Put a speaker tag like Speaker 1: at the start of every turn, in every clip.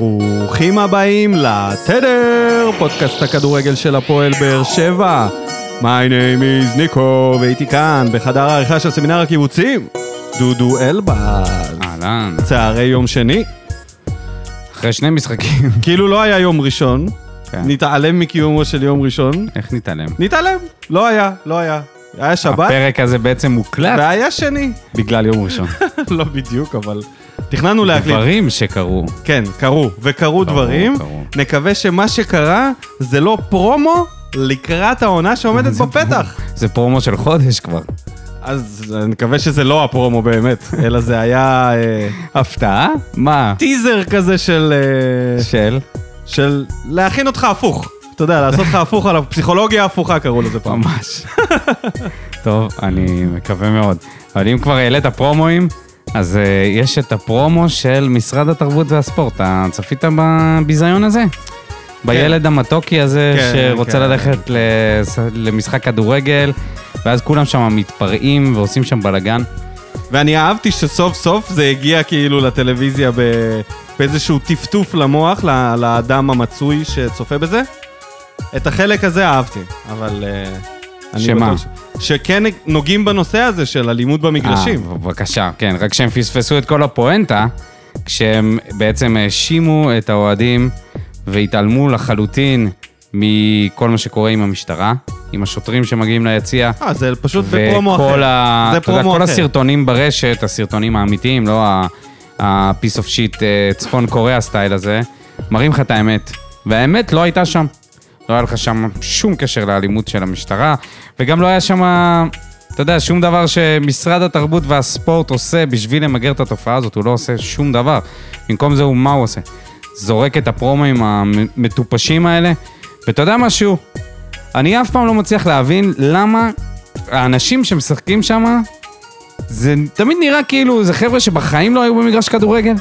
Speaker 1: ברוכים הבאים לתדר, פודקאסט הכדורגל של הפועל באר שבע. My name is ניקו, והייתי כאן בחדר העריכה של סמינר הקיבוצים, דודו אלבז.
Speaker 2: אהלן.
Speaker 1: צהרי יום שני,
Speaker 2: אחרי שני משחקים.
Speaker 1: כאילו לא היה יום ראשון,
Speaker 2: כן.
Speaker 1: נתעלם מקיומו של יום ראשון,
Speaker 2: איך נתעלם?
Speaker 1: נתעלם, לא היה, לא היה. היה שבת,
Speaker 2: הפרק הזה בעצם מוקלט
Speaker 1: והיה שני.
Speaker 2: בגלל יום ראשון.
Speaker 1: לא בדיוק, אבל תכננו להקליט.
Speaker 2: דברים שקרו.
Speaker 1: כן, קרו, וקרו
Speaker 2: קרו,
Speaker 1: דברים.
Speaker 2: קרו.
Speaker 1: נקווה שמה שקרה זה לא פרומו לקראת העונה שעומדת בפתח.
Speaker 2: זה פרומו של חודש כבר.
Speaker 1: אז אני מקווה שזה לא הפרומו באמת, אלא זה היה אה,
Speaker 2: הפתעה? מה?
Speaker 1: טיזר כזה של... אה,
Speaker 2: של?
Speaker 1: של להכין אותך הפוך. אתה יודע, לעשות לך הפוך על הפסיכולוגיה ההפוכה קראו לזה פעם.
Speaker 2: ממש. טוב, אני מקווה מאוד. אבל אם כבר העלית פרומואים, אז אה, יש את הפרומו של משרד התרבות והספורט. אתה צפית בביזיון הזה? בילד המתוקי הזה
Speaker 1: כן,
Speaker 2: שרוצה
Speaker 1: כן.
Speaker 2: ללכת לס- למשחק כדורגל, ואז כולם שם מתפרעים ועושים שם בלאגן.
Speaker 1: ואני אהבתי שסוף סוף זה הגיע כאילו לטלוויזיה ב... באיזשהו טפטוף למוח, ל- לאדם המצוי שצופה בזה. את החלק הזה אהבתי, אבל... אה, אני
Speaker 2: שמה?
Speaker 1: בטוח ש- שכן נוגעים בנושא הזה של אלימות במגרשים.
Speaker 2: אה, בבקשה, כן, רק שהם פספסו את כל הפואנטה, כשהם בעצם האשימו את האוהדים והתעלמו לחלוטין מכל מה שקורה עם המשטרה, עם השוטרים שמגיעים ליציע.
Speaker 1: אה, זה פשוט בפרומו אחר.
Speaker 2: וכל ה...
Speaker 1: זה
Speaker 2: אתה יודע,
Speaker 1: פרומו
Speaker 2: כל
Speaker 1: אחר.
Speaker 2: הסרטונים ברשת, הסרטונים האמיתיים, לא ה-piece of shit אה, צפון קוריאה סטייל הזה, מראים לך את האמת. והאמת לא הייתה שם. לא היה לך שם שום קשר לאלימות של המשטרה, וגם לא היה שם, אתה יודע, שום דבר שמשרד התרבות והספורט עושה בשביל למגר את התופעה הזאת, הוא לא עושה שום דבר. במקום זה, הוא- מה הוא עושה? זורק את הפרומואים המטופשים האלה, ואתה יודע משהו? אני אף פעם לא מצליח להבין למה האנשים שמשחקים שם, זה תמיד נראה כאילו זה חבר'ה שבחיים לא היו במגרש כדורגל.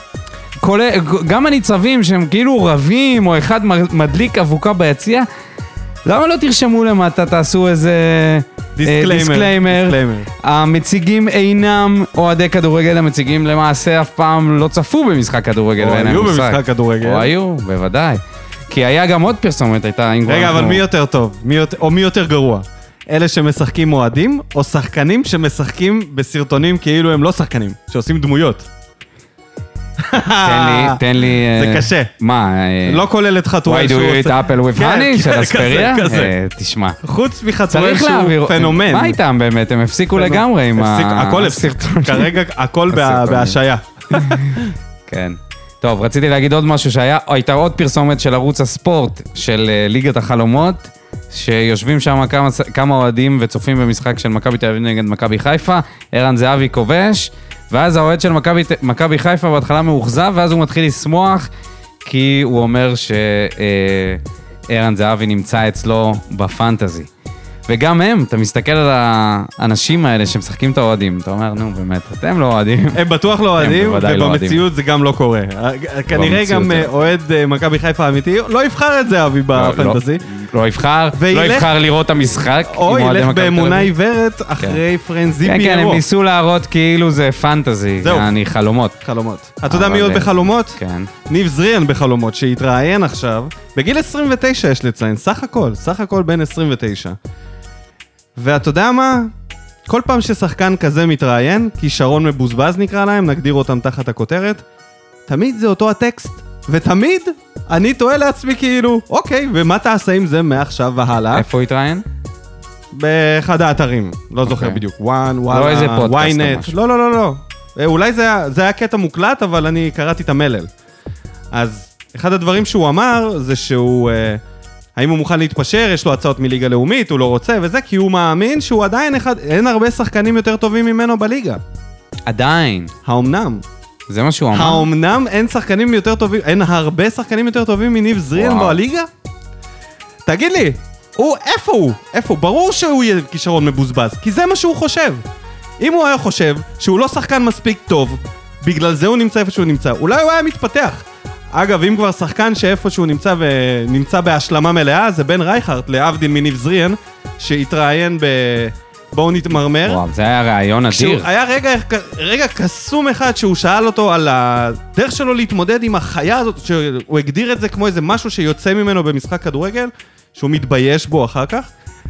Speaker 2: כולל, גם הניצבים שהם כאילו רבים, או אחד מ- מדליק אבוקה ביציע, למה לא תרשמו למטה, תעשו איזה...
Speaker 1: דיסקליימר.
Speaker 2: אה, דיסקליימר.
Speaker 1: דיסקליימר.
Speaker 2: המציגים אינם אוהדי כדורגל, המציגים למעשה אף פעם לא צפו במשחק כדורגל.
Speaker 1: או
Speaker 2: ואין
Speaker 1: היו
Speaker 2: להם מושג.
Speaker 1: במשחק כדורגל.
Speaker 2: או היו, בוודאי. כי היה גם עוד פרסומת, הייתה... אם כבר
Speaker 1: רגע, אבל
Speaker 2: אנחנו-
Speaker 1: מי יותר טוב? מי יותר- או מי יותר גרוע? אלה שמשחקים אוהדים, או שחקנים שמשחקים בסרטונים כאילו הם לא שחקנים, שעושים דמויות.
Speaker 2: תן לי, תן לי...
Speaker 1: זה
Speaker 2: אה,
Speaker 1: קשה.
Speaker 2: מה? אה,
Speaker 1: לא כולל את חתואל
Speaker 2: Why do
Speaker 1: שהוא
Speaker 2: you eat
Speaker 1: עושה-
Speaker 2: apple with
Speaker 1: כן,
Speaker 2: honey? של
Speaker 1: כן,
Speaker 2: אספריה?
Speaker 1: כזה, כזה.
Speaker 2: אה, תשמע.
Speaker 1: חוץ מחתואל
Speaker 2: צריך להעביר...
Speaker 1: שהוא פנומן.
Speaker 2: מה איתם באמת? הם הפסיקו
Speaker 1: פנומן.
Speaker 2: לגמרי עם
Speaker 1: הפסיק-
Speaker 2: ה-
Speaker 1: הכל
Speaker 2: הסרטונים.
Speaker 1: הפסיק, כרגע הכל בה-
Speaker 2: הסרטונים.
Speaker 1: בהשעיה.
Speaker 2: כן. טוב, רציתי להגיד עוד משהו שהיה, הייתה עוד פרסומת של ערוץ הספורט של אה, ליגת החלומות, שיושבים שם כמה, ס- כמה אוהדים וצופים במשחק של מכבי תל אביב נגד מכבי חיפה, ערן זהבי כובש, ואז האוהד של מכבי ת- מכבי חיפה בהתחלה מאוכזב, ואז הוא מתחיל לשמוח, כי הוא אומר שערן זהבי נמצא אצלו בפנטזי. וגם הם, אתה מסתכל על האנשים האלה שמשחקים את האוהדים, אתה אומר, נו באמת, אתם לא אוהדים.
Speaker 1: הם בטוח לא אוהדים,
Speaker 2: בוודאי לא
Speaker 1: ובמציאות זה גם לא קורה. כנראה
Speaker 2: במציאות
Speaker 1: גם
Speaker 2: זה-
Speaker 1: אה, אוהד אה, מכבי חיפה האמיתי לא יבחר את זהבי
Speaker 2: לא,
Speaker 1: בפנטזי.
Speaker 2: לא, לא יבחר,
Speaker 1: וילך-
Speaker 2: לא יבחר לראות את המשחק.
Speaker 1: או
Speaker 2: עם אוהדי
Speaker 1: ילך
Speaker 2: מכבי תל
Speaker 1: באמונה
Speaker 2: אביב.
Speaker 1: עיוורת אחרי פרנזי
Speaker 2: כן, כן, הם
Speaker 1: פיירו.
Speaker 2: ניסו להראות כאילו זה פנטזי,
Speaker 1: זהו.
Speaker 2: אני חלומות.
Speaker 1: חלומות. אתה יודע
Speaker 2: אבל,
Speaker 1: מי עוד
Speaker 2: אה,
Speaker 1: בחלומות?
Speaker 2: כן.
Speaker 1: ניב זריאן בחלומות, שהתראיין עכשיו, בגיל 29 יש לציין, סך הכל, סך הכל בן 29. ואתה יודע מה? כל פעם ששחקן כזה מתראיין, כישרון מבוזבז נקרא להם, נגדיר אותם תחת הכותרת, תמיד זה אותו הטקסט, ותמיד אני תוהה לעצמי כאילו, אוקיי, ומה תעשה עם זה מעכשיו והלאה?
Speaker 2: איפה הוא התראיין?
Speaker 1: באחד האתרים, לא זוכר
Speaker 2: אוקיי.
Speaker 1: בדיוק, וואן,
Speaker 2: איזה
Speaker 1: וואלה,
Speaker 2: פודקאסט או
Speaker 1: ynet,
Speaker 2: משהו.
Speaker 1: לא, לא, לא, לא. אה, אולי זה היה- זה היה קטע מוקלט, אבל אני קראתי את המלל. אז אחד הדברים שהוא אמר זה שהוא, אה, האם הוא מוכן להתפשר, יש לו הצעות מליגה לאומית, הוא לא רוצה וזה, כי הוא מאמין שהוא עדיין אחד, אין הרבה שחקנים יותר טובים ממנו בליגה.
Speaker 2: עדיין.
Speaker 1: האומנם?
Speaker 2: זה מה שהוא אמר.
Speaker 1: האומנם אין שחקנים יותר טובים, אין הרבה שחקנים יותר טובים מניב זריאן
Speaker 2: וואו.
Speaker 1: בליגה? תגיד לי, הוא, איפה הוא? איפה הוא? ברור שהוא יהיה כישרון מבוזבז, כי זה מה שהוא חושב. אם הוא היה חושב שהוא לא שחקן מספיק טוב, בגלל זה הוא נמצא איפה שהוא נמצא, אולי הוא היה מתפתח. אגב, אם כבר שחקן שאיפה שהוא נמצא ונמצא בהשלמה מלאה, זה בן רייכרט, להבדיל מניב זריאן, שהתראיין ב... בואו נתמרמר.
Speaker 2: וואו, זה היה רעיון
Speaker 1: כשהוא-
Speaker 2: אדיר.
Speaker 1: היה רגע, רגע קסום אחד שהוא שאל אותו על הדרך שלו להתמודד עם החיה הזאת, שהוא הגדיר את זה כמו איזה משהו שיוצא ממנו במשחק כדורגל, שהוא מתבייש בו אחר כך.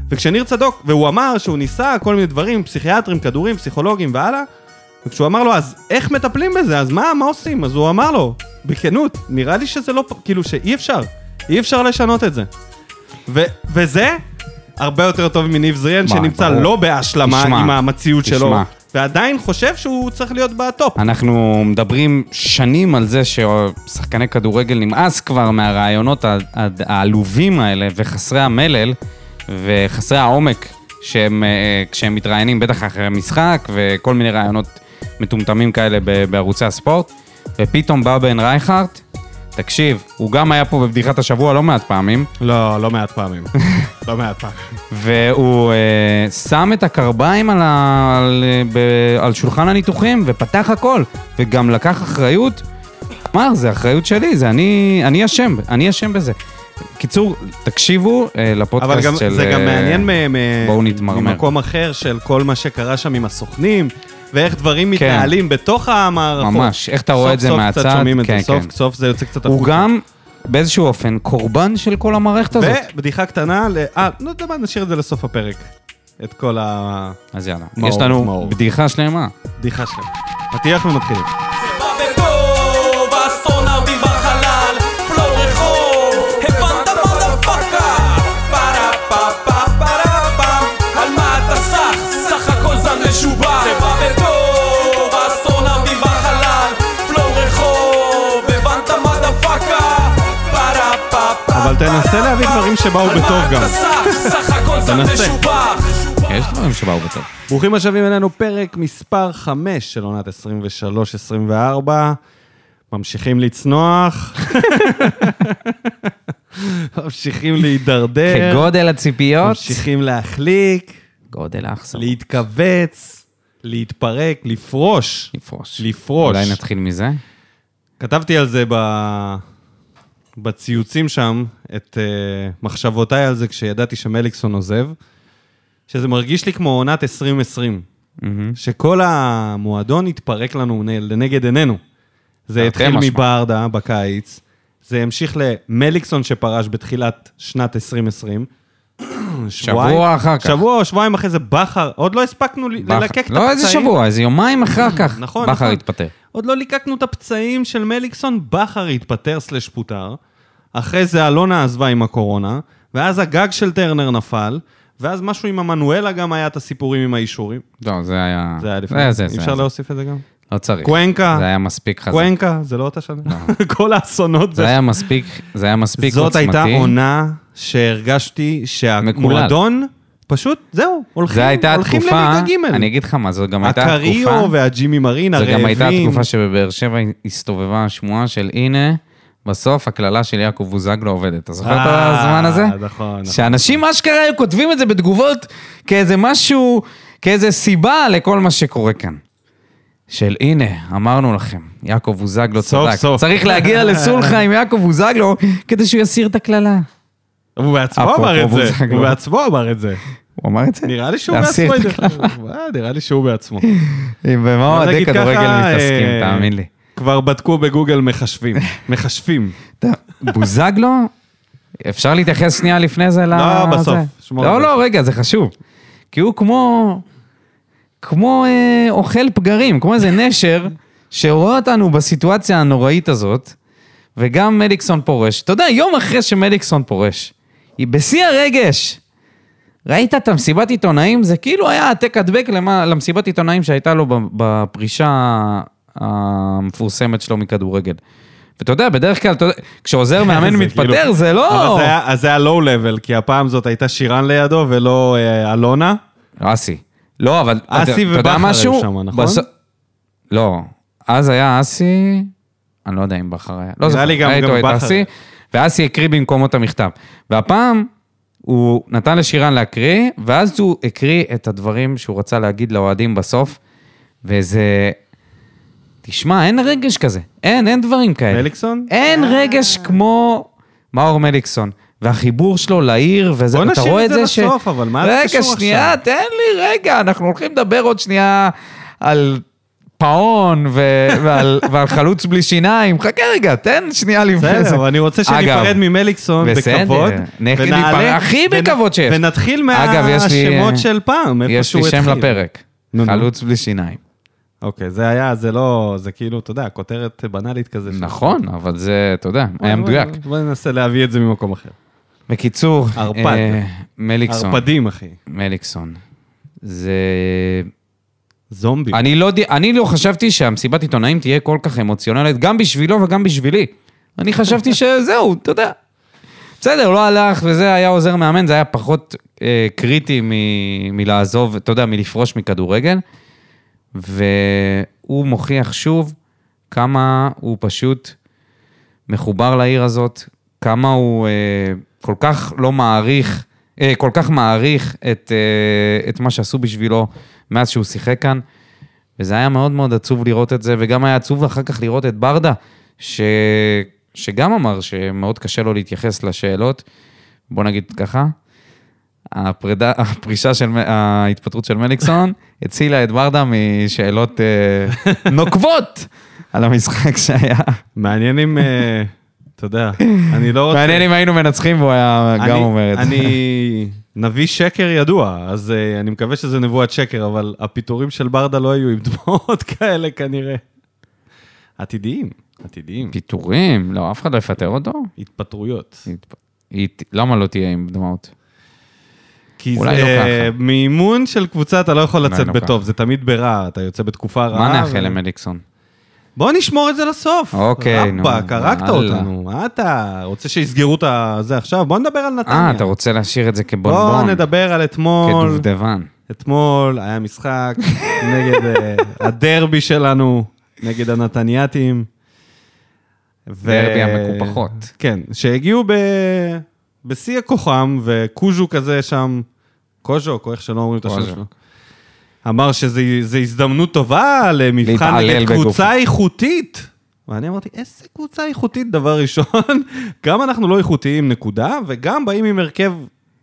Speaker 1: וכשניר צדוק, והוא אמר שהוא ניסה כל מיני דברים, פסיכיאטרים, כדורים, פסיכולוגים והלאה, וכשהוא אמר לו, אז איך מטפלים בזה? אז מה, מה עושים? אז הוא אמר לו, בכנות, נראה לי שזה לא, פ- כאילו שאי אפשר, אי אפשר לשנות את זה. ו- וזה הרבה יותר טוב מניב זריאן,
Speaker 2: מה,
Speaker 1: שנמצא
Speaker 2: ברור.
Speaker 1: לא בהשלמה
Speaker 2: תשמע,
Speaker 1: עם המציאות
Speaker 2: תשמע.
Speaker 1: שלו, ועדיין חושב שהוא צריך להיות בטופ.
Speaker 2: אנחנו מדברים שנים על זה ששחקני כדורגל נמאס כבר מהרעיונות ה- ה- העלובים האלה וחסרי המלל וחסרי העומק שהם, אה, כשהם מתראיינים בטח אחרי משחק וכל מיני רעיונות מטומטמים כאלה ב- בערוצי הספורט ופתאום בא בן רייכרט, תקשיב, הוא גם היה פה בבדיחת השבוע לא מעט פעמים
Speaker 1: לא, לא מעט פעמים. לא מעט פעמים.
Speaker 2: והוא אה, שם את הקרביים על, ה, על, אה, ב, על שולחן הניתוחים ופתח הכל, וגם לקח אחריות. אמר, זה אחריות שלי, זה אני, אני אשם, אני אשם בזה. קיצור, תקשיבו אה, לפודקאסט
Speaker 1: אבל גם,
Speaker 2: של...
Speaker 1: זה גם
Speaker 2: אה,
Speaker 1: מעניין מ- מ-
Speaker 2: בואו נתמרמר.
Speaker 1: ממקום אחר של כל מה שקרה שם עם הסוכנים, ואיך דברים מתנהלים בתוך המערכות.
Speaker 2: כן. ממש, איך אתה רואה את זה
Speaker 1: סוף סוף
Speaker 2: מהצד,
Speaker 1: קצת שומעים את
Speaker 2: כן,
Speaker 1: זה, סוף
Speaker 2: כן.
Speaker 1: סוף זה יוצא קצת
Speaker 2: הוא גם באיזשהו אופן קורבן של כל המערכת הזאת.
Speaker 1: ובדיחה קטנה, ל- אה, לא יודע מה, נשאיר את זה לסוף הפרק. את כל הבדיחה
Speaker 2: אז יאללה,
Speaker 1: מאור,
Speaker 2: יש לנו
Speaker 1: מאור.
Speaker 2: בדיחה שלמה.
Speaker 1: שלהם. פתיח ומתחילים.
Speaker 3: בא בטוב, אסטרונאוטים בחלל, פלואו רחוב, הבנת מה דפקה? פרה פה פה פרה פם, על מה אתה סח? סך הכל זן משובח. זה בא בטוב, אסטרונאוטים בחלל, פלואו רחוב, הבנת מה דפקה? פרה פה פה
Speaker 1: אבל תנסה להביא דברים שבאו
Speaker 3: על
Speaker 1: בטוב
Speaker 3: מה
Speaker 1: גם.
Speaker 3: אתה סח? סך הכל זן
Speaker 1: תנסה.
Speaker 3: משובח.
Speaker 2: יש דברים שבאו בטוב.
Speaker 1: ברוכים השבים אלינו, פרק מספר 5 של עונת 23-24. ממשיכים לצנוח. ממשיכים להידרדר.
Speaker 2: כגודל הציפיות,
Speaker 1: אה, ממשיכים להחליק,
Speaker 2: גודל האכסר.
Speaker 1: להתכווץ, להתפרק, לפרוש.
Speaker 2: לפרוש.
Speaker 1: לפרוש.
Speaker 2: אולי נתחיל מזה?
Speaker 1: כתבתי על זה ב... בציוצים שם, את uh, מחשבותיי על זה כשידעתי שמליקסון עוזב, שזה מרגיש לי כמו עונת 2020, mm-hmm. שכל המועדון התפרק לנו נ- לנגד עינינו. זה
Speaker 2: תרתי
Speaker 1: התחיל
Speaker 2: משמע.
Speaker 1: מברדה בקיץ, זה המשיך למליקסון שפרש בתחילת שנת 2020. שבועיים-
Speaker 2: אחר כך.
Speaker 1: שבוע או שבועיים אחרי זה בכר, עוד לא הספקנו ל-
Speaker 2: בכר.
Speaker 1: ללקק את הפצעים.
Speaker 2: לא, איזה שבוע, איזה יומיים אחר כך.
Speaker 1: נכון,
Speaker 2: בכר
Speaker 1: נכון.
Speaker 2: התפטר.
Speaker 1: עוד לא ליקקנו את הפצעים של מליקסון, בכר התפטר סלש פוטר. אחרי זה אלונה עזבה עם הקורונה, ואז הגג של טרנר נפל, ואז משהו עם עמנואלה גם היה את הסיפורים עם האישורים.
Speaker 2: לא, זה היה...
Speaker 1: זה היה לפני.
Speaker 2: זה, אה, זה,
Speaker 1: אי
Speaker 2: זה.
Speaker 1: אפשר
Speaker 2: זה.
Speaker 1: להוסיף את זה גם?
Speaker 2: לא צריך.
Speaker 1: קוונקה.
Speaker 2: זה היה מספיק חזק.
Speaker 1: קוונקה, זה לא אותה שנה. כל האסונות.
Speaker 2: זה היה מספיק, זה היה מספיק עוצמתי.
Speaker 1: זאת הייתה עונה שהרגשתי שהמועדון, פשוט, זהו, הולכים
Speaker 2: זה הייתה
Speaker 1: הולכים
Speaker 2: התקופה,
Speaker 1: לליגה ג'.
Speaker 2: אני אגיד לך מה, זאת גם הייתה התקופה.
Speaker 1: הקריו והג'ימי מרין,
Speaker 2: זו
Speaker 1: הרעבים.
Speaker 2: גם הייתה התקופה שבבאר שבע הסתובבה השמועה של הנה, בסוף הקללה של יעקב בוזגלו עובדת. אתה זוכר את
Speaker 1: אה,
Speaker 2: הזמן הזה?
Speaker 1: נכון, נכון.
Speaker 2: שאנשים אשכרה היו כותבים את זה בתגובות כאיזה משהו, כאיזה סיבה לכל מה שקורה כאן. של הנה, אמרנו לכם, יעקב בוזגלו
Speaker 1: סוף,
Speaker 2: צדק.
Speaker 1: סוף.
Speaker 2: צריך להגיע לסולחה עם יעקב בוזגלו כדי שהוא יסיר את הקללה.
Speaker 1: הוא בעצמו
Speaker 2: אפרופו
Speaker 1: אמר את זה,
Speaker 2: בוזגלו.
Speaker 1: הוא בעצמו אמר את זה.
Speaker 2: הוא אמר את זה?
Speaker 1: נראה לי שהוא
Speaker 2: להסיר
Speaker 1: בעצמו.
Speaker 2: את
Speaker 1: את זה. אה, נראה לי שהוא בעצמו.
Speaker 2: במה
Speaker 1: בוא
Speaker 2: אוהדי
Speaker 1: לא נגיד
Speaker 2: כדורגל
Speaker 1: ככה,
Speaker 2: מתעסקים,
Speaker 1: אה,
Speaker 2: תאמין לי.
Speaker 1: כבר בדקו בגוגל מחשבים. מחשבים.
Speaker 2: אתה- בוזגלו? אפשר להתייחס שנייה לפני זה ל...
Speaker 1: לא, בסוף.
Speaker 2: זה?
Speaker 1: שמור
Speaker 2: לא,
Speaker 1: על זה.
Speaker 2: לא, רגע, זה חשוב. כי הוא כמו... כמו אה, אוכל פגרים, כמו איזה נשר, שרואה אותנו בסיטואציה הנוראית הזאת, וגם מליקסון פורש. אתה יודע, יום אחרי שמליקסון פורש, היא בשיא הרגש. ראית את המסיבת עיתונאים? זה כאילו היה העתק הדבק למה- למסיבת עיתונאים שהייתה לו ב- בפרישה המפורסמת שלו מכדורגל. ואתה יודע, בדרך כלל, אתה יודע, כשעוזר מאמן
Speaker 1: זה
Speaker 2: מתפטר,
Speaker 1: כאילו-
Speaker 2: זה
Speaker 1: אבל
Speaker 2: לא...
Speaker 1: זה היה- אז זה היה לואו לבל, כי הפעם זאת הייתה שירן לידו ולא אה, אלונה.
Speaker 2: אסי. לא, אבל... אתה-
Speaker 1: אסי
Speaker 2: אתה יודע
Speaker 1: ובכר היו
Speaker 2: משהו?
Speaker 1: שם, נכון?
Speaker 2: בס- לא. אז היה אסי, אני לא יודע אם בכר היה. לא
Speaker 1: נראה
Speaker 2: זוכר.
Speaker 1: לי גם-
Speaker 2: היה איתו
Speaker 1: גם
Speaker 2: את
Speaker 1: בכר.
Speaker 2: אסי, ואסי הקריא במקומו את המכתב. והפעם הוא נתן לשירן להקריא, ואז הוא הקריא את הדברים שהוא רצה להגיד לאוהדים בסוף, וזה... תשמע, אין רגש כזה. אין, אין דברים כאלה.
Speaker 1: מליקסון?
Speaker 2: אין רגש כמו מאור מליקסון. והחיבור שלו לעיר, וזה,
Speaker 1: בוא
Speaker 2: אתה
Speaker 1: נשאיר
Speaker 2: רואה
Speaker 1: את זה לסוף, אבל מה זה
Speaker 2: רגע,
Speaker 1: קשור
Speaker 2: שנייה,
Speaker 1: עכשיו?
Speaker 2: תן לי רגע, אנחנו הולכים לדבר עוד שנייה על פאון ו... ועל... ועל חלוץ בלי שיניים, חכה רגע, תן שנייה לפני זה.
Speaker 1: בסדר, אבל אני רוצה שניפרד
Speaker 2: אגב,
Speaker 1: ממליקסון
Speaker 2: בסדר,
Speaker 1: בכבוד.
Speaker 2: נכי
Speaker 1: ונעלה-
Speaker 2: ניפרד, הכי
Speaker 1: ונ-
Speaker 2: בכבוד שיש.
Speaker 1: ונתחיל
Speaker 2: אגב, יש לי-
Speaker 1: מהשמות של פעם, איפה
Speaker 2: יש
Speaker 1: שהוא
Speaker 2: לי
Speaker 1: התחיל.
Speaker 2: שם לפרק,
Speaker 1: נו, נו.
Speaker 2: חלוץ בלי שיניים.
Speaker 1: אוקיי, זה היה, זה לא, זה כאילו, אתה יודע, כותרת בנאלית כזה.
Speaker 2: נכון, אבל זה, אתה יודע,
Speaker 1: בוא-
Speaker 2: היה
Speaker 1: בוא-
Speaker 2: מדויק.
Speaker 1: בוא ננסה להביא את זה ממקום אחר.
Speaker 2: בקיצור,
Speaker 1: ערפד.
Speaker 2: אה, מליקסון,
Speaker 1: ערפדים, אחי.
Speaker 2: מליקסון. זה...
Speaker 1: זומבים.
Speaker 2: אני לא, ד- אני לא חשבתי שהמסיבת עיתונאים תהיה כל כך אמוציונלית, גם בשבילו וגם בשבילי. אני חשבתי שזהו, אתה יודע. בסדר, לא הלך, וזה היה עוזר מאמן, זה היה פחות אה, קריטי מ, מלעזוב, אתה יודע, מלפרוש מכדורגל. והוא מוכיח שוב כמה הוא פשוט מחובר לעיר הזאת, כמה הוא אה, כל כך לא מעריך, אה, כל כך מעריך את, אה, את מה שעשו בשבילו מאז שהוא שיחק כאן. וזה היה מאוד מאוד עצוב לראות את זה, וגם היה עצוב אחר כך לראות את ברדה, ש... שגם אמר שמאוד קשה לו להתייחס לשאלות. בוא נגיד ככה, הפרידה, הפרישה של, מ- ההתפטרות של מליקסון הצילה את ברדה משאלות אה, נוקבות על המשחק שהיה.
Speaker 1: מעניין אם, אה, אתה יודע, אני לא רוצה...
Speaker 2: מעניין אם היינו מנצחים והוא היה גם
Speaker 1: אני-
Speaker 2: אומר את זה.
Speaker 1: אני נביא שקר ידוע, אז אה, אני מקווה שזה נבואת שקר, אבל הפיטורים של ברדה לא היו עם דמעות כאלה כנראה. עתידיים, עתידיים.
Speaker 2: פיטורים? לא, אף אחד לא יפטר אותו.
Speaker 1: התפטרויות.
Speaker 2: התפ- הת- למה לא תהיה עם דמעות?
Speaker 1: כי
Speaker 2: אולי לא
Speaker 1: זה
Speaker 2: ככה.
Speaker 1: מימון של קבוצה אתה לא יכול
Speaker 2: אולי
Speaker 1: לצאת
Speaker 2: לא
Speaker 1: בטוב, זה תמיד ברע, אתה יוצא בתקופה רעה.
Speaker 2: מה נאחל
Speaker 1: ו-
Speaker 2: למליקסון?
Speaker 1: בוא נשמור את זה לסוף.
Speaker 2: אוקיי, נו,
Speaker 1: רבאק, הרגת
Speaker 2: יאללה.
Speaker 1: אותנו. מה אתה? רוצה שיסגרו את זה עכשיו? בוא נדבר על נתניה.
Speaker 2: אה, אתה רוצה להשאיר את זה
Speaker 1: בוא
Speaker 2: כבונבון?
Speaker 1: נדבר על אתמול.
Speaker 2: כדובדבן.
Speaker 1: אתמול היה משחק נגד אה, הדרבי שלנו, נגד הנתניאתים. ו-
Speaker 2: דרבי המקופחות.
Speaker 1: כן, שהגיעו ב... בשיא הכוחם, וקוז'ו כזה שם, קוז'וק, או איך שלא אומרים את השם
Speaker 2: קוז'וק.
Speaker 1: שלו, אמר שזו הזדמנות טובה למבחן
Speaker 2: להתעלל
Speaker 1: נגד
Speaker 2: בגופו.
Speaker 1: קבוצה איכותית. ואני אמרתי, איזה קבוצה איכותית, דבר ראשון. גם אנחנו לא איכותיים, נקודה, וגם באים עם הרכב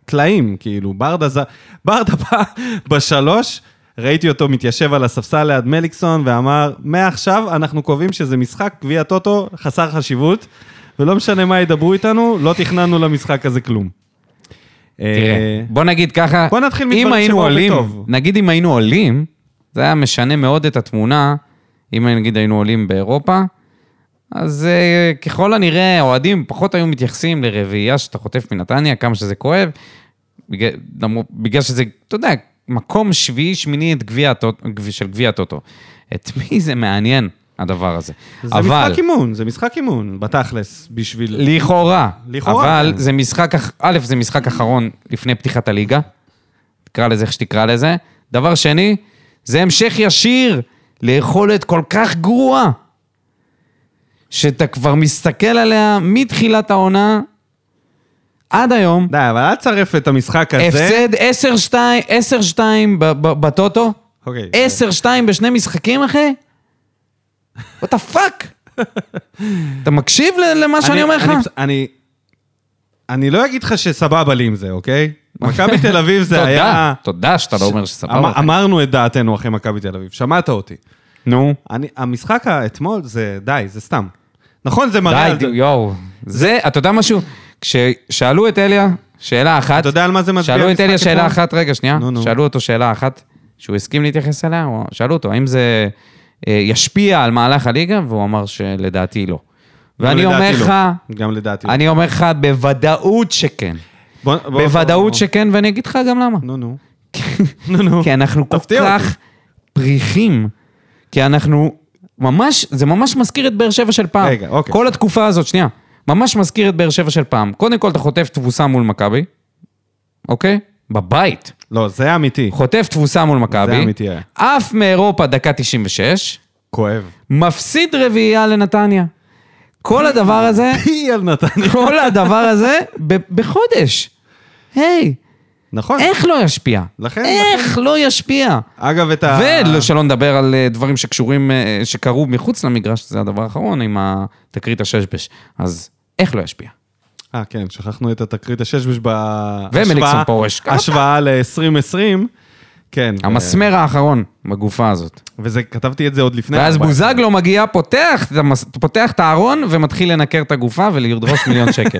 Speaker 1: טלאים, כאילו, ברדה ז... ברדה בא בשלוש, ראיתי אותו מתיישב על הספסל ליד מליקסון, ואמר, מעכשיו אנחנו קובעים שזה משחק גביע טוטו חסר חשיבות, ולא משנה מה ידברו איתנו, לא תכננו למשחק הזה כלום.
Speaker 2: תראה,
Speaker 1: אה,
Speaker 2: בוא נגיד ככה,
Speaker 1: בוא נתחיל
Speaker 2: אם
Speaker 1: מדברים
Speaker 2: היינו
Speaker 1: שבאו
Speaker 2: עולים,
Speaker 1: בטוב.
Speaker 2: נגיד אם היינו עולים, זה היה משנה מאוד את התמונה, אם נגיד היינו עולים באירופה, אז אה, ככל הנראה, האוהדים פחות היו מתייחסים לרביעייה שאתה חוטף מנתניה, כמה שזה כואב, בגלל, למרות- בגלל שזה, אתה יודע, מקום שביעי, שמיני את גביע הטוט- גב- של גביע הטוטו. את מי זה מעניין, הדבר הזה.
Speaker 1: זה משחק אימון, זה משחק אימון, בתכלס, בשביל...
Speaker 2: לכאורה.
Speaker 1: לכאורה,
Speaker 2: אבל
Speaker 1: כן.
Speaker 2: זה משחק, אח- א', זה משחק אחרון לפני פתיחת הליגה. תקרא לזה איך שתקרא לזה. דבר שני, זה המשך ישיר ליכולת כל כך גרועה, שאתה כבר מסתכל עליה מתחילת העונה עד היום.
Speaker 1: די, אבל אל תצרף את המשחק הזה.
Speaker 2: הפסד 10-2 10-2 ב- ב- בטוטו.
Speaker 1: אוקיי.
Speaker 2: 10-2 בשני משחקים, אחי? וואטה פאק? אתה מקשיב ל- למה שאני אומר לך?
Speaker 1: אני, אני, אני לא אגיד לך שסבבה לי עם זה, אוקיי? מכבי תל אביב זה
Speaker 2: תודה,
Speaker 1: היה...
Speaker 2: תודה שאתה לא אומר שסבבה.
Speaker 1: אמר- אמרנו את דעתנו אחרי מכבי תל אביב, שמעת אותי.
Speaker 2: נו.
Speaker 1: אני, המשחק האתמול זה די, זה סתם. נכון, זה מראה...
Speaker 2: די,
Speaker 1: על זה-
Speaker 2: יואו. זה, אתה יודע משהו? כששאלו את אליה שאלה אחת,
Speaker 1: אתה יודע על מה זה מצביע?
Speaker 2: שאלו את
Speaker 1: המשחק
Speaker 2: אליה שאלה
Speaker 1: אתמול?
Speaker 2: אחת, רגע, שנייה.
Speaker 1: נו, נו.
Speaker 2: שאלו אותו שאלה אחת, שהוא הסכים להתייחס אליה, או- שאלו אותו, האם זה אה, ישפיע על מהלך הליגה? והוא אמר שלדעתי לא.
Speaker 1: גם
Speaker 2: ואני
Speaker 1: לדעתי
Speaker 2: אומר
Speaker 1: לא.
Speaker 2: לך,
Speaker 1: גם לדעתי. לא.
Speaker 2: אני אומר לך בוודאות שכן.
Speaker 1: בוא- בוא-
Speaker 2: בוודאות כן.
Speaker 1: בוא-
Speaker 2: שכן, ואני אגיד לך גם למה.
Speaker 1: נו, נו. נו, נו.
Speaker 2: כי אנחנו כל
Speaker 1: תפתיע אותי.
Speaker 2: כך פריחים, כי אנחנו ממש, זה ממש מזכיר את באר שבע של פעם.
Speaker 1: רגע, אוקיי.
Speaker 2: כל התקופה הזאת, שנייה, ממש מזכיר את באר שבע של פעם. קודם כל, אתה חוטף תבוסה מול מכבי, אוקיי? בבית.
Speaker 1: לא, זה אמיתי.
Speaker 2: חוטף תבוסה מול מכבי.
Speaker 1: אמיתי אה. היה.
Speaker 2: עף מאירופה דקה 96,
Speaker 1: כואב.
Speaker 2: מפסיד רביעייה לנתניה. כל הדבר הזה,
Speaker 1: פי על נתניה.
Speaker 2: כל הדבר הזה, ב- בחודש. היי,
Speaker 1: נכון.
Speaker 2: איך לא ישפיע?
Speaker 1: לכן-
Speaker 2: איך לא ישפיע?
Speaker 1: אגב, את ה...
Speaker 2: ושלא נדבר על אה, דברים שקשורים, אה, שקרו מחוץ למגרש, זה הדבר האחרון, עם התקרית הששבש. אז איך לא ישפיע?
Speaker 1: אה, כן, שכחנו את התקרית הששבש
Speaker 2: ומליקסון
Speaker 1: בהשוואה
Speaker 2: פורש.
Speaker 1: השוואה ל-2020. כן. ו-
Speaker 2: המסמר האחרון בגופה הזאת.
Speaker 1: וזה, כתבתי את זה עוד לפני...
Speaker 2: ואז
Speaker 1: ארבע.
Speaker 2: בוזגלו מגיע, פותח, את המס- פותח את הארון ומתחיל לנקר את הגופה ולדרוש מיליון שקל.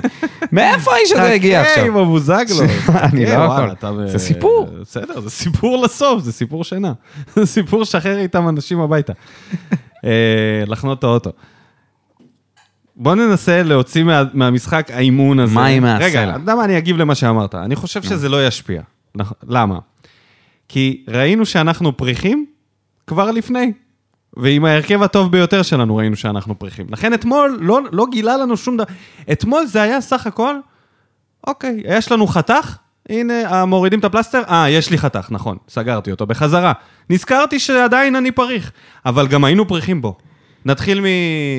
Speaker 2: מאיפה האיש הזה הגיע
Speaker 1: חכה
Speaker 2: עכשיו?
Speaker 1: עם הבוזגלו.
Speaker 2: אני
Speaker 1: כן,
Speaker 2: לא
Speaker 1: וואלה,
Speaker 2: יכול.
Speaker 1: אתה ב-
Speaker 2: זה סיפור.
Speaker 1: בסדר, זה סיפור לסוף, זה סיפור שינה. זה סיפור שחרר איתם אנשים הביתה. אה, לחנות את האוטו. בוא ננסה להוציא מה- מהמשחק האימון הזה.
Speaker 2: מה עם הסלע?
Speaker 1: רגע, אתה יודע מה, אני אגיב למה שאמרת. אני חושב שזה לא ישפיע. נכ- למה? כי ראינו שאנחנו פריחים כבר לפני. ועם ההרכב הטוב ביותר שלנו ראינו שאנחנו פריחים. לכן אתמול לא, לא גילה לנו שום דבר. אתמול זה היה סך הכל, אוקיי, יש לנו חתך, הנה, אה, מורידים את הפלסטר, אה, יש לי חתך, נכון, סגרתי אותו בחזרה. נזכרתי שעדיין אני פריך, אבל גם היינו פריחים בו. נתחיל מ...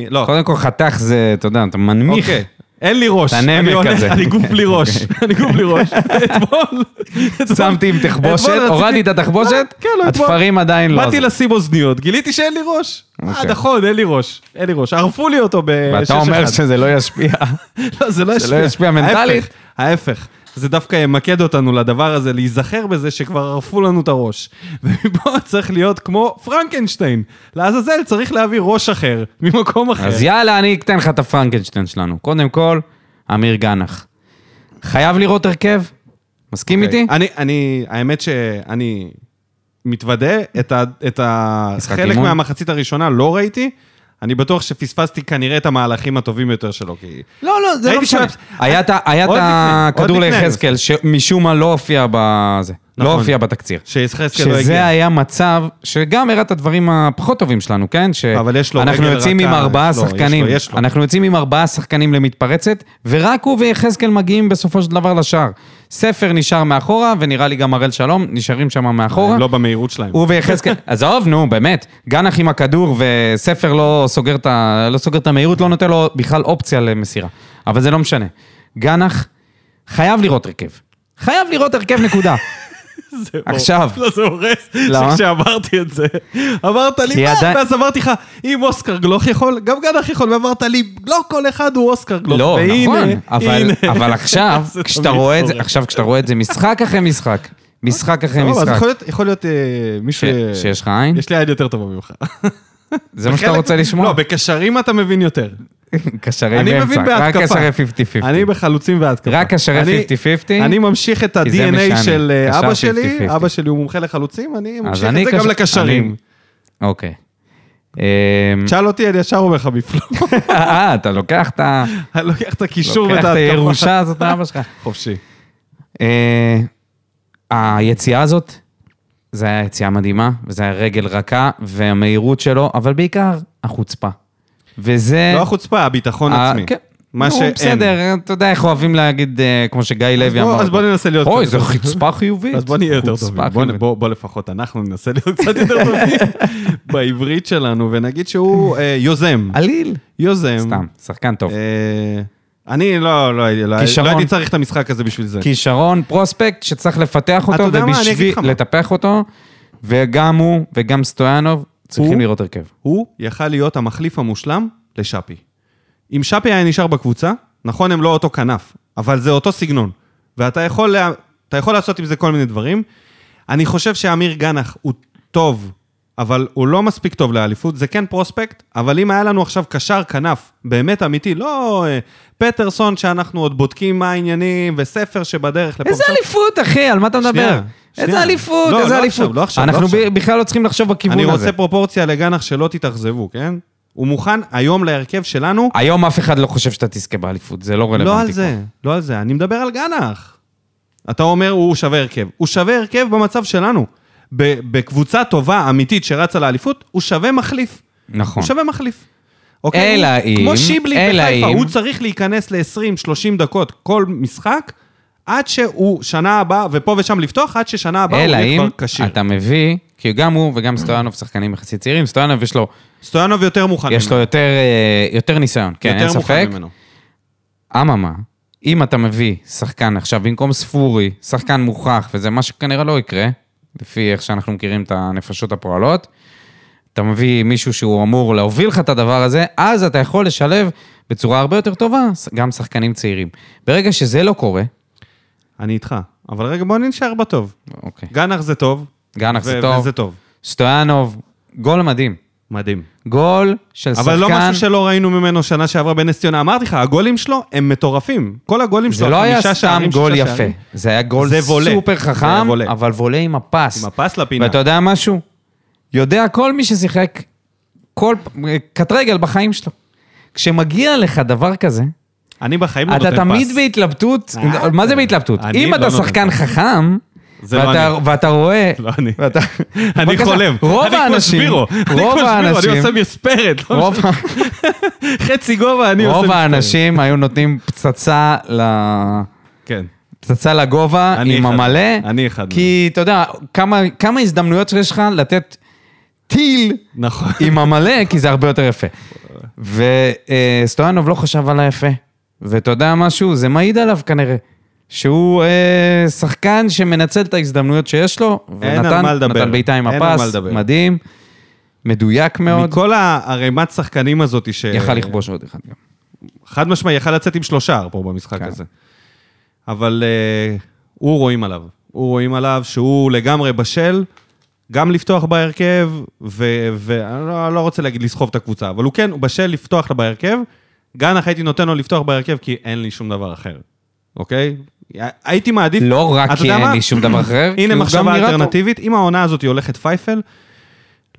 Speaker 1: לא,
Speaker 2: קודם כל חתך זה, אתה יודע, אתה מנמיך.
Speaker 1: אוקיי. אין לי ראש,
Speaker 2: את הנמק
Speaker 1: אני עונה,
Speaker 2: הזה.
Speaker 1: אני גוף בלי ראש, אני גוף בלי ראש. אתמול, אתמול-
Speaker 2: אוקיי. שמתי עם תחבושת,
Speaker 1: אתמול רציתי-
Speaker 2: הורדתי את התחבושת,
Speaker 1: כן, לא, אתמול-
Speaker 2: התפרים עדיין לא
Speaker 1: באתי
Speaker 2: עזרו.
Speaker 1: לשים אוזניות, גיליתי שאין לי ראש. אה,
Speaker 2: אוקיי.
Speaker 1: נכון, אין לי ראש, אין לי ראש. ערפו לי אותו ב-6-1.
Speaker 2: ואתה אומר שזה לא ישפיע.
Speaker 1: לא, זה לא ישפיע.
Speaker 2: לא ישפיע מנטלית?
Speaker 1: ההפך, ההפך. זה דווקא ימקד אותנו לדבר הזה, להיזכר בזה שכבר ערפו לנו את הראש. ומפה צריך להיות כמו פרנקנשטיין. לעזאזל צריך להביא ראש אחר, ממקום אחר.
Speaker 2: אז יאללה, אני אתן לך את הפרנקנשטיין שלנו. קודם כל, אמיר גנח. חייב לראות הרכב? מסכים איתי?
Speaker 1: אוקיי. אני, אני, האמת שאני מתוודה, את, ה, את ה-
Speaker 2: משחק
Speaker 1: חלק
Speaker 2: אימון?
Speaker 1: מהמחצית הראשונה לא ראיתי. אני בטוח שפספסתי כנראה את המהלכים הטובים יותר שלו, כי...
Speaker 2: לא, לא,
Speaker 1: זה לא משנה.
Speaker 2: היה את ה- היה את
Speaker 1: עוד לפני,
Speaker 2: הכדור
Speaker 1: עוד לפני.
Speaker 2: ליחזקאל, שמשום מה לא הופיע בזה. לא
Speaker 1: נכון.
Speaker 2: הופיע בתקציר.
Speaker 1: שיחזקאל לא
Speaker 2: שזה
Speaker 1: הגיע.
Speaker 2: היה מצב שגם הראה את הדברים הפחות טובים שלנו, כן?
Speaker 1: אבל יש לו
Speaker 2: אנחנו
Speaker 1: רגל
Speaker 2: יוצאים
Speaker 1: רכה, לא,
Speaker 2: עם ארבעה
Speaker 1: יש לו, יש לו,
Speaker 2: שחקנים,
Speaker 1: יש לו.
Speaker 2: אנחנו יוצאים עם ארבעה שחקנים למתפרצת, ורק הוא ויחזקאל מגיעים בסופו של דבר לשער. ספר נשאר מאחורה, ונראה לי גם הראל שלום נשארים שם מאחורה.
Speaker 1: הם לא במהירות שלהם.
Speaker 2: הוא ויחזקאל, עזוב, נו, באמת. גנח עם הכדור וספר לא סוגר, את ה... לא סוגר את המהירות, לא נותן לו בכלל אופציה למסירה. אבל זה לא משנה. גנח חייב לראות הרכב. חייב לראות הרכב, נקודה.
Speaker 1: זה
Speaker 2: עכשיו.
Speaker 1: לא, זה הורס.
Speaker 2: למה?
Speaker 1: שכשאמרתי את זה, אמרת לי,
Speaker 2: כי
Speaker 1: מה?
Speaker 2: עדיין-
Speaker 1: ואז אמרתי לך, אם אוסקר גלוך יכול, גם גנח יכול, ואמרת לי, לא כל אחד הוא אוסקר גלוך.
Speaker 2: לא,
Speaker 1: והנה,
Speaker 2: נכון, אבל-
Speaker 1: הנה.
Speaker 2: אבל עכשיו,
Speaker 1: זה
Speaker 2: כשאתה
Speaker 1: תמיד
Speaker 2: רואה את זה,
Speaker 1: קורה.
Speaker 2: עכשיו כשאתה רואה את זה משחק אחרי משחק, משחק אחרי
Speaker 1: סבבה, אז
Speaker 2: משחק,
Speaker 1: יכול להיות- יכול להיות אה, מישהו...
Speaker 2: ש- שיש לך עין,
Speaker 1: יש לי עין יותר טובה ממך.
Speaker 2: זה מה שאתה
Speaker 1: בחלק-
Speaker 2: רוצה לשמוע?
Speaker 1: לא, בקשרים אתה מבין יותר.
Speaker 2: קשרי
Speaker 1: אני
Speaker 2: באמצע,
Speaker 1: מבין
Speaker 2: רק
Speaker 1: בהתקפה.
Speaker 2: קשרי 50-50.
Speaker 1: אני בחלוצים והתקפה.
Speaker 2: רק קשרי
Speaker 1: אני-
Speaker 2: 50-50.
Speaker 1: אני ממשיך את
Speaker 2: כי זה
Speaker 1: ה-DNA
Speaker 2: מי
Speaker 1: של
Speaker 2: שאני.
Speaker 1: אה,
Speaker 2: קשר
Speaker 1: אבא שלי,
Speaker 2: 50-50.
Speaker 1: אבא שלי הוא מומחה לחלוצים, אני ממשיך
Speaker 2: אני
Speaker 1: את זה
Speaker 2: קשר-
Speaker 1: גם לקשרים.
Speaker 2: אוקיי. אמ,
Speaker 1: תשאל אותי, אני ישר אומר לך בפלום.
Speaker 2: אה, אתה לוקח את ה-
Speaker 1: אני לוקח את הקישור ואת
Speaker 2: לוקח את
Speaker 1: ההתקפה.
Speaker 2: הירושה הזאת מאבא שלך.
Speaker 1: חופשי.
Speaker 2: אה, היציאה הזאת, זה היה יציאה מדהימה, וזה היה רגל רכה, והמהירות שלו, אבל בעיקר החוצפה. וזה...
Speaker 1: לא החוצפה, הביטחון
Speaker 2: אה,
Speaker 1: עצמי.
Speaker 2: כן.
Speaker 1: מה
Speaker 2: נו,
Speaker 1: שאין.
Speaker 2: בסדר, אתה יודע איך אוהבים להגיד, אה, כמו שגיא לוי
Speaker 1: בוא-
Speaker 2: אמר.
Speaker 1: אז בוא ננסה להיות
Speaker 2: אוי,
Speaker 1: יותר
Speaker 2: זו
Speaker 1: טובים."
Speaker 2: חוצפה חיובית.
Speaker 1: אז בוא נהיה יותר
Speaker 2: חוצפה
Speaker 1: טובים. בוא-
Speaker 2: חיובית.
Speaker 1: בוא בוא לפחות אנחנו ננסה להיות קצת יותר טובים בעברית שלנו, ונגיד שהוא אה, יוזם.
Speaker 2: עליל.
Speaker 1: יוזם.
Speaker 2: סתם, שחקן טוב.
Speaker 1: אה, אני לא, לא, לא, לא
Speaker 2: כישרון.
Speaker 1: הייתי צריך את המשחק הזה בשביל זה.
Speaker 2: כישרון, פרוספקט שצריך לפתח אותו,
Speaker 1: כן. יודע מה, אני אגיד
Speaker 2: ובשביל
Speaker 1: לך מה.
Speaker 2: לטפח אותו, וגם הוא וגם סטויאנוב צריכים
Speaker 1: הוא?
Speaker 2: לראות הרכב.
Speaker 1: הוא יכל להיות המחליף המושלם לשאפי. אם שאפי היה נשאר בקבוצה, נכון, הם לא אותו כנף, אבל זה אותו סגנון. ואתה יכול, לה... אתה יכול לעשות עם זה כל מיני דברים. אני חושב שאמיר גנח הוא טוב, אבל הוא לא מספיק טוב לאליפות, זה כן פרוספקט, אבל אם היה לנו עכשיו קשר כנף, באמת אמיתי, לא אה, פטרסון שאנחנו עוד בודקים מה העניינים, וספר שבדרך לפה.
Speaker 2: איזה
Speaker 1: ושם.
Speaker 2: אליפות, אחי? על מה אתה
Speaker 1: שנייה,
Speaker 2: מדבר?
Speaker 1: שנייה.
Speaker 2: איזה אליפות,
Speaker 1: לא,
Speaker 2: איזה
Speaker 1: לא
Speaker 2: אליפות.
Speaker 1: עכשיו, לא עכשיו, לא
Speaker 2: אנחנו
Speaker 1: עכשיו.
Speaker 2: ב- בכלל לא צריכים לחשוב בכיוון
Speaker 1: אני
Speaker 2: הזה.
Speaker 1: רוצה פרופורציה לגנח שלא תתאכזבו, כן? הוא מוכן היום להרכב שלנו,
Speaker 2: היום אף אחד לא חושב שאתה תזכה באליפות, זה לא רלוונטי.
Speaker 1: לא על
Speaker 2: כבר.
Speaker 1: זה, לא על זה, אני מדבר על גנח. אתה אומר, הוא שווה הרכב. הוא שווה הרכב במצב שלנו. ב- בקבוצה טובה, אמיתית, שרצה לאליפות, הוא שווה מחליף.
Speaker 2: נכון.
Speaker 1: הוא שווה מחליף. אוקיי?
Speaker 2: אלא
Speaker 1: הוא-
Speaker 2: אם-
Speaker 1: כמו שיבלי
Speaker 2: אלא
Speaker 1: בחיפה,
Speaker 2: אם-
Speaker 1: הוא צריך להיכנס ל-20-30 דקות כל משחק, עד שהוא שנה הבאה, ופה ושם לפתוח, עד ששנה הבאה הוא
Speaker 2: אלא
Speaker 1: יהיה
Speaker 2: אם
Speaker 1: כבר כשיר.
Speaker 2: אתה מביא, כי גם הוא וגם סטויאנוב שחקנים יחסית צעירים, סטויאנוב יש לו,
Speaker 1: סטויאנוב יותר מוכן
Speaker 2: יש לו
Speaker 1: ממנו.
Speaker 2: יותר, אה, יותר ניסיון, כן, אין
Speaker 1: יותר
Speaker 2: ספק.
Speaker 1: מוכן ממנו.
Speaker 2: אממה, אם אתה מביא שחקן עכשיו במקום ספורי, שחקן מוכח, וזה מה שכנראה לא יקרה, לפי איך שאנחנו מכירים את הנפשות הפועלות, אתה מביא מישהו שהוא אמור להוביל לך את הדבר הזה, אז אתה יכול לשלב בצורה הרבה יותר טובה גם שחקנים צעירים. ברגע שזה לא קורה,
Speaker 1: אני איתך. אבל רגע, בוא נשאר בטוב.
Speaker 2: אוקיי,
Speaker 1: גנח זה טוב.
Speaker 2: גנח זה
Speaker 1: ו-
Speaker 2: טוב.
Speaker 1: וזה טוב.
Speaker 2: סטויאנוב, גול מדהים.
Speaker 1: מדהים.
Speaker 2: גול של שחקן...
Speaker 1: אבל לא משהו שלא ראינו ממנו שנה שעברה בנס ציונה. אמרתי לך, הגולים שלו הם מטורפים. כל הגולים שלו,
Speaker 2: זה לא היה
Speaker 1: חמישה
Speaker 2: סתם
Speaker 1: שערים,
Speaker 2: גול
Speaker 1: שישה
Speaker 2: יפה,
Speaker 1: שערים.
Speaker 2: זה היה גול
Speaker 1: זה וולה.
Speaker 2: סופר
Speaker 1: זה היה
Speaker 2: חכם,
Speaker 1: וולה.
Speaker 2: אבל וולה עם הפס.
Speaker 1: עם הפס לפינה.
Speaker 2: ואתה יודע משהו? יודע כל מי ששיחק כל פ- קט רגל בחיים שלו. כשמגיע לך דבר כזה,
Speaker 1: אני בחיים לא נותן
Speaker 2: אתה
Speaker 1: פס.
Speaker 2: תמיד בהתלבטות, לא,
Speaker 1: אה,
Speaker 2: מה זה בהתלבטות?
Speaker 1: אני
Speaker 2: אם
Speaker 1: לא
Speaker 2: אתה
Speaker 1: נותן
Speaker 2: שחקן
Speaker 1: פס.
Speaker 2: חכם,
Speaker 1: זה לא
Speaker 2: ואתה- ואתה רואה...
Speaker 1: לא אני.
Speaker 2: ואתה-
Speaker 1: אני
Speaker 2: בבקשה,
Speaker 1: חולם.
Speaker 2: רוב
Speaker 1: אני כמו
Speaker 2: האנשים,
Speaker 1: שבירו. אני כמו
Speaker 2: רוב
Speaker 1: שבירו, אני
Speaker 2: האנשים,
Speaker 1: עושה מספרת. לא
Speaker 2: רוב ה-
Speaker 1: משנה. חצי גובה, אני עושה
Speaker 2: רוב
Speaker 1: מספרת.
Speaker 2: האנשים היו נותנים פצצה ל...
Speaker 1: כן.
Speaker 2: פצצה לגובה
Speaker 1: אני
Speaker 2: עם
Speaker 1: אחד
Speaker 2: המלא.
Speaker 1: מהם, אני אחד
Speaker 2: כי אתה יודע, כמה, כמה הזדמנויות יש לך לתת טיל
Speaker 1: נכון.
Speaker 2: עם המלא, כי זה הרבה יותר יפה. וסטויאנוב לא חשב על היפה. ואתה יודע משהו, זה מעיד עליו כנראה. שהוא אה, שחקן שמנצל את ההזדמנויות שיש לו,
Speaker 1: אין על מה לדבר.
Speaker 2: נתן בעיטה עם
Speaker 1: אין על מה
Speaker 2: הפס,
Speaker 1: לדבר.
Speaker 2: מדהים, מדויק מאוד,
Speaker 1: מכל הערימת שחקנים הזאת ש...
Speaker 2: יכל לכבוש עוד אחד גם.
Speaker 1: חד משמעי, יכל לצאת עם שלושה פה במשחק
Speaker 2: כן.
Speaker 1: הזה. אבל אה, הוא רואים עליו. הוא רואים עליו שהוא לגמרי בשל, גם לפתוח בהרכב, ואני לא, לא רוצה להגיד לסחוב את הקבוצה, אבל הוא כן, הוא בשל לפתוח לה בהרכב. גנח הייתי נותן לו לפתוח בהרכב, כי אין לי שום דבר אחר, אוקיי? הייתי מעדיף...
Speaker 2: לא רק
Speaker 1: אה, אתה
Speaker 2: כי
Speaker 1: יודע
Speaker 2: אין
Speaker 1: מה?
Speaker 2: לי שום דבר אחר, כי הוא
Speaker 1: הנה
Speaker 2: גם
Speaker 1: מחשבה
Speaker 2: נראה טוב.
Speaker 1: אלטרנטיבית, אם העונה הזאת היא הולכת פייפל,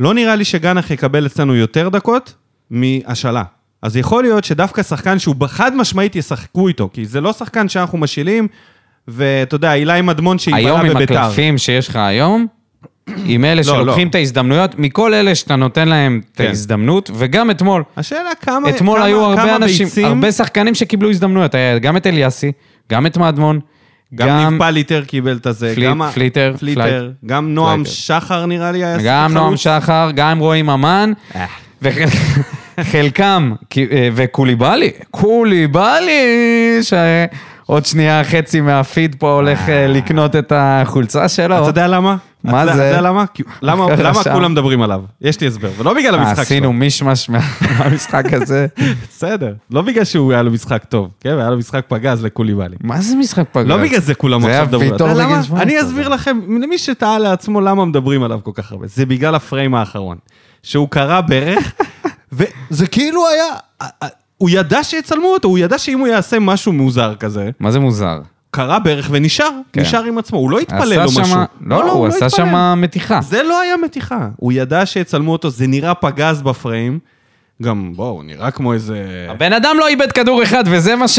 Speaker 1: לא נראה לי שגנח יקבל אצלנו יותר דקות מהשאלה. אז יכול להיות שדווקא שחקן שהוא חד משמעית ישחקו איתו, כי זה לא שחקן שאנחנו משילים, ואתה יודע, אילי מדמון שהתבלה
Speaker 2: היום עם
Speaker 1: בביתר.
Speaker 2: הקלפים שיש לך היום, עם אלה
Speaker 1: לא,
Speaker 2: שלוקחים
Speaker 1: לא.
Speaker 2: את ההזדמנויות, מכל אלה שאתה נותן להם את
Speaker 1: כן.
Speaker 2: ההזדמנות, וגם אתמול.
Speaker 1: השאלה כמה,
Speaker 2: אתמול
Speaker 1: כמה,
Speaker 2: היו הרבה
Speaker 1: כמה
Speaker 2: אנשים,
Speaker 1: ביצים,
Speaker 2: הרבה שחקנים שקיבלו הזדמנויות, היה גם את אליאסי, גם את מדמון,
Speaker 1: גם
Speaker 2: גם
Speaker 1: ניב פליטר קיבל את הזה,
Speaker 2: פליט-
Speaker 1: גם ה-
Speaker 2: פליטר,
Speaker 1: פליטר,
Speaker 2: פלייט-
Speaker 1: גם נועם
Speaker 2: פלייטר.
Speaker 1: שחר נראה לי היה
Speaker 2: גם
Speaker 1: חלוץ.
Speaker 2: נועם שחר, גם רועי ממן,
Speaker 1: אה.
Speaker 2: וחלקם, אה, וקוליבאלי, קוליבאלי, שעוד שנייה חצי מהפיד פה הולך אה, לקנות את החולצה שלו.
Speaker 1: אתה יודע למה?
Speaker 2: מה
Speaker 1: אתה יודע-
Speaker 2: זה?
Speaker 1: אתה יודע למה? כי- למה
Speaker 2: אחרי
Speaker 1: למה
Speaker 2: השעה.
Speaker 1: כולם מדברים עליו? יש לי הסבר, ולא בגלל המשחק שלו.
Speaker 2: אה, עשינו מישמש מה- מהמשחק הזה.
Speaker 1: בסדר. לא בגלל שהוא היה לו משחק טוב, כן? היה לו משחק פגז לקוליבאלי.
Speaker 2: מה זה משחק פגרה?
Speaker 1: לא בגלל זה כולם
Speaker 2: זה
Speaker 1: עכשיו
Speaker 2: היה
Speaker 1: מדברים. אתה
Speaker 2: ויטור
Speaker 1: יודע
Speaker 2: נגד
Speaker 1: למה?
Speaker 2: שווייץ,
Speaker 1: אני
Speaker 2: אבל.
Speaker 1: אסביר לכם, למי שטעה לעצמו למה מדברים עליו כל כך הרבה. זה בגלל הפריים האחרון. שהוא קרע ברך, וזה כאילו היה... הוא ידע שיצלמו אותו, הוא ידע שאם הוא יעשה משהו מוזר כזה,
Speaker 2: מה זה מוזר?
Speaker 1: קרע ברך ונשאר,
Speaker 2: כן.
Speaker 1: נשאר עם עצמו, הוא לא התפלל
Speaker 2: עשה
Speaker 1: לו
Speaker 2: שמה-
Speaker 1: משהו.
Speaker 2: לא, הוא עשה
Speaker 1: התפלל.
Speaker 2: שם מתיחה.
Speaker 1: זה לא היה מתיחה. הוא ידע שיצלמו אותו, זה נראה פגז בפריים. גם, בואו, נראה כמו איזה...
Speaker 2: הבן אדם לא איבד כדור אחד, וזה מה ש...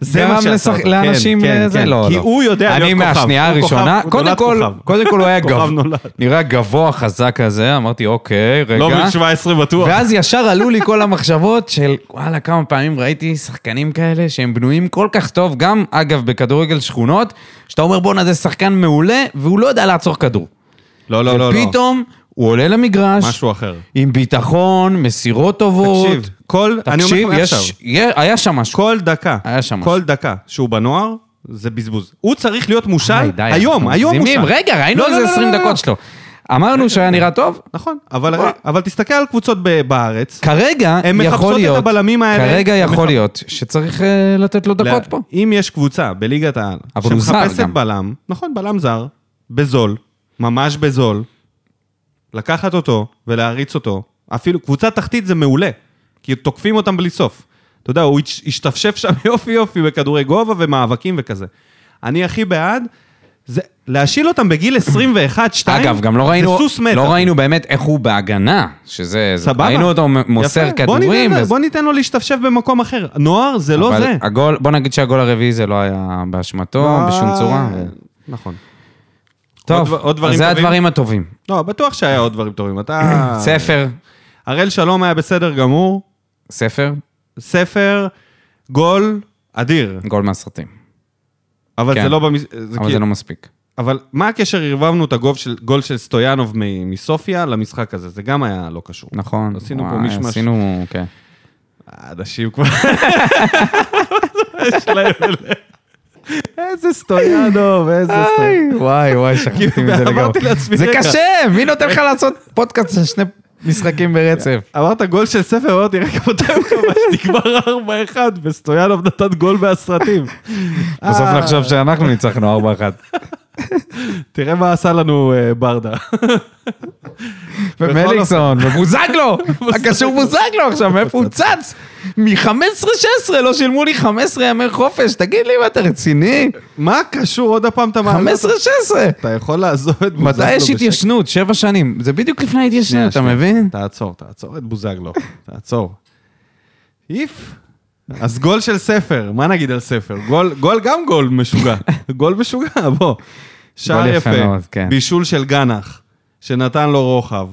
Speaker 1: זה מה
Speaker 2: גרם
Speaker 1: שעשה
Speaker 2: לשח-
Speaker 1: אותו, כן,
Speaker 2: לאנשים...
Speaker 1: כן,
Speaker 2: אה, זה
Speaker 1: כן.
Speaker 2: לא,
Speaker 1: כי
Speaker 2: לא.
Speaker 1: הוא יודע
Speaker 2: אני
Speaker 1: להיות כוכב.
Speaker 2: מהשנייה
Speaker 1: הוא כוכב,
Speaker 2: הראשונה,
Speaker 1: הוא
Speaker 2: קודם
Speaker 1: נולד
Speaker 2: כל,
Speaker 1: כוכב.
Speaker 2: קודם כל הוא היה
Speaker 1: כוכב
Speaker 2: גב...
Speaker 1: נולד.
Speaker 2: נראה גבוה, חזק כזה, אמרתי, אוקיי, רגע.
Speaker 1: לא בן 17 בטוח.
Speaker 2: ואז ישר עלו לי כל המחשבות של, וואלה, כמה פעמים ראיתי שחקנים כאלה שהם בנויים כל כך טוב, גם, אגב, בכדורגל שכונות, שאתה אומר, בואנה, זה שחקן מעולה, והוא לא יודע לעצור כדור.
Speaker 1: לא, לא, לא, לא.
Speaker 2: ופתאום הוא עולה למגרש,
Speaker 1: משהו אחר.
Speaker 2: עם ביטחון, מסירות טובות.
Speaker 1: תקשיב, כל... אני אומר
Speaker 2: תקשיב,
Speaker 1: לך
Speaker 2: יש,
Speaker 1: עכשיו.
Speaker 2: יה- היה שם משהו.
Speaker 1: כל דקה,
Speaker 2: היה שם משהו.
Speaker 1: כל דקה שהוא בנוער, זה בזבוז. הוא צריך להיות מושל
Speaker 2: די, די,
Speaker 1: היום,
Speaker 2: אנחנו
Speaker 1: היום
Speaker 2: מגזימים.
Speaker 1: מושל.
Speaker 2: רגע, ראינו
Speaker 1: לא,
Speaker 2: על
Speaker 1: לא,
Speaker 2: זה
Speaker 1: לא,
Speaker 2: 20
Speaker 1: לא, לא.
Speaker 2: דקות שלו. אמרנו שהיה נראה טוב,
Speaker 1: נכון, אבל- אבל תסתכל על קבוצות ב- בארץ.
Speaker 2: כרגע
Speaker 1: הן
Speaker 2: יכול
Speaker 1: מחפשות את
Speaker 2: להיות,
Speaker 1: הבלמים האלה.
Speaker 2: כרגע
Speaker 1: הן
Speaker 2: יכול
Speaker 1: מחפ-
Speaker 2: להיות שצריך אה, לתת לו דקות
Speaker 1: לה-
Speaker 2: פה.
Speaker 1: אם יש קבוצה בליגת העל,
Speaker 2: אבל הוא זר
Speaker 1: שמחפשת
Speaker 2: גם.
Speaker 1: בלם, נכון, בלם זר, בזול, ממש בזול, לקחת אותו ולהריץ אותו, אפילו קבוצה תחתית זה מעולה, כי תוקפים אותם בלי סוף. אתה יודע, הוא הש- השתפשף שם יופי יופי בכדורי גובה ומאבקים וכזה. אני הכי בעד, זה להשיל אותם בגיל 21, 2,
Speaker 2: אגב, גם לא ראינו,
Speaker 1: זה סוס מת.
Speaker 2: לא ראינו באמת איך הוא בהגנה, שזה, זה-
Speaker 1: סבבה.
Speaker 2: ראינו אותו מ- מוסר
Speaker 1: יפה, בוא
Speaker 2: כדורים.
Speaker 1: ניתן-
Speaker 2: וזה-
Speaker 1: בוא ניתן לו להשתפשף במקום אחר. נוער זה לא
Speaker 2: אבל
Speaker 1: זה.
Speaker 2: הגול, בוא נגיד שהגול הרביעי זה לא היה באשמתו, בשום צורה. ו-
Speaker 1: אה, נכון.
Speaker 2: טוב,
Speaker 1: עוד דברים
Speaker 2: אז זה
Speaker 1: טובים? אה.
Speaker 2: הדברים הטובים.
Speaker 1: לא, בטוח שהיה עוד דברים טובים. אתה...
Speaker 2: ספר,
Speaker 1: הראל שלום היה בסדר גמור,
Speaker 2: ספר,
Speaker 1: ספר, גול, אדיר.
Speaker 2: גול מהסרטים.
Speaker 1: אבל
Speaker 2: כן.
Speaker 1: זה לא במס... זה
Speaker 2: אבל
Speaker 1: כי-
Speaker 2: זה לא מספיק.
Speaker 1: אבל מה הקשר ערבבנו את הגול של, גול של סטויאנוב מ- מסופיה למשחק הזה? זה גם היה לא קשור.
Speaker 2: נכון.
Speaker 1: עשינו פה
Speaker 2: וואי,
Speaker 1: מישמש.
Speaker 2: עשינו, כן.
Speaker 1: אנשים כבר... יש להם אלה. איזה סטויאנוב, איזה סטויאנוב.
Speaker 2: וואי, וואי, שכחתי
Speaker 1: כאילו,
Speaker 2: מזה
Speaker 1: ואמרתי
Speaker 2: לגמרי.
Speaker 1: לעצמי,
Speaker 2: זה
Speaker 1: רגע.
Speaker 2: קשה, מי נותן לך לעשות פודקאסט של שני משחקים ברצף.
Speaker 1: אמרת גול של ספר, אמרתי, רגע, מתי הוא כבש? נגמר 4-1, וסטויאנוב נתן גול מהסרטים.
Speaker 2: בסוף
Speaker 1: אה,
Speaker 2: נחשוב שאנחנו ניצחנו 4-1.
Speaker 1: תראה מה עשה לנו אה, ברדה.
Speaker 2: ומליקסון, ובוזגלו! הקשור בוזגלו עכשיו, מאיפה הוא צץ? מ-15-16, לא שילמו לי 15 ימי חופש, תגיד לי, מה אתה רציני?
Speaker 1: מה קשור עוד הפעם אתה
Speaker 2: 15-16!
Speaker 1: מעלה? אתה יכול לעזוב את לא בוזגלו
Speaker 2: מתי יש
Speaker 1: בשקט.
Speaker 2: התיישנות? שבע שנים. זה בדיוק לפני
Speaker 1: שנייה,
Speaker 2: ההתיישנות, אתה
Speaker 1: שנייה.
Speaker 2: מבין?
Speaker 1: תעצור, תעצור את בוזגלו. תעצור. איף. אז גול של ספר, מה נגיד על ספר? גול, גול גם גול משוגע. גול משוגע, בוא. שער
Speaker 2: גול יפה
Speaker 1: יפה,
Speaker 2: מאוד, כן.
Speaker 1: בישול של גנח, שנתן לו רוחב,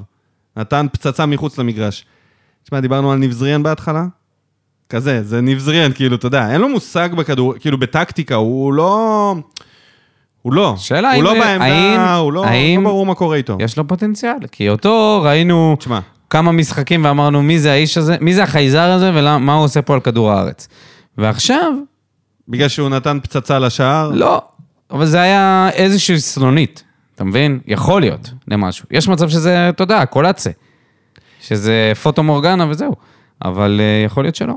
Speaker 1: נתן פצצה מחוץ למגרש. תשמע, דיברנו על ניב זריאן בהתחלה? כזה, זה ניב זריאן, כאילו, אתה יודע, אין לו מושג בכדור, כאילו, בטקטיקה, הוא לא... הוא לא.
Speaker 2: שאלה
Speaker 1: הוא
Speaker 2: אם-
Speaker 1: לא בעמדה,
Speaker 2: האם-
Speaker 1: הוא לא,
Speaker 2: האם-
Speaker 1: לא ברור מה קורה איתו.
Speaker 2: יש לו פוטנציאל, כי אותו ראינו
Speaker 1: תשמע.
Speaker 2: כמה משחקים ואמרנו מי זה האיש הזה, מי זה החייזר הזה ומה הוא עושה פה על כדור הארץ. ועכשיו,
Speaker 1: בגלל שהוא נתן פצצה לשער?
Speaker 2: לא. אבל זה היה איזושהי סלונית, אתה מבין? יכול להיות למשהו. יש מצב שזה, אתה יודע, קולאצה. שזה פוטו מורגנה וזהו. אבל אה, יכול להיות שלא.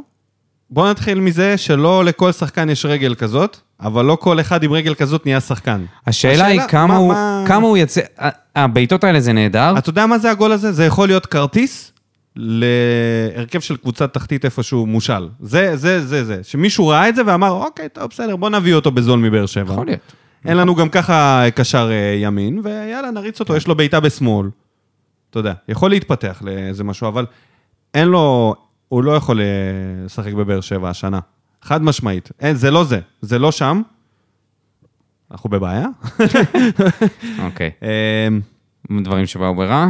Speaker 1: בואו נתחיל מזה שלא לכל שחקן יש רגל כזאת, אבל לא כל אחד עם רגל כזאת נהיה שחקן.
Speaker 2: השאלה היא
Speaker 1: השאלה,
Speaker 2: כמה
Speaker 1: מה-
Speaker 2: הוא-
Speaker 1: מה-
Speaker 2: כמה הוא יצא... אה, הבעיטות האלה זה נהדר.
Speaker 1: אתה יודע מה זה הגול הזה? זה יכול להיות כרטיס להרכב של קבוצת תחתית איפשהו מושל. זה, זה, זה, זה. שמישהו ראה את זה ואמר, אוקיי, טוב, בסדר, בוא נביא אותו בזול מבאר שבע.
Speaker 2: יכול להיות.
Speaker 1: אין לנו גם ככה קשר אה, ימין, ויאללה, נריץ
Speaker 2: כן.
Speaker 1: אותו, יש לו בעיטה בשמאל. אתה יודע, יכול להתפתח לאיזה משהו, אבל אין לו, הוא לא יכול אה, לשחק בבאר שבע השנה. חד משמעית. אין, זה לא זה, זה לא שם. אנחנו בבעיה.
Speaker 2: אוקיי.
Speaker 1: אה,
Speaker 2: דברים שבאו ברע.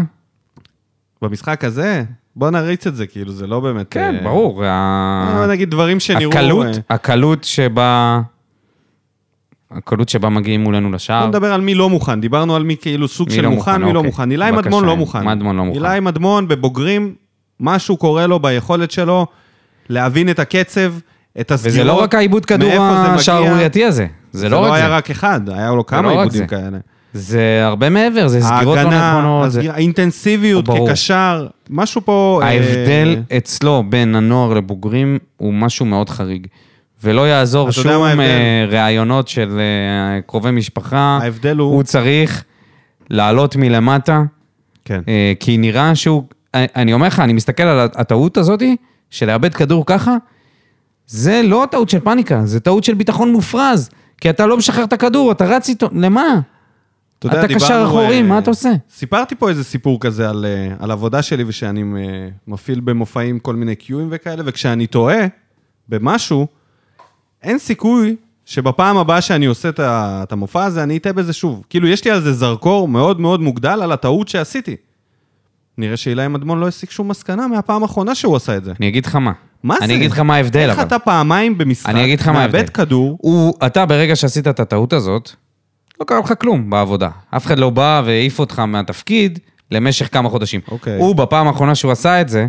Speaker 1: במשחק הזה, בוא נריץ את זה, כאילו, זה לא באמת...
Speaker 2: כן,
Speaker 1: אה,
Speaker 2: ברור. ה-
Speaker 1: אה, נגיד דברים שנראו...
Speaker 2: הקלות,
Speaker 1: אה,
Speaker 2: הקלות שבה... הקלות שבה מגיעים מולנו לשער.
Speaker 1: בוא נדבר על מי לא מוכן, דיברנו על מי כאילו סוג
Speaker 2: מי
Speaker 1: של
Speaker 2: לא
Speaker 1: מוכן,
Speaker 2: מוכן,
Speaker 1: מי לא
Speaker 2: אוקיי.
Speaker 1: מוכן. אילי
Speaker 2: בבקשה,
Speaker 1: מדמון לא מוכן.
Speaker 2: מדמון לא מוכן.
Speaker 1: אילי מדמון בבוגרים, משהו קורה לו ביכולת שלו להבין את הקצב, את הסגירות.
Speaker 2: וזה לא רק העיבוד כדור
Speaker 1: מאיפה זה מגיע.
Speaker 2: השערורייתי הזה.
Speaker 1: זה
Speaker 2: זה לא
Speaker 1: לא
Speaker 2: רק
Speaker 1: היה
Speaker 2: זה.
Speaker 1: רק אחד, היה לו
Speaker 2: לא
Speaker 1: כמה
Speaker 2: רק
Speaker 1: עיבודים
Speaker 2: זה.
Speaker 1: כאלה.
Speaker 2: זה הרבה מעבר, זה סגירות לא
Speaker 1: ההגנה,
Speaker 2: נכונות. זה-
Speaker 1: הסגיר- האינטנסיביות
Speaker 2: ברור.
Speaker 1: כקשר, משהו פה... אה,
Speaker 2: ההבדל אצלו בין הנוער לבוגרים הוא משהו מאוד חריג. ולא יעזור
Speaker 1: אתה יודע
Speaker 2: שום
Speaker 1: מה ההבדל?
Speaker 2: אה, ראיונות של אה, קרובי משפחה.
Speaker 1: ההבדל הוא-
Speaker 2: הוא צריך לעלות מלמטה,
Speaker 1: כן.
Speaker 2: אה, כי נראה שהוא... אני- אני אומר לך, אני מסתכל על הטעות הזאת, של לאבד כדור ככה, זה לא טעות של פאניקה, זה טעות של ביטחון מופרז. כי אתה לא משחרר את הכדור, אתה רץ איתו, למה?
Speaker 1: יודע,
Speaker 2: אתה קשר
Speaker 1: דיברנו,
Speaker 2: אחורי,
Speaker 1: אה,
Speaker 2: מה אתה עושה?
Speaker 1: סיפרתי פה איזה סיפור כזה על, אה, על עבודה שלי, ושאני אה, מפעיל במופעים כל מיני קיואים וכאלה, וכשאני טועה במשהו, אין סיכוי שבפעם הבאה שאני עושה את ה- את המופע הזה, אני אטעה בזה שוב. כאילו, יש לי על זה זרקור מאוד מאוד מוגדל על הטעות שעשיתי. נראה שאילי מדמון לא הסיק שום מסקנה מהפעם האחרונה שהוא עשה את זה.
Speaker 2: אני אגיד לך מה.
Speaker 1: מה זה?
Speaker 2: אני אגיד לך מה ההבדל,
Speaker 1: איך
Speaker 2: אבל.
Speaker 1: אתה פעמיים במשחק,
Speaker 2: אני אגיד לך מה ההבדל.
Speaker 1: מאבד כדור,
Speaker 2: הוא, אתה ברגע שעשית את הטעות הזאת, לא קרה לך כלום בעבודה. אף אחד לא בא והעיף אותך מהתפקיד למשך כמה חודשים.
Speaker 1: אוקיי.
Speaker 2: הוא, בפעם האחרונה שהוא עשה את זה,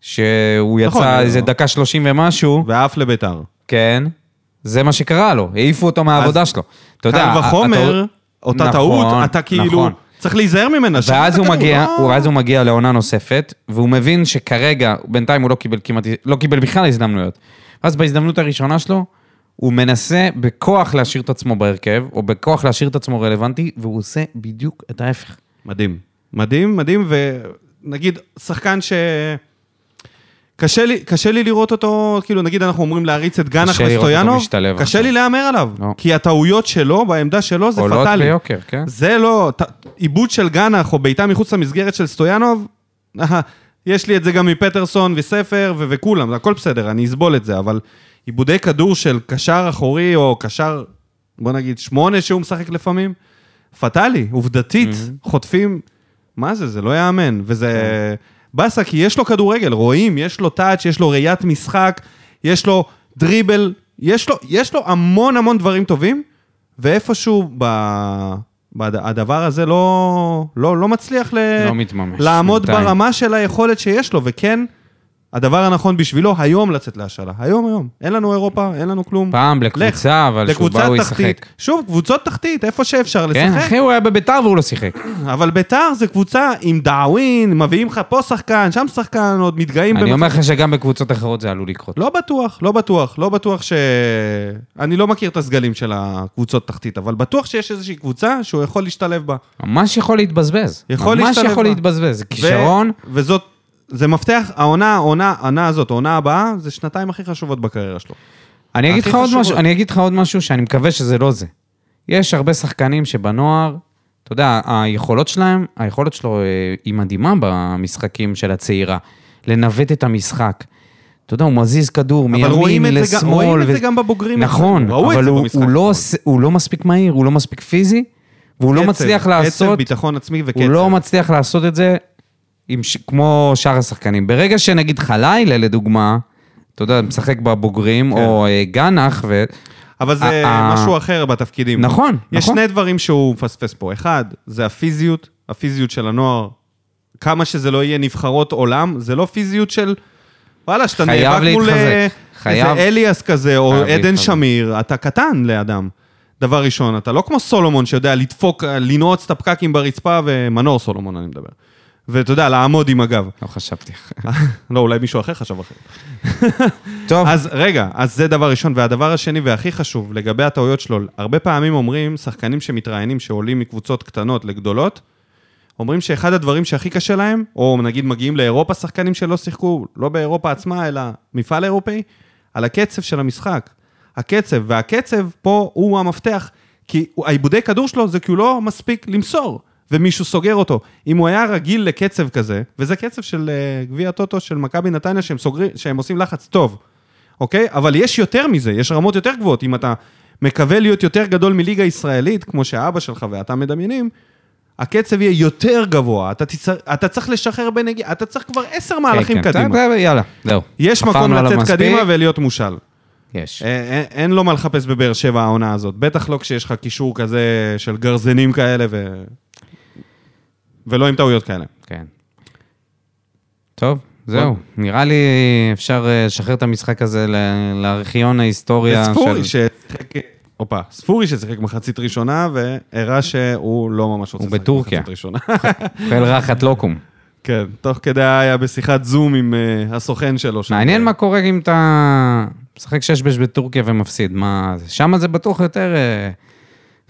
Speaker 2: שהוא יצא
Speaker 1: נכון,
Speaker 2: איזה
Speaker 1: לא.
Speaker 2: דקה שלושים ומשהו,
Speaker 1: ועף לביתר.
Speaker 2: כן, זה מה שקרה לו, העיפו אותו מהעבודה שלו. אתה יודע,
Speaker 1: קל וחומר,
Speaker 2: הטעות-
Speaker 1: אותה
Speaker 2: נכון,
Speaker 1: טעות, אתה כאילו,
Speaker 2: נכון.
Speaker 1: צריך להיזהר ממנה. שלא
Speaker 2: ואז הוא
Speaker 1: תקבל,
Speaker 2: מגיע,
Speaker 1: לא-
Speaker 2: הוא- ואז הוא מגיע לעונה נוספת, והוא מבין שכרגע, בינתיים הוא לא קיבל כמעט, לא קיבל בכלל הזדמנויות. אז בהזדמנות הראשונה שלו, הוא מנסה בכוח להשאיר את עצמו בהרכב, או בכוח להשאיר את עצמו רלוונטי, והוא עושה בדיוק את ההפך.
Speaker 1: מדהים. מדהים, מדהים, ונגיד, שחקן ש... קשה לי, קשה לי לראות אותו, כאילו, נגיד אנחנו אומרים להריץ את גנח
Speaker 2: קשה לראות אותו
Speaker 1: וסטויאנוב,
Speaker 2: משתלב
Speaker 1: קשה
Speaker 2: עכשיו.
Speaker 1: לי להמר עליו,
Speaker 2: לא.
Speaker 1: כי הטעויות שלו, בעמדה שלו, זה
Speaker 2: עולות
Speaker 1: פטאלי.
Speaker 2: ביוקר, כן.
Speaker 1: זה לא, ת, עיבוד של גנח או בעיטה מחוץ למסגרת של סטויאנוב, יש לי את זה גם מפטרסון וספר ו- וכולם, זה הכל בסדר, אני אסבול את זה, אבל עיבודי כדור של קשר אחורי או קשר, בוא נגיד, שמונה שהוא משחק לפעמים, פטאלי, עובדתית, חוטפים, מה זה, זה לא יאמן, וזה באסה, כי יש לו כדורגל, רואים, יש לו טאץ', יש לו ראיית משחק, יש לו דריבל, יש לו, יש לו המון המון דברים טובים, ואיפשהו ב... בד- הדבר הזה לא, לא, לא מצליח ל...
Speaker 2: לא מתממש,
Speaker 1: לעמוד
Speaker 2: בינתיים.
Speaker 1: ברמה של היכולת שיש לו, וכן, הדבר הנכון בשבילו היום לצאת להשאלה. היום, היום. אין לנו אירופה, אין לנו כלום.
Speaker 2: פעם לקבוצה, אבל שהוא
Speaker 1: לקבוצה
Speaker 2: בא הוא
Speaker 1: תחתית.
Speaker 2: ישחק.
Speaker 1: שוב, קבוצות תחתית, איפה שאפשר
Speaker 2: כן,
Speaker 1: לשחק.
Speaker 2: אחי, הוא היה בביתר והוא לא שיחק.
Speaker 1: אבל ביתר זה קבוצה עם דאווין, מביאים לך פה שחקן, שם שחקן, עוד מתגאים
Speaker 2: אני
Speaker 1: במצב-
Speaker 2: אומר לך שגם בקבוצות אחרות זה עלול לקרות.
Speaker 1: לא בטוח, לא בטוח, לא בטוח ש... אני לא מכיר את הסגלים של הקבוצות תחתית, אבל בטוח שיש איזושהי קבוצה שהוא יכול להשתלב בה.
Speaker 2: ממש יכול להתבזבז.
Speaker 1: יכול
Speaker 2: ממש
Speaker 1: להשתלב
Speaker 2: יכול
Speaker 1: בה.
Speaker 2: להתבזבז. זה
Speaker 1: ו-
Speaker 2: כישרון,
Speaker 1: וזאת, זה מפתח, העונה, העונה, העונה הזאת, העונה הבאה, זה שנתיים הכי חשובות בקריירה שלו.
Speaker 2: אני אגיד,
Speaker 1: הכי
Speaker 2: לך עוד
Speaker 1: חשוב.
Speaker 2: משהו, אני אגיד לך עוד משהו שאני מקווה שזה לא זה. יש הרבה שחקנים שבנוער, אתה יודע, היכולות שלהם, היכולת שלו אה, היא מדהימה במשחקים של הצעירה. לנווט את המשחק. אתה יודע, הוא מזיז כדור
Speaker 1: אבל רואים
Speaker 2: מימין
Speaker 1: את זה גם-
Speaker 2: לשמאל.
Speaker 1: רואים את
Speaker 2: ו-
Speaker 1: זה גם בבוגרים.
Speaker 2: נכון,
Speaker 1: ראו את
Speaker 2: אבל
Speaker 1: זה
Speaker 2: הוא-
Speaker 1: במשחק
Speaker 2: הוא לא
Speaker 1: אתמול.
Speaker 2: עושה- הוא לא מספיק מהיר, הוא לא מספיק פיזי, והוא לא
Speaker 1: קצב,
Speaker 2: מצליח
Speaker 1: קצב,
Speaker 2: לעשות...
Speaker 1: ביטחון עצמי וקצב.
Speaker 2: הוא לא מצליח לעשות את זה עם ש... כמו שאר השחקנים. ברגע שנגיד חלילה, לדוגמה, אתה יודע, משחק בבוגרים,
Speaker 1: כן.
Speaker 2: או אה, גנח, ו...
Speaker 1: אבל זה
Speaker 2: ה- ה-
Speaker 1: משהו אחר בתפקידים.
Speaker 2: אה, נכון,
Speaker 1: יש
Speaker 2: נכון.
Speaker 1: שני דברים שהוא מפספס פה. אחד, זה הפיזיות, הפיזיות של הנוער. כמה שזה לא יהיה נבחרות עולם, זה לא פיזיות של... וואלה, שאתה
Speaker 2: חייב
Speaker 1: נאבק מול
Speaker 2: להתחזק.
Speaker 1: אה,
Speaker 2: חייב-
Speaker 1: איזה אליאס כזה, או
Speaker 2: חייב
Speaker 1: עדן
Speaker 2: להתחזק.
Speaker 1: שמיר, אתה קטן לאדם. דבר ראשון, אתה לא כמו סולומון שיודע לדפוק, אה, לנעוץ את הפקקים ברצפה, ומנור סולומון אני מדבר. ואתה יודע, לעמוד עם הגב.
Speaker 2: לא חשבתי.
Speaker 1: לא, אולי מישהו אחר חשב אחרת.
Speaker 2: טוב,
Speaker 1: אז רגע, אז זה דבר ראשון. והדבר השני והכי חשוב, לגבי הטעויות שלו, הרבה פעמים אומרים, שחקנים שמתראיינים, שעולים מקבוצות קטנות לגדולות, אומרים שאחד הדברים שהכי קשה להם, או נגיד מגיעים לאירופה שחקנים שלא שיחקו, לא באירופה עצמה, אלא מפעל אירופאי, על הקצב של המשחק. הקצב, והקצב פה הוא המפתח, כי הוא- העיבודי כדור שלו זה כי הוא לא מספיק למסור, ומישהו סוגר אותו. אם הוא היה רגיל לקצב כזה, וזה קצב של אה, גביע הטוטו של מכבי נתניה, שהם, סוגרים, שהם עושים לחץ טוב, אוקיי? אבל יש יותר מזה, יש רמות יותר גבוהות. אם אתה מקווה להיות יותר גדול מליגה ישראלית, כמו שאבא שלך ואתה מדמיינים, הקצב יהיה יותר גבוה, אתה, תצר... אתה צריך לשחרר בנגיעה, אתה צריך כבר עשר מהלכים
Speaker 2: כן, כן.
Speaker 1: קדימה.
Speaker 2: טוב, יאללה, זהו.
Speaker 1: יש מקום
Speaker 2: עפרנו עליו
Speaker 1: לצאת
Speaker 2: מספיק.
Speaker 1: קדימה ולהיות מושל.
Speaker 2: יש.
Speaker 1: אה, אה, אין לו מה לחפש בבאר שבע העונה הזאת, בטח לא כשיש לך קישור כזה של גרזנים כאלה ו... ולא עם טעויות כאלה.
Speaker 2: כן. טוב, זהו. נראה לי אפשר אה, לשחרר את המשחק הזה ל- לארכיון ההיסטוריה של...
Speaker 1: וספורי ששיחק, הופה, ספורי ששיחק מחצית ראשונה והראה שהוא לא ממש רוצה
Speaker 2: הוא
Speaker 1: לשחק
Speaker 2: בטורקיה.
Speaker 1: מחצית ראשונה.
Speaker 2: אוכל רחת לוקום.
Speaker 1: כן, תוך כדי היה בשיחת זום עם אה, הסוכן שלו. שם.
Speaker 2: מעניין מה קורה אם אתה משחק שש בש בטורקיה ומפסיד, מה... שם זה בטוח יותר אה,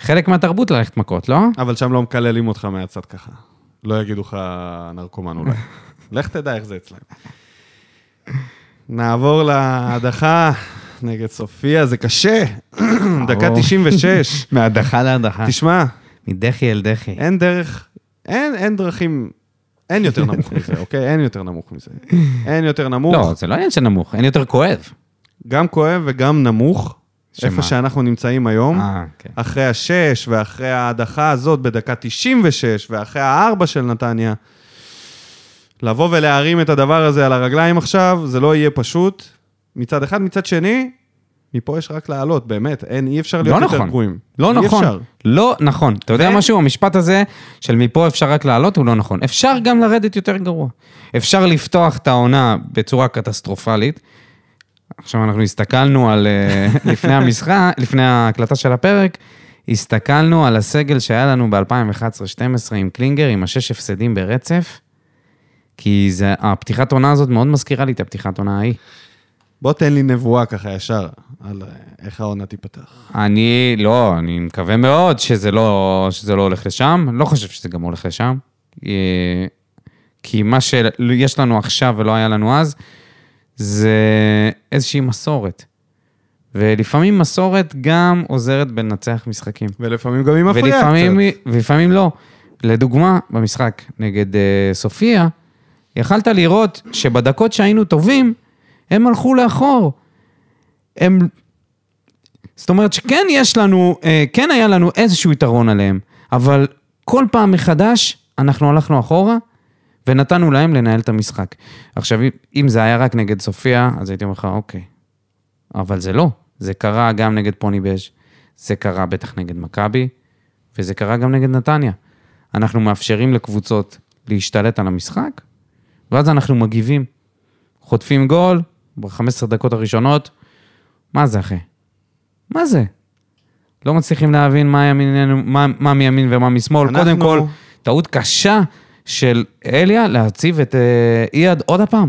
Speaker 2: חלק מהתרבות ללכת מכות, לא?
Speaker 1: אבל שם לא מקללים אותך מהצד ככה. לא יגידו לך נרקומן אולי. לך תדע איך זה אצלם. נעבור להדחה נגד סופיה, זה קשה. דקה
Speaker 2: ברור.
Speaker 1: 96.
Speaker 2: מהדחה להדחה.
Speaker 1: תשמע,
Speaker 2: מדחי אל דחי.
Speaker 1: אין דרך, אין, אין דרכים, אין יותר נמוך מזה, אוקיי? אין יותר נמוך מזה. אין יותר נמוך.
Speaker 2: לא, זה לא עניין של נמוך, אין יותר כואב.
Speaker 1: גם כואב וגם נמוך,
Speaker 2: שמה?
Speaker 1: איפה שאנחנו נמצאים היום.
Speaker 2: אה, כן.
Speaker 1: אחרי השש, ואחרי ההדחה הזאת בדקה 96, ואחרי הארבע של נתניה, לבוא ולהרים את הדבר הזה על הרגליים עכשיו, זה לא יהיה פשוט. מצד אחד, מצד שני, מפה יש רק לעלות, באמת, אין, אי אפשר להיות
Speaker 2: לא
Speaker 1: יותר
Speaker 2: נכון.
Speaker 1: גרועים.
Speaker 2: לא
Speaker 1: אי
Speaker 2: נכון.
Speaker 1: אפשר.
Speaker 2: לא נכון. אתה יודע
Speaker 1: ו-
Speaker 2: משהו? המשפט הזה של מפה אפשר רק לעלות הוא לא נכון. אפשר גם לרדת יותר גרוע. אפשר לפתוח את העונה בצורה קטסטרופלית. עכשיו אנחנו הסתכלנו על, אה, לפני המשחק, לפני ההקלטה של הפרק, הסתכלנו על הסגל שהיה לנו ב-2011-2012 עם קלינגר, עם השש הפסדים ברצף, כי זה, הפתיחת עונה הזאת מאוד מזכירה לי את הפתיחת עונה ההיא.
Speaker 1: בוא תן לי נבואה ככה ישר, על אה, איך העונה תיפתח.
Speaker 2: אני, לא, אני מקווה מאוד שזה לא, שזה לא הולך לשם, לא חושב שזה גם הולך לשם. אה, כי מה שיש לנו עכשיו ולא היה לנו אז, זה איזושהי מסורת. ולפעמים מסורת גם עוזרת בלנצח משחקים.
Speaker 1: ולפעמים גם היא מפריעה
Speaker 2: ולפעמים,
Speaker 1: קצת.
Speaker 2: ולפעמים לא. לדוגמה, במשחק נגד uh, סופיה, יכלת לראות שבדקות שהיינו טובים, הם הלכו לאחור. הם... זאת אומרת שכן יש לנו, אה, כן היה לנו איזשהו יתרון עליהם, אבל כל פעם מחדש אנחנו הלכנו אחורה ונתנו להם לנהל את המשחק. עכשיו, אם- אם זה היה רק נגד סופיה, אז הייתי אומר לך, אוקיי, אבל זה לא. זה קרה גם נגד פוניבז', זה קרה בטח נגד מכבי, וזה קרה גם נגד נתניה. אנחנו מאפשרים לקבוצות להשתלט על המשחק, ואז אנחנו מגיבים. חוטפים גול, ב-15 דקות הראשונות, מה זה, אחי? מה זה? לא מצליחים להבין מה, ימיננו, מה, מה מימין ומה משמאל.
Speaker 1: אנחנו-
Speaker 2: אנחנו... קודם כל, טעות קשה של אליה להציב את אה, אייד עוד הפעם.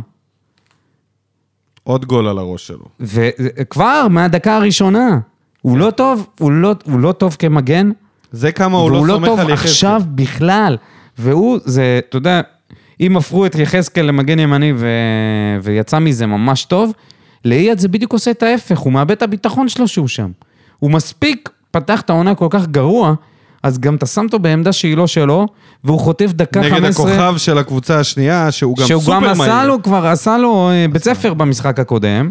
Speaker 1: עוד גול על הראש שלו.
Speaker 2: וכבר אה, מהדקה הראשונה. הוא לא טוב, הוא לא, הוא לא טוב כמגן,
Speaker 1: זה כמה הוא לא
Speaker 2: והוא לא,
Speaker 1: סומך
Speaker 2: טוב
Speaker 1: על יחזקאל.
Speaker 2: עכשיו בכלל. והוא, זה, אתה יודע, אם הפכו את יחזקאל למגן ימני ו... ויצא מזה ממש טוב, לאייד זה בדיוק עושה את ההפך, הוא מאבד את הביטחון שלו שהוא שם. הוא מספיק פתח את העונה כל כך גרוע, אז גם אתה שם אותו בעמדה שהיא לא שלו, והוא חוטף דקה
Speaker 1: נגד
Speaker 2: 15,
Speaker 1: הכוכב של הקבוצה השנייה, שהוא גם
Speaker 2: שהוא
Speaker 1: סופר
Speaker 2: גם
Speaker 1: מהיר.
Speaker 2: עשה לו, כבר עשה לו אה, בית ספר במשחק הקודם.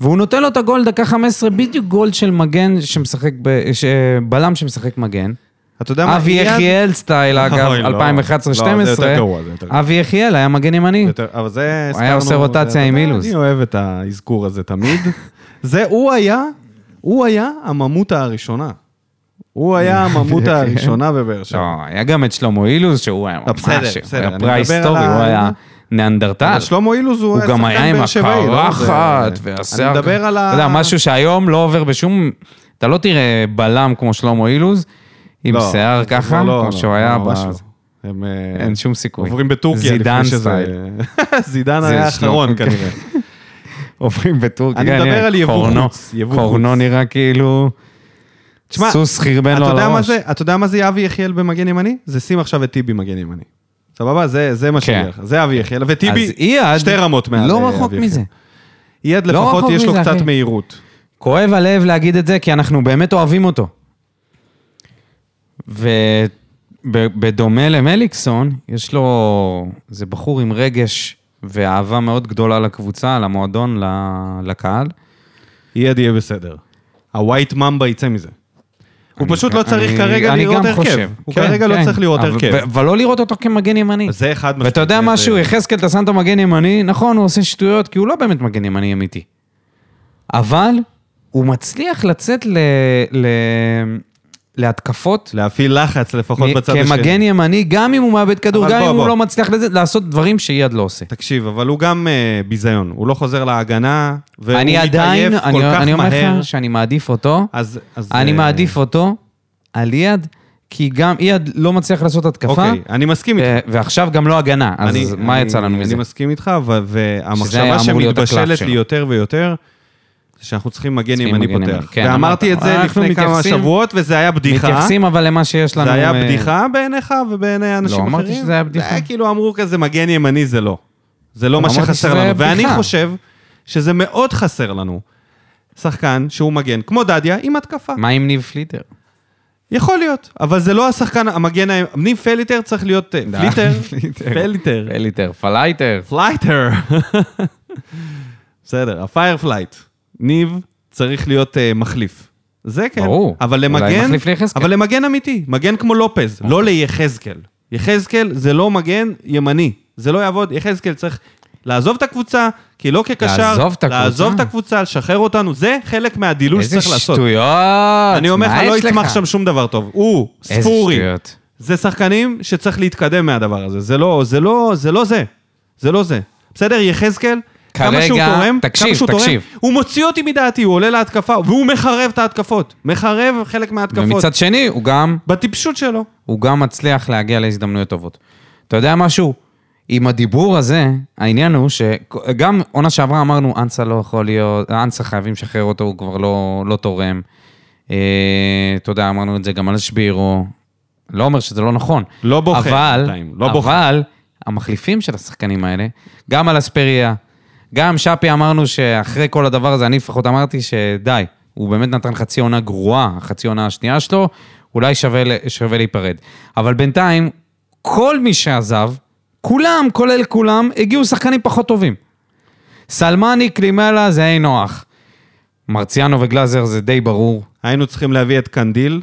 Speaker 2: והוא נותן לו את הגול דקה 15, בדיוק גול של מגן שמשחק, ב... ש... אה, בלם שמשחק מגן.
Speaker 1: אתה יודע מה?
Speaker 2: אבי
Speaker 1: אייד-
Speaker 2: יחיאל סטייל, אגב,
Speaker 1: אוי, לא. לא, זה יותר גרוע, זה יותר
Speaker 2: 2011-2012.
Speaker 1: גרוע.
Speaker 2: אבי יחיאל היה מגן ימני.
Speaker 1: יותר- אבל זה...
Speaker 2: הוא היה
Speaker 1: הזכרנו-
Speaker 2: עושה רוטציה
Speaker 1: זה-
Speaker 2: עם
Speaker 1: אתה יודע,
Speaker 2: אילוז.
Speaker 1: אני אוהב את האזכור הזה תמיד. זה, הוא היה, הוא היה הממותה הראשונה. הוא היה הממותה הראשונה בבאר
Speaker 2: כן. לא,
Speaker 1: שבע.
Speaker 2: היה גם את שלמה אילוז, שהוא היה
Speaker 1: לא,
Speaker 2: ממש...
Speaker 1: בסדר, בסדר, אני
Speaker 2: הוא היה פרה-היסטורי,
Speaker 1: מדבר על
Speaker 2: הוא
Speaker 1: ה-
Speaker 2: היה ניאנדרטל.
Speaker 1: אבל שלמה אילוז הוא
Speaker 2: הוא גם היה
Speaker 1: שחקן
Speaker 2: עם
Speaker 1: באר שבעי, לא? זה-
Speaker 2: הקרחת והשיער.
Speaker 1: אני מדבר על ה...
Speaker 2: אתה יודע, משהו שהיום לא עובר בשום... אתה לא תראה בלם כמו שלמה אילוז, עם
Speaker 1: לא,
Speaker 2: שיער
Speaker 1: זה כבר
Speaker 2: ככה,
Speaker 1: לא,
Speaker 2: כמו
Speaker 1: לא,
Speaker 2: שהוא היה
Speaker 1: לא,
Speaker 2: ב...
Speaker 1: ממש לא. הם, אה,
Speaker 2: אין שום סיכוי.
Speaker 1: עוברים בטורקיה
Speaker 2: זידן
Speaker 1: לפני שזה...
Speaker 2: סטייל.
Speaker 1: זידן
Speaker 2: זה
Speaker 1: היה
Speaker 2: שלמה,
Speaker 1: האחרון
Speaker 2: כן.
Speaker 1: כנראה.
Speaker 2: עוברים בטורקיה.
Speaker 1: אני
Speaker 2: כן,
Speaker 1: מדבר
Speaker 2: נראה,
Speaker 1: על יבוא
Speaker 2: קורנו-
Speaker 1: חוץ, יבוא
Speaker 2: קורנו
Speaker 1: חוץ.
Speaker 2: נראה כאילו...
Speaker 1: תשמע,
Speaker 2: סוס חרבן לו
Speaker 1: אתה
Speaker 2: על
Speaker 1: יודע מה
Speaker 2: הראש.
Speaker 1: זה, אתה יודע מה זה אבי יחיאל במגן ימני? זה שים עכשיו את טיבי מגן ימני. סבבה? זה, זה מה שאני
Speaker 2: כן.
Speaker 1: אומר לך. זה אבי יחיאל,
Speaker 2: אז
Speaker 1: וטיבי
Speaker 2: אייד
Speaker 1: שתי רמות מעל
Speaker 2: לא
Speaker 1: אה,
Speaker 2: רחוק
Speaker 1: אבי
Speaker 2: מזה.
Speaker 1: יחיאל. אייד
Speaker 2: לא
Speaker 1: לפחות
Speaker 2: רחוק
Speaker 1: יש לו
Speaker 2: מזה,
Speaker 1: קצת
Speaker 2: אחי.
Speaker 1: מהירות.
Speaker 2: כואב הלב להגיד את זה, כי אנחנו באמת אוהבים אותו. ובדומה למליקסון, יש לו... זה בחור עם רגש ואהבה מאוד גדולה לקבוצה, למועדון, ל- לקהל.
Speaker 1: אייד יהיה בסדר. הווייט ממבה יצא מזה. הוא
Speaker 2: אני-
Speaker 1: פשוט לא צריך
Speaker 2: אני-
Speaker 1: כרגע
Speaker 2: אני
Speaker 1: לראות
Speaker 2: גם
Speaker 1: הרכב.
Speaker 2: חושב.
Speaker 1: הוא
Speaker 2: כן,
Speaker 1: כרגע לא
Speaker 2: כן.
Speaker 1: צריך לראות
Speaker 2: אבל-
Speaker 1: הרכב.
Speaker 2: ו- אבל לא לראות אותו כמגן ימני.
Speaker 1: זה חד משמעית.
Speaker 2: ואתה יודע
Speaker 1: זה-
Speaker 2: משהו,
Speaker 1: זה-
Speaker 2: יחזקאל, אתה שם אותו מגן ימני, נכון, הוא עושה שטויות, כי הוא לא באמת מגן ימני אמיתי. אבל הוא מצליח לצאת ל... ל... להתקפות
Speaker 1: להפעיל לחץ לפחות
Speaker 2: מ-
Speaker 1: בצד השני.
Speaker 2: כמגן ימני, גם אם הוא מאבד כדור,
Speaker 1: אבל
Speaker 2: גם
Speaker 1: בוא,
Speaker 2: אם הוא
Speaker 1: בוא.
Speaker 2: לא מצליח לזה- לעשות דברים שאייד לא עושה.
Speaker 1: תקשיב, אבל הוא גם אה, ביזיון. הוא לא חוזר להגנה, והוא
Speaker 2: אני עדיין,
Speaker 1: מתעייף כל כך
Speaker 2: אני
Speaker 1: מהר.
Speaker 2: אני אומר לך שאני מעדיף אותו,
Speaker 1: אז... אז,
Speaker 2: אני
Speaker 1: אה,
Speaker 2: מעדיף אותו על אייד, כי גם אייד לא מצליח לעשות התקפה,
Speaker 1: אוקיי, אני מסכים איתך.
Speaker 2: אה, ועכשיו גם לא הגנה,
Speaker 1: אני-
Speaker 2: אז מה
Speaker 1: אני-
Speaker 2: יצא לנו מזה?
Speaker 1: אני מסכים איתך, ו- והמחשבה
Speaker 2: היה אמור להיות הקלף
Speaker 1: שמתבשלת
Speaker 2: שלו.
Speaker 1: לי יותר ויותר, זה שאנחנו צריכים מגן
Speaker 2: צריכים
Speaker 1: ימני
Speaker 2: מגן ימני,
Speaker 1: פותח.
Speaker 2: כן,
Speaker 1: ואמרתי
Speaker 2: אמרת.
Speaker 1: את זה
Speaker 2: אנחנו
Speaker 1: לפני כמה
Speaker 2: מתייחסים-
Speaker 1: שבועות, וזה היה בדיחה.
Speaker 2: מתייחסים אבל למה שיש לנו...
Speaker 1: זה היה
Speaker 2: אה, לא,
Speaker 1: בדיחה בעיניך ובעיני אנשים אחרים?
Speaker 2: אמרתי שזה היה בדיחה.
Speaker 1: זה היה כאילו אמרו כזה מגן ימני זה לא. זה לא מה
Speaker 2: אמרתי
Speaker 1: שחסר
Speaker 2: שזה היה
Speaker 1: לנו. ואני
Speaker 2: בדיחה.
Speaker 1: חושב שזה מאוד חסר לנו. שחקן שהוא מגן, כמו דדיה, עם התקפה.
Speaker 2: מה עם ניב פליטר?
Speaker 1: יכול להיות, אבל זה לא השחקן, המגן, ה- ניב פליטר צריך להיות... אה,
Speaker 2: די,
Speaker 1: פליטר?
Speaker 2: פליטר.
Speaker 1: פליטר.
Speaker 2: פליטר, פלייטר.
Speaker 1: פלייטר. בסדר, הפיירפלייט. ניב צריך להיות אה, מחליף. זה כן.
Speaker 2: ברור.
Speaker 1: אבל
Speaker 2: אולי
Speaker 1: למגן,
Speaker 2: מחליף ליחזקאל. אוקיי.
Speaker 1: אבל למגן אמיתי, מגן כמו לופז, לא ליחזקאל. יחזקאל זה לא מגן ימני, זה לא יעבוד, יחזקאל צריך לעזוב את הקבוצה, כי לא כקשר,
Speaker 2: לעזוב את הקבוצה?
Speaker 1: לעזוב את הקבוצה, לשחרר אותנו, זה חלק מהדילול
Speaker 2: איזה
Speaker 1: שצריך לעשות.
Speaker 2: שטויות!
Speaker 1: אני אומר
Speaker 2: מה
Speaker 1: לך, לא
Speaker 2: יש
Speaker 1: יצמח שם שום דבר טוב. הוא,
Speaker 2: איזה
Speaker 1: ספורי,
Speaker 2: שטויות.
Speaker 1: זה שחקנים שצריך להתקדם מהדבר הזה. זה לא זה. לא, זה לא זה. זה לא זה. בסדר, יחזקאל, כמה
Speaker 2: כרגע-
Speaker 1: שהוא תורם,
Speaker 2: תקשיב,
Speaker 1: כמה שהוא
Speaker 2: תקשיב.
Speaker 1: תורם, הוא מוציא אותי מדעתי, הוא עולה להתקפה, והוא מחרב את ההתקפות. מחרב חלק מההתקפות.
Speaker 2: ומצד שני, הוא גם,
Speaker 1: בטיפשות שלו.
Speaker 2: הוא גם מצליח להגיע להזדמנויות טובות. אתה יודע משהו? עם הדיבור הזה, העניין הוא שגם עונה שעברה אמרנו, אנסה לא יכול להיות, אנסה חייבים לשחרר אותו, הוא כבר לא, לא תורם. אה, אתה יודע, אמרנו את זה גם על שבירו. לא אומר שזה לא נכון.
Speaker 1: לא בוחר
Speaker 2: אבל,
Speaker 1: בינתיים, לא בוחר.
Speaker 2: אבל המחליפים של השחקנים האלה, גם על אספריה, גם שפי אמרנו שאחרי כל הדבר הזה, אני לפחות אמרתי שדי, הוא באמת נתן חצי עונה גרועה, החצי עונה השנייה שלו, אולי שווה, ל- שווה להיפרד. אבל בינתיים, כל מי שעזב, כולם, כולל כולם, הגיעו שחקנים פחות טובים. סלמני, קלימלה, זה היה נוח. מרציאנו וגלאזר זה די ברור.
Speaker 1: היינו צריכים להביא את קנדיל.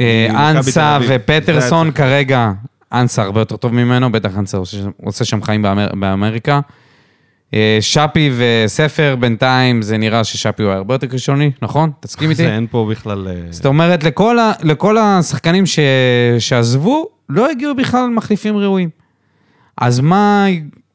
Speaker 2: אה,
Speaker 1: ממכבי
Speaker 2: אנסה
Speaker 1: תל אביב.
Speaker 2: ופטרסון כרגע, אנסה הרבה יותר טוב ממנו, בטח אנסה עושה שם- עושה שם חיים באמר- באמריקה. אה, שפי וספר בינתיים, זה נראה ששפי הוא היה הרבה יותר ראשוני, נכון? תסכים איתי?
Speaker 1: זה אין פה בכלל... אה,
Speaker 2: זאת אומרת, לכל, ה, לכל השחקנים ש, שעזבו, לא הגיעו בכלל מחליפים ראויים. אז מה,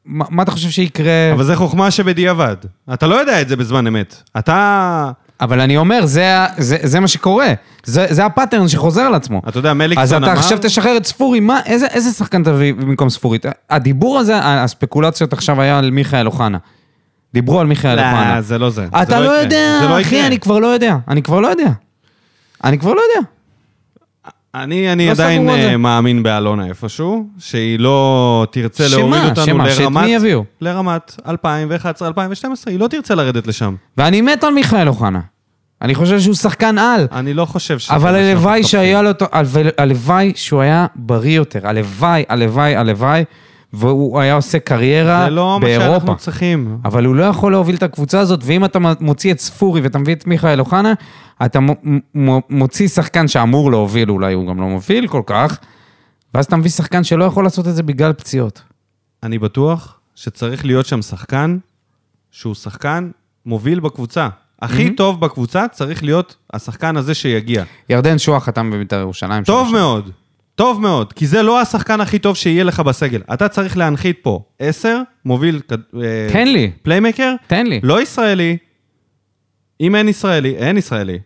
Speaker 2: מה מה אתה חושב שיקרה?
Speaker 1: אבל זה חוכמה שבדיעבד. אתה לא יודע את זה בזמן אמת. אתה...
Speaker 2: אבל אני אומר, זה, ה- זה, זה מה שקורה. זה, זה הפאטרן שחוזר על עצמו.
Speaker 1: אתה יודע, מליקסון
Speaker 2: אז
Speaker 1: אמר...
Speaker 2: אתה עכשיו תשחרר את ספורי, מה, איזה, איזה שחקן תביא במקום ספורי? הדיבור הזה, ה- הספקולציות עכשיו היה על מיכאל אוחנה. דיברו על מיכאל אוחנה.
Speaker 1: לא, זה לא זה. זה
Speaker 2: אתה לא
Speaker 1: יקרה.
Speaker 2: יודע,
Speaker 1: זה לא
Speaker 2: אחי,
Speaker 1: יקרה.
Speaker 2: אני כבר לא יודע. אני כבר לא יודע. אני כבר לא יודע.
Speaker 1: אני, אני
Speaker 2: לא
Speaker 1: עדיין
Speaker 2: סגור על
Speaker 1: אה,
Speaker 2: זה.
Speaker 1: מאמין באלונה איפשהו, שהיא לא תרצה
Speaker 2: שמה?
Speaker 1: להוריד אותנו
Speaker 2: שמה?
Speaker 1: לרמת...
Speaker 2: שאת מי יביאו?
Speaker 1: לרמת 2011, 2012, היא לא תרצה לרדת לשם.
Speaker 2: ואני מת על מיכאל אוחנה. אני חושב שהוא שחקן על.
Speaker 1: אני לא חושב ש...
Speaker 2: אבל הלוואי שהיה לו... אותו- הלו- הלוואי שהוא היה בריא יותר. הלוואי, הלוואי, הלוואי. והוא היה עושה קריירה
Speaker 1: זה לא מה
Speaker 2: באירופה.
Speaker 1: שאנחנו צריכים.
Speaker 2: אבל הוא לא יכול להוביל את הקבוצה הזאת, ואם אתה מוציא את ספורי ואתה מביא את מיכאל אוחנה, אתה מ- מ- מוציא שחקן שאמור להוביל, אולי הוא גם לא מוביל כל כך, ואז אתה מביא שחקן שלא יכול לעשות את זה בגלל פציעות.
Speaker 1: אני בטוח שצריך להיות שם שחקן שהוא שחקן מוביל בקבוצה.
Speaker 2: Mm-hmm.
Speaker 1: הכי טוב בקבוצה צריך להיות השחקן הזה שיגיע.
Speaker 2: ירדן שואה חתם בבית"ר ירושלים.
Speaker 1: טוב
Speaker 2: שנה
Speaker 1: מאוד, טוב מאוד, כי זה לא השחקן הכי טוב שיהיה לך בסגל. אתה צריך להנחית פה 10, מוביל... כד- אה,
Speaker 2: תן לי.
Speaker 1: פליימקר?
Speaker 2: שעברה. תן לי.
Speaker 1: לא ישראלי. אם אין ישראלי, אין ישראלי.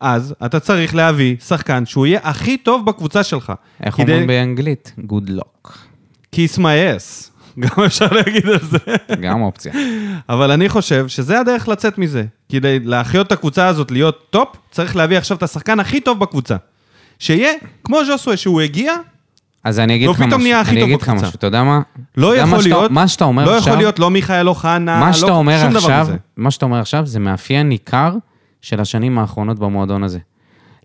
Speaker 1: אז אתה צריך להביא שחקן שהוא יהיה הכי טוב בקבוצה שלך.
Speaker 2: איך
Speaker 1: כדי-
Speaker 2: אומרים באנגלית? Good luck.
Speaker 1: Kiss my ass. גם אפשר להגיד על זה.
Speaker 2: גם אופציה.
Speaker 1: אבל אני חושב שזה הדרך לצאת מזה. כדי להחיות את הקבוצה הזאת להיות טופ, צריך להביא עכשיו את השחקן הכי טוב בקבוצה. שיהיה כמו ז'וסווה, שהוא הגיע,
Speaker 2: אז אני אגיד
Speaker 1: לא,
Speaker 2: לך
Speaker 1: פתאום
Speaker 2: משהו.
Speaker 1: נהיה הכי
Speaker 2: אני
Speaker 1: טוב
Speaker 2: אגיד לך
Speaker 1: בקבוצה.
Speaker 2: משהו, אתה יודע מה?
Speaker 1: לא
Speaker 2: אתה יודע
Speaker 1: יכול
Speaker 2: מה שאתה-
Speaker 1: להיות,
Speaker 2: מה שאתה אומר
Speaker 1: לא
Speaker 2: עכשיו...
Speaker 1: יכול להיות לא מיכאל אוחנה,
Speaker 2: מה שאתה
Speaker 1: לא
Speaker 2: אומר
Speaker 1: שום דבר
Speaker 2: עכשיו,
Speaker 1: כזה.
Speaker 2: מה שאתה אומר עכשיו זה מאפיין ניכר של השנים האחרונות במועדון הזה.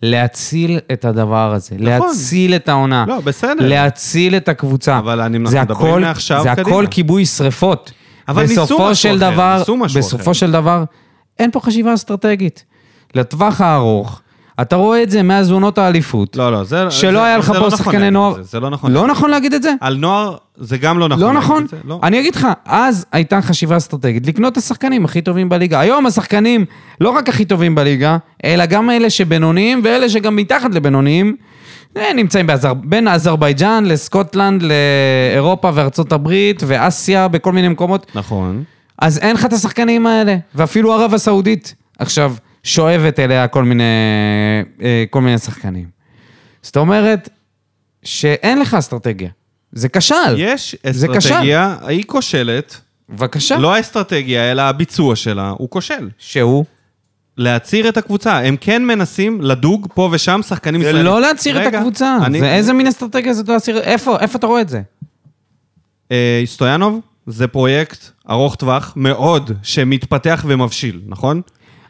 Speaker 2: להציל את הדבר הזה, להציל את העונה,
Speaker 1: נכון. לא, בסדר.
Speaker 2: להציל את הקבוצה.
Speaker 1: אבל אני-
Speaker 2: זה
Speaker 1: אנחנו מדברים
Speaker 2: הכל-
Speaker 1: מעכשיו
Speaker 2: זה הכל
Speaker 1: קדימה.
Speaker 2: כיבוי שרפות.
Speaker 1: אבל ניסו
Speaker 2: בסופו
Speaker 1: משהו
Speaker 2: של
Speaker 1: אחר,
Speaker 2: דבר,
Speaker 1: ניסו משהו אחר.
Speaker 2: בסופו של דבר, אין פה חשיבה אסטרטגית. לטווח הארוך, אתה רואה את זה מאז עונות האליפות,
Speaker 1: לא, לא, זה...
Speaker 2: שלא
Speaker 1: זה-
Speaker 2: היה לך
Speaker 1: זה לא
Speaker 2: פה
Speaker 1: נכון
Speaker 2: שחקני
Speaker 1: להגיד
Speaker 2: נוער.
Speaker 1: את זה, זה לא נכון.
Speaker 2: לא נכון להגיד את זה?
Speaker 1: על נוער זה גם לא נכון.
Speaker 2: לא
Speaker 1: להגיד
Speaker 2: נכון.
Speaker 1: את זה, לא.
Speaker 2: אני אגיד לך, אז הייתה חשיבה אסטרטגית לקנות את השחקנים הכי טובים בליגה. היום השחקנים לא רק הכי טובים בליגה, אלא גם אלה שבינוניים ואלה שגם מתחת לבינוניים, אה, נמצאים באזר... בין אזרבייג'אן לסקוטלנד, לאירופה וארצות הברית ואסיה, בכל מיני מקומות.
Speaker 1: נכון.
Speaker 2: אז אין לך את השחקנים האלה, ואפילו ערב הסעודית עכשיו שואבת אליה כל מיני, אה, כל מיני שחקנים. זאת אומרת, שאין לך אסטרטגיה. זה כשל.
Speaker 1: יש
Speaker 2: זה כן. כשל.
Speaker 1: אסטרטגיה, היא כושלת.
Speaker 2: בבקשה.
Speaker 1: לא האסטרטגיה, אלא הביצוע שלה, הוא כושל.
Speaker 2: שהוא?
Speaker 1: להצעיר את הקבוצה. הם כן מנסים לדוג פה ושם שחקנים
Speaker 2: זה
Speaker 1: ישראלים.
Speaker 2: לא להצעיר את
Speaker 1: רגע,
Speaker 2: הקבוצה.
Speaker 1: אני-
Speaker 2: זה איזה מין אסטרטגיה זאת להצעיר? איפה? איפה אתה רואה את זה?
Speaker 1: אה, סטויאנוב, זה פרויקט ארוך טווח מאוד, שמתפתח ומבשיל, נכון?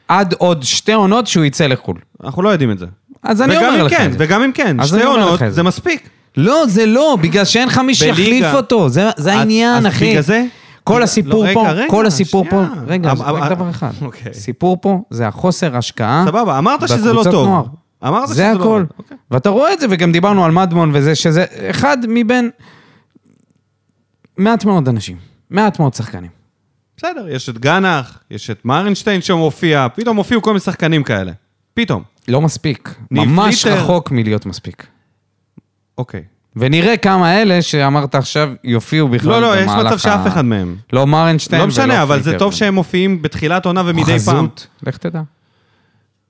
Speaker 2: עד עוד שתי עונות שהוא יצא לחו"ל.
Speaker 1: אנחנו לא יודעים את זה.
Speaker 2: אז אני
Speaker 1: וגם
Speaker 2: אומר
Speaker 1: אם
Speaker 2: לך
Speaker 1: כן,
Speaker 2: את זה.
Speaker 1: וגם אם כן,
Speaker 2: אז
Speaker 1: שתי
Speaker 2: אני אומר
Speaker 1: עונות
Speaker 2: לך את
Speaker 1: זה
Speaker 2: זה.
Speaker 1: מספיק.
Speaker 2: לא, זה לא, בגלל שאין לך מי שיחליף
Speaker 1: בליגה.
Speaker 2: אותו. זה- זה לא,
Speaker 1: אז-
Speaker 2: העניין,
Speaker 1: אז
Speaker 2: אחי.
Speaker 1: בגלל זה-
Speaker 2: כל הסיפור
Speaker 1: לא, רגע,
Speaker 2: פה,
Speaker 1: רגע,
Speaker 2: כל הסיפור פה,
Speaker 1: שנייה.
Speaker 2: רגע,
Speaker 1: אבל-
Speaker 2: זה רק
Speaker 1: אבל-
Speaker 2: דבר אחד.
Speaker 1: אוקיי.
Speaker 2: סיפור פה זה החוסר השקעה.
Speaker 1: סבבה, אמרת שזה לא
Speaker 2: בקבוצת
Speaker 1: טוב.
Speaker 2: נוער.
Speaker 1: אמרת שזה
Speaker 2: זה
Speaker 1: לא
Speaker 2: הכל.
Speaker 1: טוב. אוקיי.
Speaker 2: ואתה רואה את זה, וגם דיברנו על מדמון וזה, שזה אחד מבין מעט מאוד אנשים, מעט מאוד שחקנים.
Speaker 1: בסדר, יש את גנח, יש את מרנשטיין שמופיע, פתאום הופיעו כל מיני שחקנים כאלה. פתאום.
Speaker 2: לא מספיק.
Speaker 1: ניב
Speaker 2: ממש
Speaker 1: ליטר.
Speaker 2: רחוק מלהיות מספיק.
Speaker 1: אוקיי.
Speaker 2: ונראה כמה אלה שאמרת עכשיו יופיעו בכלל
Speaker 1: לא, לא, יש
Speaker 2: במהלך
Speaker 1: מצב שאף
Speaker 2: ה-
Speaker 1: אחד מהם.
Speaker 2: לא מרנשטיין
Speaker 1: לא
Speaker 2: ולא
Speaker 1: משנה, אבל זה
Speaker 2: פליקר.
Speaker 1: טוב שהם מופיעים בתחילת עונה ומדי
Speaker 2: חזות,
Speaker 1: פעם.
Speaker 2: לך תדע.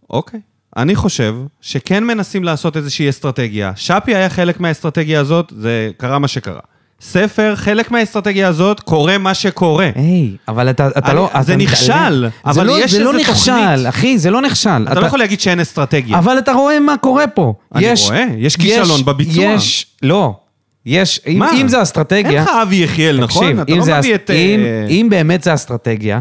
Speaker 1: אוקיי. אני חושב שכן מנסים לעשות איזושהי אסטרטגיה. שפי היה חלק מהאסטרטגיה הזאת, זה קרה מה שקרה. ספר, חלק מהאסטרטגיה הזאת, קורה מה
Speaker 2: אה,
Speaker 1: שקורה.
Speaker 2: היי, אבל אתה, אתה
Speaker 1: אני-
Speaker 2: לא...
Speaker 1: זה
Speaker 2: אתה-
Speaker 1: נכשל,
Speaker 2: זה
Speaker 1: אבל
Speaker 2: לא-
Speaker 1: יש
Speaker 2: זה לא
Speaker 1: איזה תוכנית.
Speaker 2: נכשל, אחי, זה לא נכשל.
Speaker 1: אתה לא יכול להגיד שאין אסטרטגיה.
Speaker 2: אבל אתה רואה מה קורה פה.
Speaker 1: אני רואה, יש כישלון בביצוע.
Speaker 2: יש, לא. יש, אם,
Speaker 1: מה?
Speaker 2: אם זה אסטרטגיה...
Speaker 1: אין לך אבי יחיאל, נכון?
Speaker 2: תקשיב,
Speaker 1: אתה
Speaker 2: אם,
Speaker 1: לא
Speaker 2: זה
Speaker 1: מביא
Speaker 2: אס-
Speaker 1: את...
Speaker 2: אם,
Speaker 1: אה,
Speaker 2: אם באמת זה אסטרטגיה,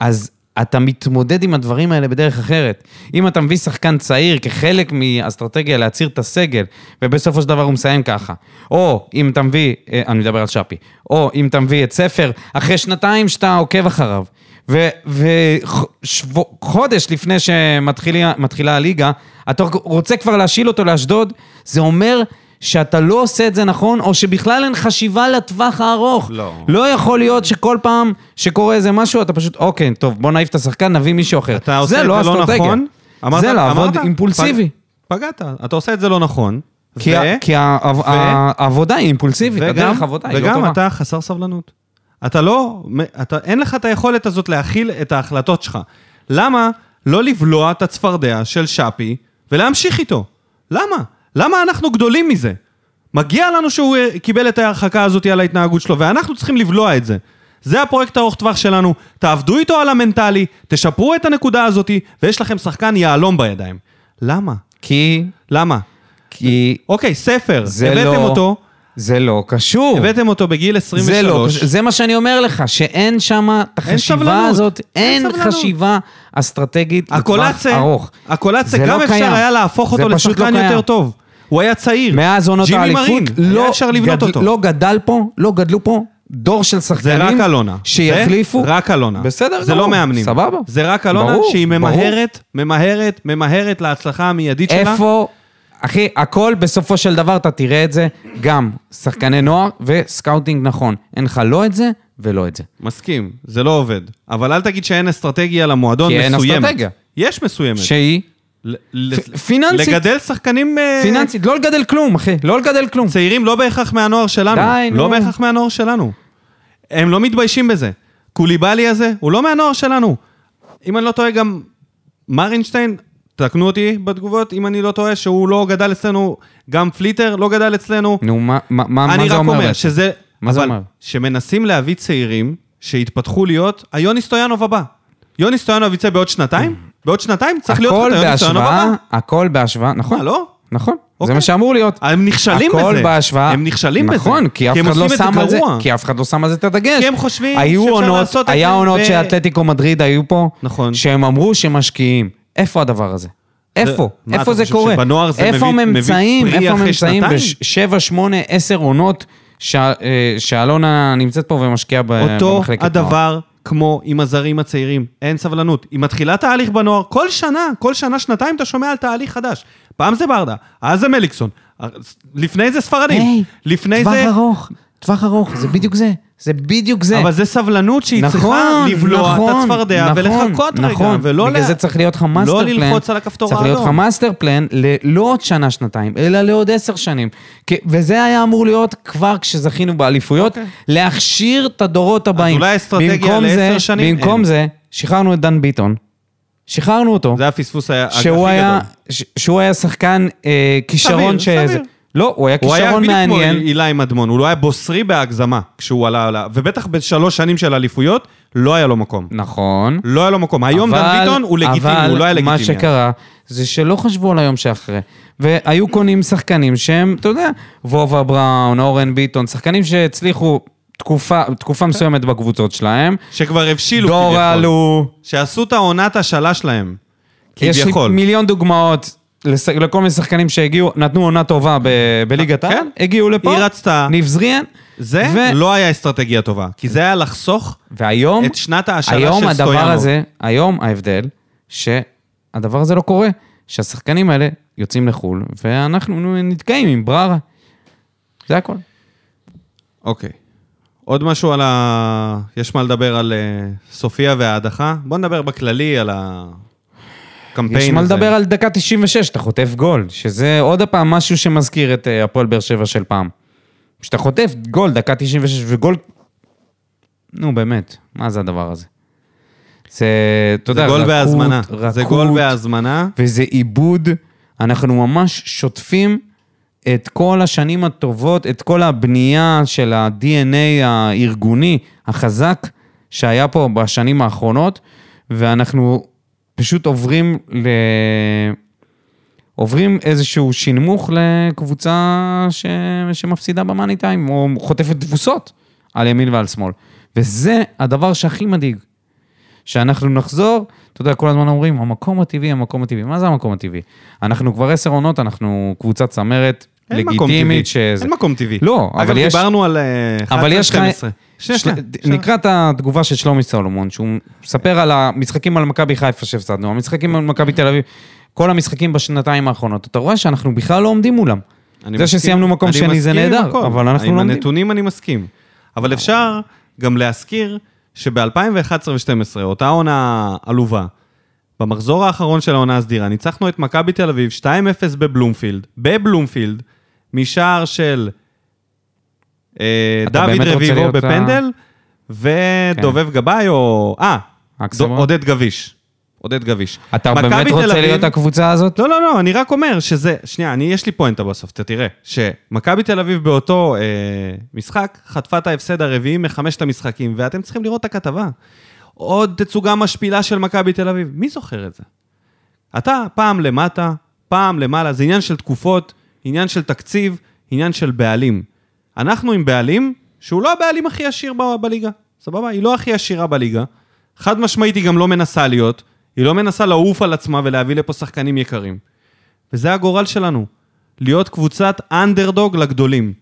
Speaker 2: אז אתה מתמודד עם הדברים האלה בדרך אחרת. אם אתה מביא שחקן צעיר כחלק מאסטרטגיה להצהיר את הסגל, ובסופו של דבר הוא מסיים ככה, או אם אתה מביא, אה, אני מדבר על שפי, או אם אתה מביא את ספר אחרי שנתיים שאתה עוקב אחריו, וחודש לפני שמתחילה הליגה, אתה רוצה כבר להשיל אותו לאשדוד, זה אומר... שאתה לא עושה את זה נכון, או שבכלל אין חשיבה לטווח הארוך.
Speaker 1: לא.
Speaker 2: לא יכול להיות שכל פעם שקורה איזה משהו, אתה פשוט, אוקיי, טוב, בוא נעיף את השחקן, נביא מישהו אחר.
Speaker 1: אתה עושה את זה לא
Speaker 2: אסטרטגיה.
Speaker 1: נכון. אמרת-
Speaker 2: זה לעבוד
Speaker 1: אמרת?
Speaker 2: אימפולסיבי.
Speaker 1: פג- פגעת, אתה עושה את זה לא נכון.
Speaker 2: כי
Speaker 1: ו-
Speaker 2: ה- כי ה- ה- העבודה היא אימפולסיבית,
Speaker 1: וגם-
Speaker 2: הדרך עבודה היא לא
Speaker 1: וגם
Speaker 2: טובה.
Speaker 1: אתה חסר סבלנות. אתה לא, אתה, אין לך את היכולת הזאת להכיל את ההחלטות שלך. למה לא לבלוע את הצפרדע של שפי ולהמשיך איתו? למה? למה אנחנו גדולים מזה? מגיע לנו שהוא אה, קיבל את ההרחקה הזאת על ההתנהגות שלו, ואנחנו צריכים לבלוע את זה. זה הפרויקט הארוך טווח שלנו, תעבדו איתו על המנטלי, תשפרו את הנקודה הזאת, ויש לכם שחקן יהלום בידיים. למה?
Speaker 2: כי...
Speaker 1: למה?
Speaker 2: כי...
Speaker 1: אוקיי, ספר,
Speaker 2: זה
Speaker 1: הבאתם
Speaker 2: לא...
Speaker 1: אותו,
Speaker 2: זה לא קשור.
Speaker 1: הבאתם אותו בגיל 23.
Speaker 2: זה לא, קשור. זה מה שאני אומר לך, שאין שם את
Speaker 1: אין
Speaker 2: החשיבה
Speaker 1: סבלנות.
Speaker 2: הזאת,
Speaker 1: אין
Speaker 2: אין
Speaker 1: סבלנות.
Speaker 2: חשיבה אסטרטגית לטווח
Speaker 1: הקולאצה,
Speaker 2: ארוך.
Speaker 1: הקולאצה,
Speaker 2: זה
Speaker 1: גם
Speaker 2: לא
Speaker 1: אפשר
Speaker 2: קיים.
Speaker 1: היה להפוך
Speaker 2: זה
Speaker 1: אותו
Speaker 2: פשוט
Speaker 1: לשחקן
Speaker 2: לא
Speaker 1: יותר
Speaker 2: קיים.
Speaker 1: טוב. הוא היה צעיר.
Speaker 2: מאז עונות
Speaker 1: ג'ימי
Speaker 2: האליפות, לא
Speaker 1: מרין, היה אפשר לבנות
Speaker 2: גדל-
Speaker 1: אותו.
Speaker 2: לא גדל פה, לא גדלו פה דור של
Speaker 1: זה
Speaker 2: שחקנים
Speaker 1: רק אלונה.
Speaker 2: שיחליפו.
Speaker 1: זה רק אלונה.
Speaker 2: בסדר
Speaker 1: זה לא
Speaker 2: גמור,
Speaker 1: מאמנים.
Speaker 2: סבבה.
Speaker 1: זה רק אלונה
Speaker 2: ברור,
Speaker 1: שהיא
Speaker 2: ברור.
Speaker 1: ממהרת, ממהרת, ממהרת להצלחה המיידית שלה.
Speaker 2: איפה... אחי, הכל בסופו של דבר, אתה תראה את זה גם שחקני נוער וסקאוטינג נכון. אין לך לא את זה ולא את זה.
Speaker 1: מסכים, זה לא עובד. אבל אל תגיד שאין אסטרטגיה למועדון
Speaker 2: כי אין
Speaker 1: מסוימת.
Speaker 2: אסטרטגיה.
Speaker 1: יש מסוימת.
Speaker 2: שהיא
Speaker 1: ל- ל-
Speaker 2: פ- פיננסית.
Speaker 1: לגדל שחקנים אה,
Speaker 2: פיננסית, לא לגדל כלום, אחי, לא לגדל כלום.
Speaker 1: צעירים לא בהכרח מהנוער שלנו.
Speaker 2: די,
Speaker 1: לא
Speaker 2: נו.
Speaker 1: בהכרח מהנוער שלנו. הם לא מתביישים בזה. קוליבאלי הזה, הוא לא מהנוער שלנו. אם אני לא טועה, גם מרינשטיין, תקנו אותי בתגובות, אם אני לא טועה, שהוא לא גדל אצלנו, גם פליטר לא גדל אצלנו.
Speaker 2: נו, מה מה- מה- מה
Speaker 1: אני
Speaker 2: זה
Speaker 1: רק
Speaker 2: אומר?
Speaker 1: אומר
Speaker 2: בעצם?
Speaker 1: שזה...
Speaker 2: מה זה
Speaker 1: אבל
Speaker 2: אומר?
Speaker 1: שמנסים להביא צעירים שהתפתחו להיות היוני סטויאנוב הבא. יוני סטויאנוב יצא בעוד שנתיים? בעוד שנתיים צריך להיות לך
Speaker 2: הכל
Speaker 1: את היוני סטויאנוב
Speaker 2: בהשוואה,
Speaker 1: הבא.
Speaker 2: הכל בהשוואה, נכון.
Speaker 1: מה, לא?
Speaker 2: נכון, זה
Speaker 1: אוקיי.
Speaker 2: מה שאמור להיות.
Speaker 1: הם נכשלים בזה.
Speaker 2: הכל בהשוואה.
Speaker 1: הם נכשלים בזה.
Speaker 2: נכון, כי אף
Speaker 1: הם
Speaker 2: אחד לא
Speaker 1: עושים את
Speaker 2: שם על זה,
Speaker 1: גרוע.
Speaker 2: כי אף אחד לא שם על זה את הדגש.
Speaker 1: כי הם חושבים
Speaker 2: היו
Speaker 1: שאפשר
Speaker 2: עונות-
Speaker 1: לעשות את
Speaker 2: היה
Speaker 1: זה
Speaker 2: עונות
Speaker 1: ב-
Speaker 2: שאתלטיקו מדריד היו פה,
Speaker 1: נכון.
Speaker 2: שהם אמרו שמשקיעים. איפה הדבר הזה? איפה?
Speaker 1: מה,
Speaker 2: איפה
Speaker 1: אתה
Speaker 2: זה
Speaker 1: חושב
Speaker 2: קורה?
Speaker 1: שבנוער זה
Speaker 2: איפה
Speaker 1: מביא- מביא
Speaker 2: הממצאים?
Speaker 1: פרי
Speaker 2: איפה
Speaker 1: אחרי
Speaker 2: הממצאים
Speaker 1: שנתיים?
Speaker 2: בשבע, שמונה, עשר עונות שה- אה, שאלונה נמצאת פה ומשקיעה ב- אה, במחלקת נוער?
Speaker 1: אותו הדבר כמו עם הזרים הצעירים, אין סבלנות. היא מתחילה תהליך בנוער, כל שנה, כל שנה, שנתיים אתה שומע על תהליך חדש. פעם זה ברדה, אז זה מליקסון, לפני זה ספרדים, לפני
Speaker 2: טווח
Speaker 1: זה...
Speaker 2: ארוך, טווח ארוך, זה בדיוק זה. זה בדיוק זה.
Speaker 1: אבל זה סבלנות שהיא
Speaker 2: נכון,
Speaker 1: צריכה לבלוע את הצפרדע ולחכות רגע, ולא
Speaker 2: בגלל
Speaker 1: לה-
Speaker 2: זה צריך להיות לך מאסטר
Speaker 1: לא
Speaker 2: פלן.
Speaker 1: ללחוץ על הכפתור
Speaker 2: צריך להיות לך
Speaker 1: האדום.
Speaker 2: מאסטר פלן ללא עוד שנה, שנתיים, אלא לעוד עשר שנים. כי- וזה היה אמור להיות כבר כשזכינו באליפויות, להכשיר את הדורות הבאים.
Speaker 1: אוקיי. אולי אסטרטגיה
Speaker 2: במקום
Speaker 1: לעשר
Speaker 2: זה-
Speaker 1: שנים
Speaker 2: במקום
Speaker 1: אין.
Speaker 2: זה, שחררנו את דן ביטון. שחררנו אותו.
Speaker 1: זה הפספוס היה- הכי
Speaker 2: שהוא היה,
Speaker 1: גדול.
Speaker 2: ש- שהוא היה שחקן אה, כישרון ש...
Speaker 1: סביר,
Speaker 2: זה-
Speaker 1: סביר.
Speaker 2: לא, הוא היה
Speaker 1: הוא היה
Speaker 2: כישרון
Speaker 1: בדיוק כמו
Speaker 2: מעניין.
Speaker 1: אילי מדמון, הוא לא היה בוסרי בהגזמה כשהוא עלה, עלה, ובטח בשלוש שנים של אליפויות, לא היה לו מקום.
Speaker 2: נכון.
Speaker 1: לא היה לו מקום. היום דן ביטון הוא לגיטימי, הוא לא היה לגיטימי.
Speaker 2: אבל מה שקרה, זה שלא חשבו על היום שאחרי. והיו קונים שחקנים שהם, אתה יודע, וובה בראון, אורן ביטון, שחקנים שהצליחו תקופה, תקופה מסוימת בקבוצות שלהם.
Speaker 1: שכבר הבשילו
Speaker 2: דור עלו,
Speaker 1: שעשו את העונת השאלה שלהם.
Speaker 2: יש לי
Speaker 1: כביכול.
Speaker 2: מיליון דוגמאות. לש- לכל מיני שחקנים שהגיעו, נתנו עונה טובה ב- בליגת
Speaker 1: כן.
Speaker 2: העל, הגיעו לפה,
Speaker 1: היא רצתה.
Speaker 2: ניב זריאן,
Speaker 1: זה
Speaker 2: ו-
Speaker 1: לא היה אסטרטגיה טובה, כי זה היה לחסוך
Speaker 2: והיום,
Speaker 1: את שנת ההשאלה
Speaker 2: היום
Speaker 1: של
Speaker 2: הדבר
Speaker 1: סטויאנוב.
Speaker 2: הזה, היום ההבדל, שהדבר הזה לא קורה, שהשחקנים האלה יוצאים לחו"ל, ואנחנו נתקעים עם בררה. זה הכל.
Speaker 1: אוקיי. עוד משהו על ה... יש מה לדבר על אה, סופיה וההדחה? בוא נדבר בכללי על הקמפיין הזה.
Speaker 2: יש מה לדבר על דקה 96, אתה חוטף גול, שזה עוד הפעם משהו שמזכיר את אה, הפועל באר שבע של פעם. כשאתה חוטף גול דקה 96 וגול... נו באמת, מה זה הדבר הזה? זה, אתה
Speaker 1: זה
Speaker 2: יודע,
Speaker 1: גול
Speaker 2: רכות,
Speaker 1: בהזמנה. זה גול
Speaker 2: רכות.
Speaker 1: בהזמנה.
Speaker 2: וזה עיבוד. אנחנו ממש שוטפים את כל השנים הטובות, את כל הבנייה של ה-DNA הארגוני החזק שהיה פה בשנים האחרונות, ואנחנו פשוט עוברים ל... עוברים איזשהו שנמוך לקבוצה ש... שמפסידה במאני טיים, או חוטפת תבוסות על ימין ועל שמאל. וזה הדבר שהכי מדאיג. שאנחנו נחזור, אתה יודע, כל הזמן אומרים, המקום הטבעי, המקום הטבעי. מה זה המקום הטבעי? אנחנו כבר עשר עונות, אנחנו קבוצה צמרת,
Speaker 1: אין מקום טבעי.
Speaker 2: לגיטימית, שזה...
Speaker 1: אין מקום טבעי.
Speaker 2: לא, אבל יש-
Speaker 1: אגב, דיברנו על אה, 11-12.
Speaker 2: אבל יש לך...
Speaker 1: שנייה,
Speaker 2: של-
Speaker 1: שנייה.
Speaker 2: נקרא את התגובה של שלומי סולומון, שהוא מספר על המשחקים על מכבי חיפה שהפסדנו, המשחקים על מכבי תל אביב, כל המשחקים בשנתיים האחרונות. אתה רואה שאנחנו בכלל לא עומדים מולם.
Speaker 1: אני
Speaker 2: זה
Speaker 1: מסכים-
Speaker 2: שסיימנו מקום
Speaker 1: אני
Speaker 2: שני זה
Speaker 1: מסכים עם
Speaker 2: נהדר,
Speaker 1: הכל.
Speaker 2: אבל אנחנו לא אה.
Speaker 1: עם
Speaker 2: עומדים.
Speaker 1: הנתונים אני מסכים. אבל אפשר גם להזכיר שב-2011 ו-2012, אותה עונה עלובה, במחזור האחרון של העונה הסדירה, ניצחנו את מכבי תל אביב 2-0 בבלומפילד, בבלומפילד, משער של אה,
Speaker 2: אתה
Speaker 1: דוד
Speaker 2: באמת רוצה
Speaker 1: רביבו
Speaker 2: להיות ה- כן.
Speaker 1: בפנדל, ודובב גבאי, או... אה,
Speaker 2: אקסלרוד?
Speaker 1: דו- עודד גביש. עודד גביש.
Speaker 2: אתה
Speaker 1: מכבי
Speaker 2: באמת
Speaker 1: תל
Speaker 2: רוצה
Speaker 1: אביב-
Speaker 2: להיות הקבוצה הזאת?
Speaker 1: לא, לא, לא, אני רק אומר שזה... שנייה, אני, יש לי פואנטה בסוף, אתה תראה. שמכבי תל אביב באותו אה, משחק חטפה את ההפסד הרביעי מחמשת המשחקים, ואתם צריכים לראות את הכתבה. עוד תצוגה משפילה של מכבי תל אביב. מי זוכר את זה? אתה פעם למטה, פעם למעלה, זה עניין של תקופות, עניין של תקציב, עניין של בעלים. אנחנו עם בעלים שהוא לא הבעלים הכי עשיר ב- בליגה, סבבה? היא לא הכי עשירה בליגה. חד משמעית היא גם לא מנסה להיות, היא לא מנסה לעוף על עצמה ולהביא לפה שחקנים יקרים. וזה הגורל שלנו, להיות קבוצת אנדרדוג לגדולים.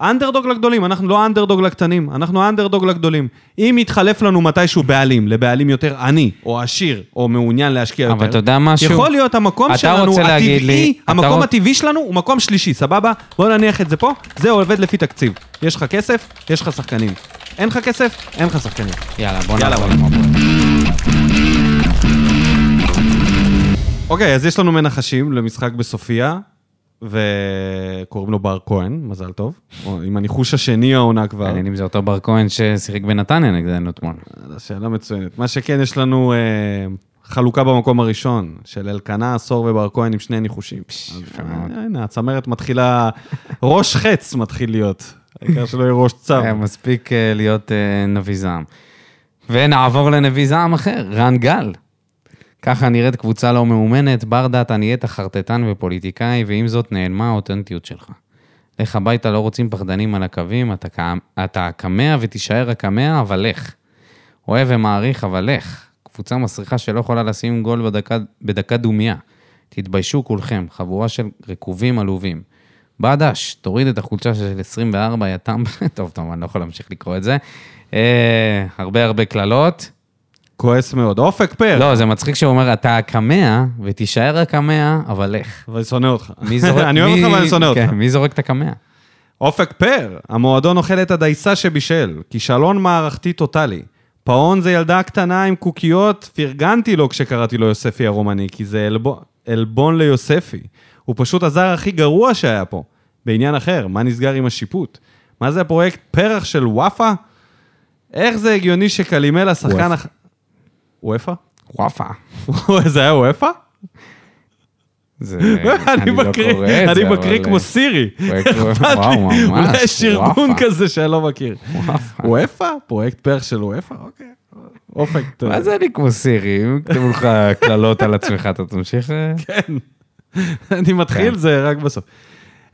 Speaker 1: אנדרדוג לגדולים, אנחנו לא אנדרדוג לקטנים, אנחנו אנדרדוג לגדולים. אם יתחלף לנו מתישהו בעלים, לבעלים יותר עני, או עשיר, או מעוניין להשקיע
Speaker 2: אבל
Speaker 1: יותר,
Speaker 2: אתה יודע משהו?
Speaker 1: יכול להיות המקום
Speaker 2: אתה
Speaker 1: שלנו,
Speaker 2: רוצה להגיד
Speaker 1: הטבעי,
Speaker 2: לי- אתה
Speaker 1: המקום
Speaker 2: רוצ-
Speaker 1: הטבעי שלנו הוא מקום שלישי, סבבה? בוא נניח את זה פה, זה עובד לפי תקציב. יש לך כסף, יש לך שחקנים. אין לך כסף, אין לך שחקנים.
Speaker 2: יאללה, בוא
Speaker 1: יאללה,
Speaker 2: נעבור
Speaker 1: בוא.
Speaker 2: למועדון.
Speaker 1: אוקיי, אז יש לנו מנחשים למשחק בסופיה, וקוראים לו בר כהן, מזל טוב. או, עם הניחוש השני העונה כבר.
Speaker 2: מעניין אם זה אותו בר כהן ששיחק בנתניה נגדנו אתמול.
Speaker 1: שאלה מצוינת. מה שכן, יש לנו אה, חלוקה במקום הראשון, של אלקנה, עשור ובר כהן עם שני ניחושים. אז,
Speaker 2: יפה
Speaker 1: אה,
Speaker 2: מאוד.
Speaker 1: הנה, הצמרת מתחילה, ראש חץ מתחיל להיות. העיקר שלא יהיה ראש צב.
Speaker 2: היה מספיק אה, להיות אה, נביא זעם. ונעבור לנביא זעם אחר, רן גל. ככה נראית קבוצה לא מאומנת, ברדה, אתה נהיית חרטטן ופוליטיקאי, ועם זאת נעלמה האותנטיות שלך. לך הביתה, לא רוצים פחדנים על הקווים, אתה כ- אתה הקמע ותישאר הקמע, אבל לך. אוהב ומעריך, אבל לך. קבוצה מסריחה שלא יכולה לשים גול בדקה, בדקה דומייה. תתביישו כולכם, חבורה של רקובים עלובים. בדש, תוריד את החולצה של 24, יא טמב... טוב, טוב, אני לא יכול להמשיך לקרוא את זה. אה, הרבה הרבה קללות.
Speaker 1: כועס מאוד. אופק פר.
Speaker 2: לא, זה מצחיק שהוא אומר, אתה הקמע, ותישאר הקמע, אבל לך.
Speaker 1: אבל אני שונא אותך.
Speaker 2: מי זורק...
Speaker 1: אני אוהב
Speaker 2: מי-
Speaker 1: אותך, אבל אני שונא אותך.
Speaker 2: כן, מי זורק את הקמע?
Speaker 1: אופק פר, המועדון אוכל את הדייסה שבישל, כישלון מערכתי טוטאלי. פאון זה ילדה קטנה עם קוקיות, פרגנתי לו כשקראתי לו יוספי הרומני, כי זה עלבון, עלבון ליוספי. הוא פשוט הזר הכי גרוע שהיה פה. בעניין אחר, מה נסגר עם השיפוט? מה זה הפרויקט פרח של וואפה? איך זה הגיוני שקלימל השחקן...
Speaker 2: וואפה.
Speaker 1: הח- וואפה?
Speaker 2: וואפה.
Speaker 1: זה היה וואפה?
Speaker 2: זה...
Speaker 1: אני
Speaker 2: לא
Speaker 1: מקריא,
Speaker 2: קורא את
Speaker 1: אני
Speaker 2: זה,
Speaker 1: מקריא
Speaker 2: אבל-
Speaker 1: כמו סירי.
Speaker 2: פרויקט
Speaker 1: אכפת
Speaker 2: וואפה. וואו,
Speaker 1: לי,
Speaker 2: ממש,
Speaker 1: אולי יש ארגון
Speaker 2: וואפה.
Speaker 1: כזה שאני לא מכיר. וופא? פרויקט פרח של וופא? אוקיי. אופק. אתה יודע.
Speaker 2: מה זה אני כמו סירי? אם כתבו לך קללות על עצמך, אתה תמשיך... אה?
Speaker 1: כן. אני מתחיל,
Speaker 2: כן.
Speaker 1: זה רק בסוף.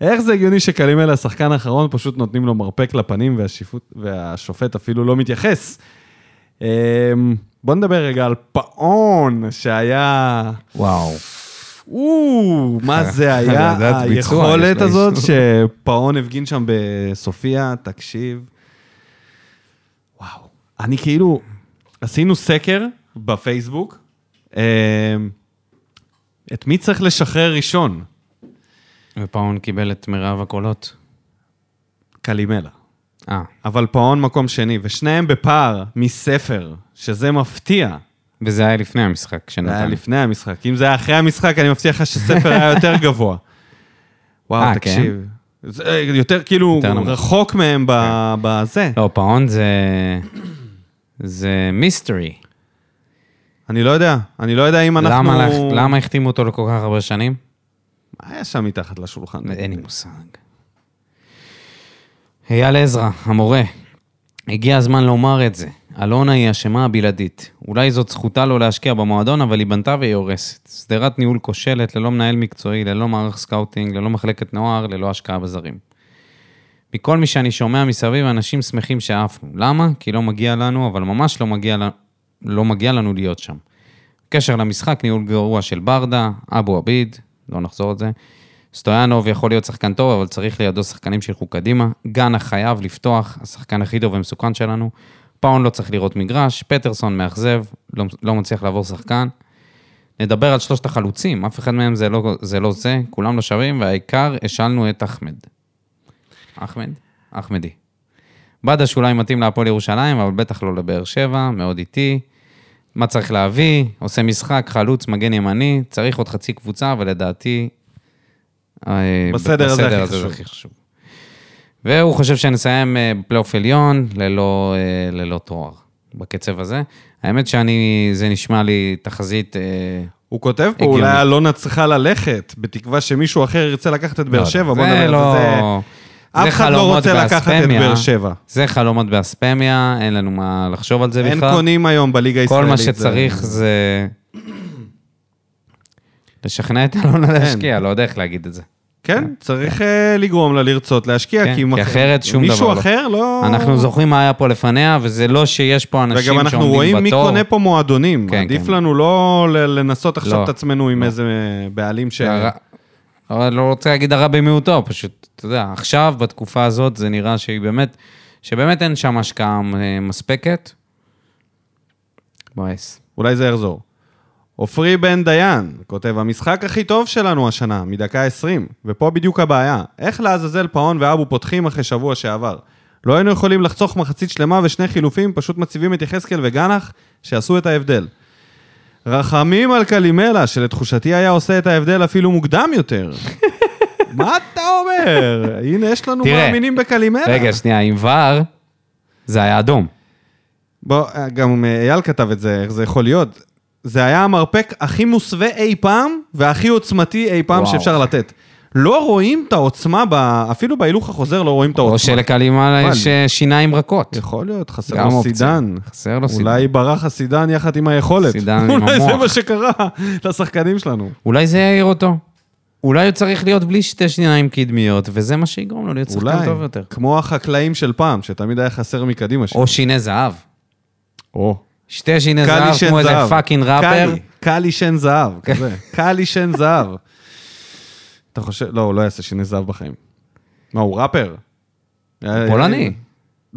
Speaker 1: איך זה הגיוני שקלימל השחקן האחרון, פשוט נותנים לו מרפק לפנים והשיפוט- והשופט אפילו לא מתייחס? אמ, בוא נדבר רגע על פאון, שהיה...
Speaker 2: וואו.
Speaker 1: או, מה זה היה
Speaker 2: חרדת ביצוע יש
Speaker 1: היכולת
Speaker 2: לאיש.
Speaker 1: הזאת שפאון הפגין שם בסופיה, תקשיב. וואו. אני כאילו, עשינו סקר בפייסבוק, אמ, את מי צריך לשחרר ראשון?
Speaker 2: ופאון קיבל את מירב הקולות.
Speaker 1: קלימלה.
Speaker 2: אה,
Speaker 1: אבל פאון מקום שני, ושניהם בפער מספר, שזה מפתיע.
Speaker 2: וזה היה לפני המשחק
Speaker 1: זה היה
Speaker 2: שנתן.
Speaker 1: לפני המשחק. אם זה היה אחרי המשחק, אני מבטיח לך שספר היה יותר גבוה. וואו,
Speaker 2: אה,
Speaker 1: תקשיב. זה יותר כאילו
Speaker 2: יותר נמוך.
Speaker 1: רחוק מהם ב- בזה.
Speaker 2: לא, פאון זה... זה מיסטרי.
Speaker 1: אני לא יודע, אני לא יודע אם אנחנו...
Speaker 2: למה לח- למה החתימו אותו לכל כך הרבה שנים?
Speaker 1: מה היה שם מתחת לשולחן?
Speaker 2: אין לי מושג. אייל עזרא, המורה, הגיע הזמן לומר את זה. אלונה היא אשמה הבלעדית. אולי זאת זכותה לא להשקיע במועדון, אבל היא בנתה והיא הורסת. שדרת ניהול כושלת, ללא מנהל מקצועי, ללא מערך סקאוטינג, ללא מחלקת נוער, ללא השקעה בזרים. מכל מי שאני שומע מסביב, אנשים שמחים שעפנו. למה? כי לא מגיע לנו, אבל ממש לא מגיע, לנו- לא מגיע לנו להיות שם. קשר למשחק, ניהול גרוע של ברדה, אבו עביד, לא נחזור את זה. סטויאנוב יכול להיות שחקן טוב, אבל צריך לידו שחקנים שילכו קדימה. גאנה חייב לפתוח, השחקן הכי טוב ומסוכן שלנו. פאון לא צריך לראות מגרש, פטרסון מאכזב, לא, לא מצליח לעבור שחקן. נדבר על שלושת החלוצים, אף אחד מהם זה לא זה, לא זה כולם לא שווים, והעיקר, השאלנו את אחמד. אחמד? אחמדי. בדש אולי מתאים להפועל ירושלים, אבל בטח לא לבאר שבע, מאוד איטי. מה צריך להביא, עושה משחק, חלוץ, מגן ימני, צריך עוד חצי קבוצה, ולדעתי... אה,
Speaker 1: בסדר הזה הכי
Speaker 2: זה
Speaker 1: חשוב.
Speaker 2: הכי חשוב. והוא חושב שנסיים אה, בפלייאוף עליון ללא, אה, ללא תואר, בקצב הזה. האמת שאני, זה נשמע לי תחזית... אה,
Speaker 1: הוא כותב פה,
Speaker 2: הגיוני.
Speaker 1: אולי אלונה צריכה ללכת, בתקווה שמישהו אחר ירצה לקחת את באר שבע, בוא
Speaker 2: זה
Speaker 1: נדבר
Speaker 2: לא-
Speaker 1: על זה. אף
Speaker 2: זה
Speaker 1: אחד לא
Speaker 2: חלומות
Speaker 1: רוצה לקחת את
Speaker 2: באספמיה.
Speaker 1: באר שבע.
Speaker 2: זה חלומות באספמיה, אין לנו מה לחשוב על זה
Speaker 1: אין
Speaker 2: בכלל.
Speaker 1: קונים היום בליגה
Speaker 2: כל
Speaker 1: הישראלית.
Speaker 2: מה
Speaker 1: זה-
Speaker 2: שצריך זה... לשכנע את אלונה להשקיע, לא יודע איך להגיד את זה.
Speaker 1: כן, צריך אה, לגרום לה לרצות להשקיע,
Speaker 2: כן,
Speaker 1: כי אם
Speaker 2: כי
Speaker 1: אח-
Speaker 2: אחרת שום דבר
Speaker 1: מישהו
Speaker 2: לא.
Speaker 1: אחר לא...
Speaker 2: אנחנו זוכרים מה היה פה לפניה, וזה לא שיש פה אנשים שעומדים
Speaker 1: וגם
Speaker 2: בתור.
Speaker 1: אנחנו רואים מי קונה פה מועדונים.
Speaker 2: כן,
Speaker 1: עדיף
Speaker 2: כן.
Speaker 1: לנו לא ל- לנסות עכשיו
Speaker 2: לא.
Speaker 1: את עצמנו עם איזה בעלים ש...
Speaker 2: הרע- אבל לא רוצה להגיד הרע במיעוטו, פשוט, אתה יודע, עכשיו, בתקופה הזאת, זה נראה שהיא באמת, שבאמת אין שם השקעה אה, מספקת. מבאס.
Speaker 1: אולי זה יחזור. עופרי בן דיין כותב, המשחק הכי טוב שלנו השנה, מדקה 20, ופה בדיוק הבעיה. איך לעזאזל פאון ואבו פותחים אחרי שבוע שעבר? לא היינו יכולים לחסוך מחצית שלמה ושני חילופים, פשוט מציבים את יחזקאל וגנח, שעשו את ההבדל. רחמים על קלימלה, שלתחושתי היה עושה את ההבדל אפילו מוקדם יותר. מה אתה אומר? הנה, יש לנו
Speaker 2: תראה,
Speaker 1: מאמינים בקלימלה.
Speaker 2: רגע, שנייה, עם ור, זה היה אדום.
Speaker 1: בוא, גם אה, אייל כתב את זה, איך זה יכול להיות. זה היה המרפק הכי מוסווה אי פעם, והכי עוצמתי אי פעם
Speaker 2: וואו.
Speaker 1: שאפשר לתת. לא רואים את העוצמה, ב... אפילו בהילוך החוזר לא רואים את
Speaker 2: או
Speaker 1: העוצמה.
Speaker 2: שלקלימה יש אה, שיניים רכות.
Speaker 1: יכול להיות, חסר
Speaker 2: גם
Speaker 1: לו
Speaker 2: אופציה.
Speaker 1: סידן.
Speaker 2: חסר לו סידן.
Speaker 1: אולי ברח הסידן יחד עם היכולת.
Speaker 2: סידן עם
Speaker 1: אולי זה
Speaker 2: המוח.
Speaker 1: מה שקרה לשחקנים שלנו.
Speaker 2: אולי זה יעיר אותו. אולי הוא צריך להיות בלי שתי שיניים קדמיות, וזה מה שיגרום לו להיות שחקן
Speaker 1: אולי,
Speaker 2: טוב יותר.
Speaker 1: כמו החקלאים של פעם, שתמיד היה חסר מקדימה שלו.
Speaker 2: או שיני זהב.
Speaker 1: או.
Speaker 2: שתי שיני
Speaker 1: קאלי
Speaker 2: זהב
Speaker 1: שן
Speaker 2: כמו איזה כן.
Speaker 1: זהב.
Speaker 2: פאקינג ראפר.
Speaker 1: קאלי, קאלי שן זהב, כזה. קאלי שן זהב. אתה חושב, לא, הוא לא יעשה שיני זהב בחיים. מה, הוא אה, ראפר?
Speaker 2: פולני.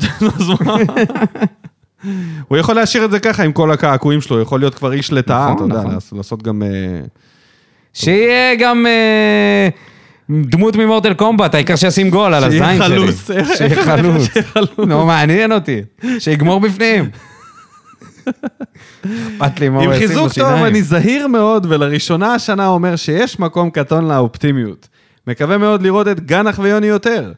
Speaker 1: אה, אז מה? הוא יכול להשאיר את זה ככה עם כל הקעקועים שלו, הוא יכול להיות כבר איש לטאה, אתה
Speaker 2: נכון,
Speaker 1: יודע,
Speaker 2: נכון.
Speaker 1: לעשות- לעשות גם... אה,
Speaker 2: שיהיה גם אה, דמות ממורטל קומבט, העיקר שישים גול על
Speaker 1: שיהיה
Speaker 2: הזין שלי.
Speaker 1: חלוץ.
Speaker 2: שיהיה חלוץ. לא מעניין אותי. שיגמור בפנים. אכפת לי מה
Speaker 1: עם
Speaker 2: הוא ישים
Speaker 1: חיזוק טוב,
Speaker 2: בשיניים.
Speaker 1: אני זהיר מאוד, ולראשונה השנה אומר שיש מקום קטון לאופטימיות. מקווה מאוד לראות את גנח ויוני יותר.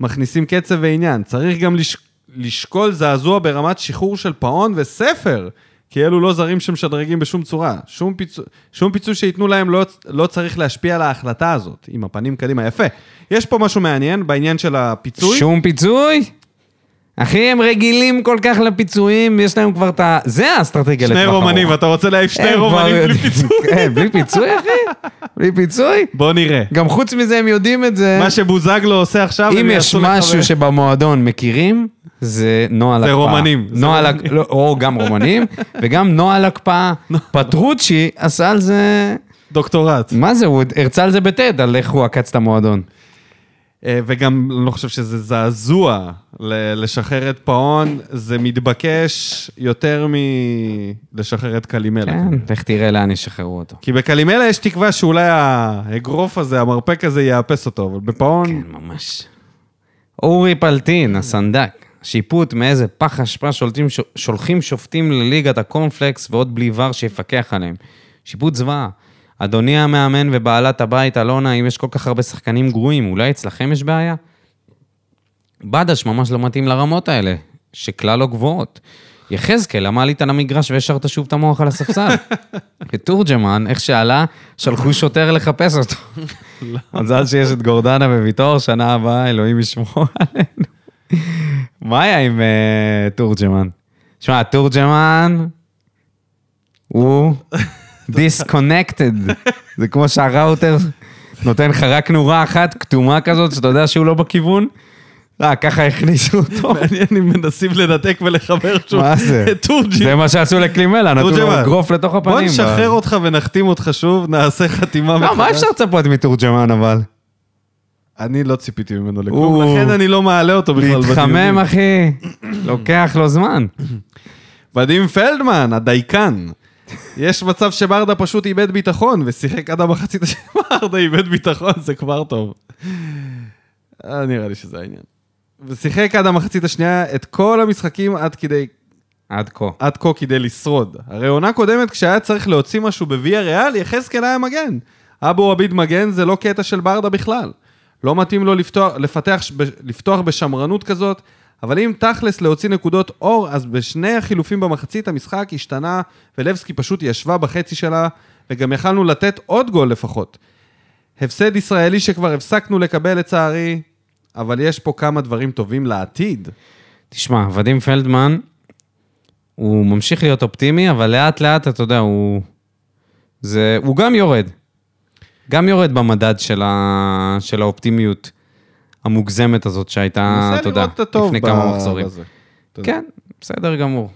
Speaker 1: מכניסים קצב ועניין. צריך גם לש... לשקול זעזוע ברמת שחרור של פאון וספר, כי אלו לא זרים שמשדרגים בשום צורה. שום, פיצו... שום פיצוי שייתנו להם לא... לא צריך להשפיע על ההחלטה הזאת, עם הפנים קדימה. יפה. יש פה משהו מעניין בעניין של הפיצוי.
Speaker 2: שום פיצוי? אחי, הם רגילים כל כך לפיצויים, יש להם כבר את ה... זה האסטרטגיה
Speaker 1: שני
Speaker 2: לטווח ארוך.
Speaker 1: רומנים, ואתה רוצה להעיף שני
Speaker 2: לא הם כבר
Speaker 1: רומנים בלי
Speaker 2: יודעים-
Speaker 1: פיצוי.
Speaker 2: כן, בלי פיצוי, אחי? בלי פיצוי?
Speaker 1: בוא נראה.
Speaker 2: גם חוץ מזה הם יודעים את זה.
Speaker 1: מה שבוזגלו עושה עכשיו,
Speaker 2: כן. אם
Speaker 1: הם
Speaker 2: יש
Speaker 1: יעשו לחבר.
Speaker 2: משהו שבמועדון מכירים, זה נוהל
Speaker 1: זה
Speaker 2: הקפאה.
Speaker 1: רומנים. זה
Speaker 2: נוהל, הק- לא, או גם רומנים, וגם נוהל הקפאה. פטרוצ'י עשה על זה...
Speaker 1: דוקטורט.
Speaker 2: מה זה, הוא הרצה על זה בטד, על איך הוא עקץ את המועדון.
Speaker 1: אה, וגם, אני לא חושב שזה זעזוע ל- לשחרר את פאון, זה מתבקש יותר מלשחרר את קלימלה.
Speaker 2: כן, לך תראה לאן ישחררו אותו.
Speaker 1: כי בקלימלה יש תקווה שאולי האגרוף הזה, המרפק הזה, יאפס אותו, אבל בפאון,
Speaker 2: כן, ממש. אורי פלטין, הסנדק. שיפוט מאיזה פח אשפה שולטים, שולחים שופטים לליגת הקורנפלקס ועוד בלי ור שיפקח עליהם. שיפוט זוועה. אדוני המאמן ובעלת הבית, אלונה, אם יש כל כך הרבה שחקנים גרועים, אולי אצלכם יש בעיה? בדש ממש לא מתאים לרמות האלה, שכלל לא גבוהות. יחזקאל עמל איתן המגרש והשארת שוב את המוח על הספסל. ותורג'מן, איך שעלה, שלחו שוטר לחפש אותו. מזל שיש את גורדנה וויטור, שנה הבאה, אלוהים ישמור עלינו. מה היה עם אה, תורג'מן? שמע, תורג'מן הוא disconnected. זה כמו שהראוטר נותן לך רק נורה אחת, כתומה כזאת, שאתה יודע שהוא לא בכיוון. אה, ככה הכניסו אותו.
Speaker 1: מעניין אם מנסים לנתק ולחבר שוב
Speaker 2: מה זה?
Speaker 1: את טורג'י.
Speaker 2: זה מה שעשו לקלימלה, נתנו לו
Speaker 1: תורג'מן.
Speaker 2: אגרוף לתוך הפנים.
Speaker 1: בוא נשחרר אותך ונחתים אותך שוב, נעשה חתימה
Speaker 2: לא, מה אפשר לצפות מתורג'מן אבל?
Speaker 1: אני לא ציפיתי ממנו
Speaker 2: הוא-
Speaker 1: לכלום, לכן אני לא מעלה אותו בכלל בדיונים.
Speaker 2: להתחמם, אחי, לוקח לו זמן.
Speaker 1: ודים פלדמן, הדייקן. יש מצב שברדה פשוט איבד ביטחון, ושיחק עד המחצית שברדה איבד ביטחון, זה כבר טוב. אה, נראה לי שזה העניין. ושיחק עד המחצית השנייה את כל המשחקים עד, כדי,
Speaker 2: עד כה.
Speaker 1: עד כה כדי לשרוד. הרי עונה קודמת, כשהיה צריך להוציא משהו בוויה ריאל, יחזקאל היה מגן. אבו עביד מגן זה לא קטע של ברדה בכלל. לא מתאים לו לפתוח, לפתח, ש- ב- לפתוח בשמרנות כזאת, אבל אם תכלס להוציא נקודות אור, אז בשני החילופים במחצית המשחק השתנה, ולבסקי פשוט ישבה בחצי שלה, וגם יכלנו לתת עוד גול לפחות. הפסד ישראלי שכבר הפסקנו לקבל לצערי, אבל יש פה כמה דברים טובים לעתיד.
Speaker 2: תשמע, ודים פלדמן, הוא ממשיך להיות אופטימי, אבל לאט לאט, אתה יודע, הוא... זה... הוא גם יורד. גם יורד במדד של, ה... של האופטימיות המוגזמת הזאת שהייתה,
Speaker 1: מנסה
Speaker 2: אתה יודע,
Speaker 1: לראות את הטוב
Speaker 2: אה, לפני
Speaker 1: ב-
Speaker 2: כמה מחזורים.
Speaker 1: בזה. אתה יודע.
Speaker 2: כן, בסדר גמור.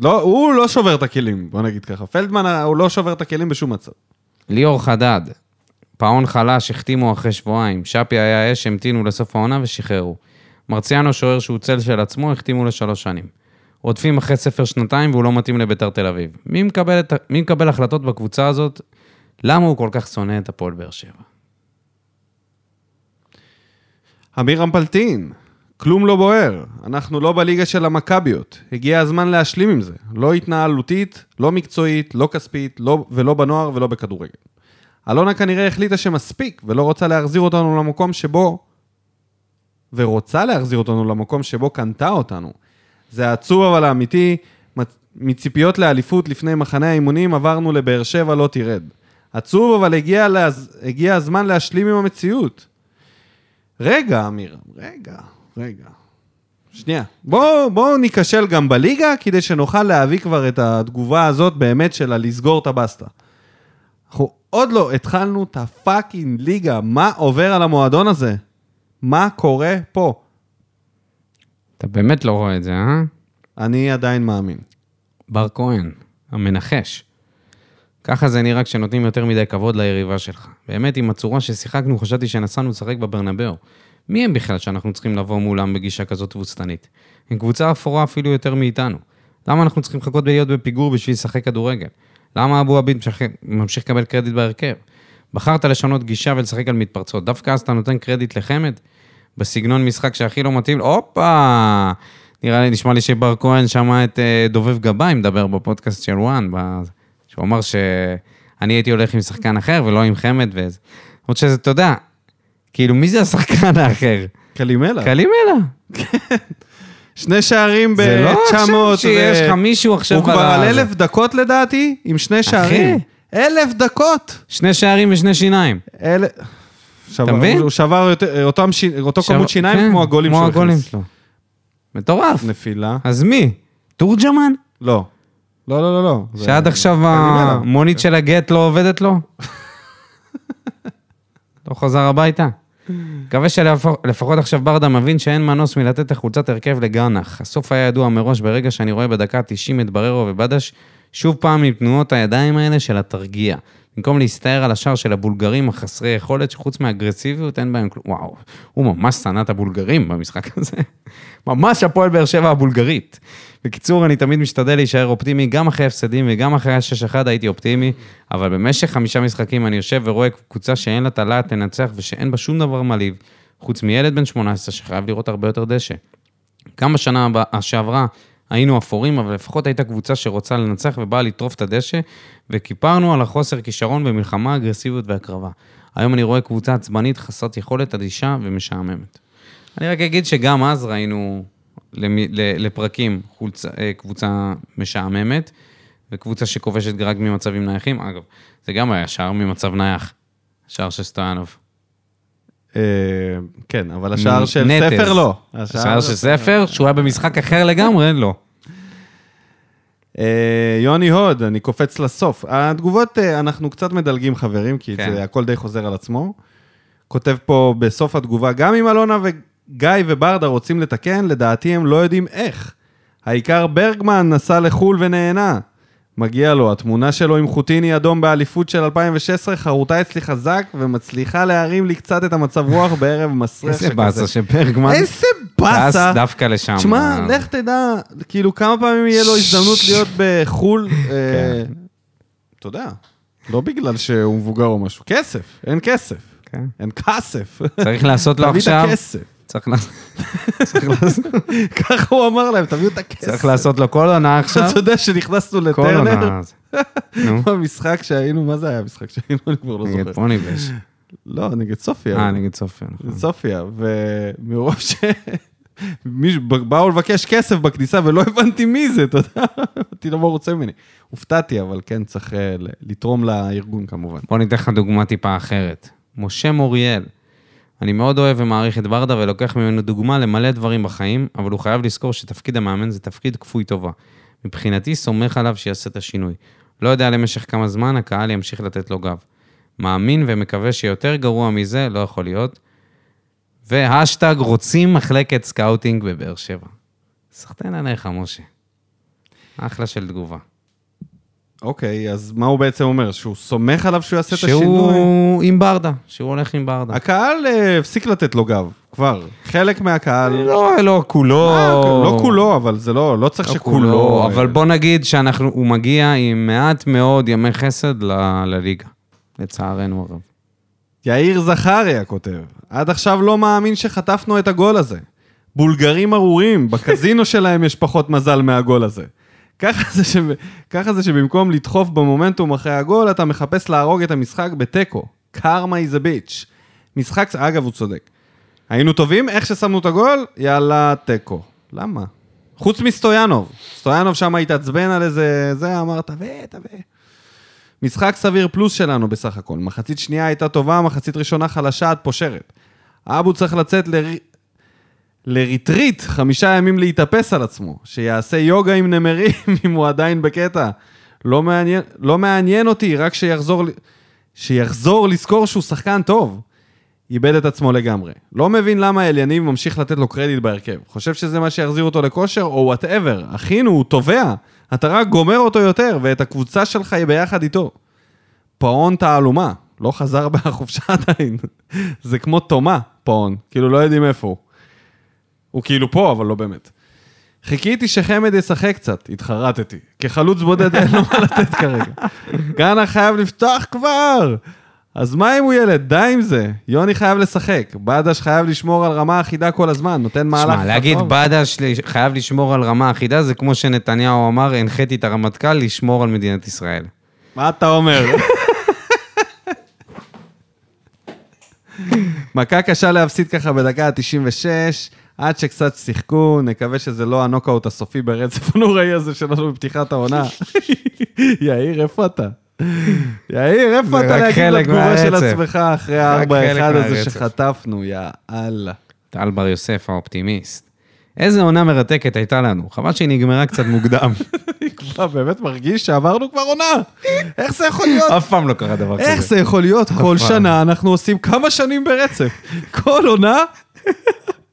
Speaker 1: לא, הוא לא שובר את הכלים, בוא נגיד ככה. פלדמן, אה, הוא לא שובר את הכלים בשום מצב.
Speaker 2: ליאור חדד, פאון חלש, החתימו אחרי שבועיים. שפי היה אש, המתינו לסוף העונה ושחררו. מרציאנו, שוער שהוא צל של עצמו, החתימו לשלוש שנים. רודפים אחרי ספר שנתיים והוא לא מתאים לביתר תל אביב. מי מקבל, את, ה- מי מקבל החלטות בקבוצה הזאת? למה הוא כל כך שונא את הפועל באר שבע?
Speaker 1: אמיר אמפלטין, כלום לא בוער, אנחנו לא בליגה של המכביות. הגיע הזמן להשלים עם זה. לא התנהלותית, לא מקצועית, לא כספית, לא, ולא בנוער ולא בכדורגל. אלונה כנראה החליטה שמספיק, ולא רוצה להחזיר אותנו למקום שבו... ורוצה להחזיר אותנו למקום שבו קנתה אותנו. זה עצוב אבל האמיתי, מצ- מציפיות לאליפות לפני מחנה האימונים עברנו לבאר שבע לא תרד. עצוב אבל הגיע, להז... הגיע הזמן להשלים עם המציאות. רגע, אמיר, רגע, רגע. שנייה. בואו בוא ניכשל גם בליגה, כדי שנוכל להביא כבר את התגובה הזאת באמת של הלסגור את הבסטה. אנחנו עוד לא התחלנו את הפאקינג ליגה, מה עובר על המועדון הזה? מה קורה פה?
Speaker 2: אתה באמת לא רואה את זה, אה?
Speaker 1: אני עדיין מאמין.
Speaker 2: בר כהן, המנחש. ככה זה נראה כשנותנים יותר מדי כבוד ליריבה שלך. באמת, עם הצורה ששיחקנו, חשבתי שנסענו לשחק בברנבאו. מי הם בכלל שאנחנו צריכים לבוא מולם בגישה כזאת תבוסתנית? הם קבוצה אפורה אפילו יותר מאיתנו. למה אנחנו צריכים לחכות ולהיות בפיגור בשביל לשחק כדורגל? למה אבו עביד משחק- ממשיך לקבל קרדיט בהרכב? בחרת לשנות גישה ולשחק על מתפרצות. דווקא אז אתה נותן קרדיט לחמד? בסגנון משחק שהכי לא מתאים, לו. הופה! נראה לי, נשמע לי שבר כהן שמע את אה, דובב גבאי מדבר בפודקאסט של וואן, ב- שהוא אמר שאני הייתי הולך עם שחקן אחר ולא עם חמד וזה. למרות שזה, אתה יודע, כאילו, מי זה השחקן האחר?
Speaker 1: קלימלה.
Speaker 2: קלימלה.
Speaker 1: שני שערים ב-900.
Speaker 2: זה לא עכשיו שיש לך מישהו עכשיו...
Speaker 1: הוא כבר
Speaker 2: ה-
Speaker 1: על
Speaker 2: זה.
Speaker 1: אלף דקות לדעתי, עם שני שערים. אלף דקות!
Speaker 2: שני שערים ושני שיניים.
Speaker 1: אל... שבר,
Speaker 2: אתה מבין?
Speaker 1: הוא שבר יותר, אותם ש... אותו
Speaker 2: שב-
Speaker 1: כמות שיניים
Speaker 2: כן,
Speaker 1: כמו הגולים
Speaker 2: כמו
Speaker 1: שהוא
Speaker 2: הגולים
Speaker 1: הכניס.
Speaker 2: שלו. מטורף.
Speaker 1: נפילה.
Speaker 2: אז מי? תורג'מן?
Speaker 1: לא. לא, לא, לא, לא. זה- לא?
Speaker 2: שעד עכשיו
Speaker 1: קלימלה.
Speaker 2: המונית של הגט לא עובדת לו? לא חזר הביתה. מקווה שלפחות עכשיו ברדה מבין שאין מנוס מלתת את החולצת הרכב לגרנח. הסוף היה ידוע מראש ברגע שאני רואה בדקה ה-90 את בררו ובדש שוב פעם עם תנועות הידיים האלה של התרגיע. במקום להסתער על השער של הבולגרים החסרי יכולת, שחוץ מאגרסיביות אין בהם כלום. וואו, הוא ממש שנא את הבולגרים במשחק הזה. ממש הפועל באר שבע הבולגרית. בקיצור, אני תמיד משתדל להישאר אופטימי, גם אחרי הפסדים וגם אחרי ה-6-1 הייתי אופטימי, אבל במשך חמישה משחקים אני יושב ורואה קבוצה שאין לה תל"ת לנצח ושאין בה שום דבר מלהיב, חוץ מילד בן 18 שחייב לראות הרבה יותר דשא. גם בשנה הבא- שעברה היינו אפורים, אבל לפחות הייתה קבוצה שרוצה לנצח ובאה לטרוף את הדשא, וכיפרנו על החוסר כישרון במלחמה, אגרסיביות והקרבה. היום אני רואה קבוצה עצבנית, חסרת יכולת, אדישה ומשעממת. אני רק אגיד שגם אז ראינו למי- ל- לפרקים חולצה, אה, קבוצה משעממת, וקבוצה שכובשת רק ממצבים נייחים. אגב, זה גם היה שער ממצב נייח, שער של סטויאנוב.
Speaker 1: אה, כן, אבל השער
Speaker 2: מ-
Speaker 1: של
Speaker 2: נטז.
Speaker 1: ספר לא.
Speaker 2: שער של ספר, שהוא היה במשחק אחר לגמרי, לא.
Speaker 1: אה, יוני הוד, אני קופץ לסוף. התגובות, אה, אנחנו קצת מדלגים חברים, כי
Speaker 2: כן.
Speaker 1: זה הכל די חוזר על עצמו. כותב פה בסוף התגובה, גם אם אלונה וגיא וברדה רוצים לתקן, לדעתי הם לא יודעים איך. העיקר ברגמן נסע לחו"ל ונהנה. מגיע לו, התמונה שלו עם חוטיני אדום באליפות של 2016 חרוטה אצלי חזק ומצליחה להרים לי קצת את המצב רוח בערב מסריח
Speaker 2: איזה באסה שברגמן
Speaker 1: איזה
Speaker 2: טס
Speaker 1: באסה.
Speaker 2: דווקא לשם.
Speaker 1: תשמע,
Speaker 2: אה,
Speaker 1: לך תדע, כאילו כמה פעמים יהיה לו הזדמנות להיות בחו"ל,
Speaker 2: כן.
Speaker 1: אה, אתה יודע, לא בגלל שהוא מבוגר או משהו, כסף, אין כסף,
Speaker 2: כן.
Speaker 1: אין כסף.
Speaker 2: צריך לעשות לו
Speaker 1: תביא
Speaker 2: לא עכשיו,
Speaker 1: את הכסף.
Speaker 2: צריך לעשות- צריך לעשות-
Speaker 1: ככה הוא אמר להם, תביאו את הכסף.
Speaker 2: צריך לעשות לו כל עונה עכשיו,
Speaker 1: אתה יודע שנכנסנו
Speaker 2: כל
Speaker 1: לטרנר
Speaker 2: עונה. אז- נו,
Speaker 1: במשחק שהיינו, מה זה היה המשחק שהיינו, אני כבר לא
Speaker 2: נגד
Speaker 1: זוכר.
Speaker 2: פוניבש.
Speaker 1: לא, נגד סופיה.
Speaker 2: אה, נגד סופיה, נכון.
Speaker 1: נגד כן. סופיה, ומרוב ש... מישהו- ב- באו לבקש כסף בכניסה ולא הבנתי מי זה, אתה יודע? אמרתי לו, מה הוא רוצה ממני? הופתעתי, אבל כן, צריך אה, ל- לתרום לארגון כמובן.
Speaker 2: בוא ניתן לך דוגמה טיפה אחרת. משה מוריאל. אני מאוד אוהב ומעריך את ברדה ולוקח ממנו דוגמה למלא דברים בחיים, אבל הוא חייב לזכור שתפקיד המאמן זה תפקיד כפוי טובה. מבחינתי, סומך עליו שיעשה את השינוי. לא יודע למשך כמה זמן הקהל ימשיך לתת לו גב. מאמין ומקווה שיותר גרוע מזה לא יכול להיות. והשטג רוצים מחלקת סקאוטינג בבאר שבע. סחטיין עליך, משה. אחלה של תגובה.
Speaker 1: אוקיי, אז מה הוא בעצם אומר? שהוא סומך עליו שהוא יעשה את השינוי?
Speaker 2: שהוא עם ברדה, שהוא הולך עם ברדה.
Speaker 1: הקהל אה, הפסיק לתת לו גב, כבר. חלק מהקהל...
Speaker 2: לא, לא כולו.
Speaker 1: אה, לא כולו, אבל זה לא, לא צריך
Speaker 2: לא
Speaker 1: שכולו...
Speaker 2: כולו, אבל בוא נגיד שאנחנו, הוא מגיע עם מעט מאוד ימי חסד ל- לליגה, לצערנו הרב.
Speaker 1: יאיר זכריה כותב, עד עכשיו לא מאמין שחטפנו את הגול הזה. בולגרים ארורים, בקזינו שלהם יש פחות מזל מהגול הזה. ככה זה, ש... ככה זה שבמקום לדחוף במומנטום אחרי הגול, אתה מחפש להרוג את המשחק בתיקו. קרמה איזה ביץ'. משחק, אגב, הוא צודק. היינו טובים, איך ששמנו את הגול, יאללה, תיקו. למה? חוץ מסטויאנוב. סטויאנוב שם התעצבן על איזה... זה, אמר, תווה, תווה. משחק סביר פלוס שלנו בסך הכל. מחצית שנייה הייתה טובה, מחצית ראשונה חלשה עד פושרת. אבו צריך לצאת ל... לריטריט, חמישה ימים להתאפס על עצמו. שיעשה יוגה עם נמרים אם הוא עדיין בקטע. לא מעניין, לא מעניין אותי, רק שיחזור, ל- שיחזור לזכור שהוא שחקן טוב. איבד את עצמו לגמרי. לא מבין למה אליניב ממשיך לתת לו קרדיט בהרכב. חושב שזה מה שיחזיר אותו לכושר, או וואטאבר. אחינו, הוא תובע. אתה רק גומר אותו יותר, ואת הקבוצה שלך היא ביחד איתו. פאון תעלומה. לא חזר מהחופשה עדיין. זה כמו תומה, פאון. כאילו, לא יודעים איפה הוא. הוא כאילו פה, אבל לא באמת. חיכיתי שחמד ישחק קצת, התחרטתי. כחלוץ בודד אין לו מה לתת כרגע. גאנה חייב לפתוח כבר! אז מה אם הוא ילד? די עם זה. יוני חייב לשחק. בדש חייב לשמור על רמה אחידה כל הזמן, נותן מהלך...
Speaker 2: שמע, להגיד
Speaker 1: טוב.
Speaker 2: בדה שלי חייב לשמור על רמה אחידה, זה כמו שנתניהו אמר, הנחיתי את הרמטכ"ל לשמור על מדינת ישראל.
Speaker 1: מה אתה אומר? מכה קשה להפסיד ככה בדקה ה-96, עד שקצת שיחקו, נקווה שזה לא הנוקאוט הסופי ברצף הנוראי הזה שלנו בפתיחת העונה. יאיר, איפה אתה? יאיר,
Speaker 2: זה
Speaker 1: איפה אתה
Speaker 2: רק
Speaker 1: להגיד
Speaker 2: חלק
Speaker 1: לתגובה של
Speaker 2: מהרצף.
Speaker 1: עצמך אחרי
Speaker 2: זה רק חלק
Speaker 1: ה-4-1 הזה
Speaker 2: מהרצף.
Speaker 1: שחטפנו, יא אללה.
Speaker 2: טל בר יוסף האופטימיסט. איזה עונה מרתקת הייתה לנו, חבל שהיא נגמרה קצת מוקדם.
Speaker 1: אני כבר באמת מרגיש שעברנו כבר עונה. איך זה יכול להיות?
Speaker 2: אף פעם לא קרה דבר כזה.
Speaker 1: איך זה יכול להיות? כל
Speaker 2: פעם.
Speaker 1: שנה אנחנו עושים כמה שנים ברצף. כל עונה,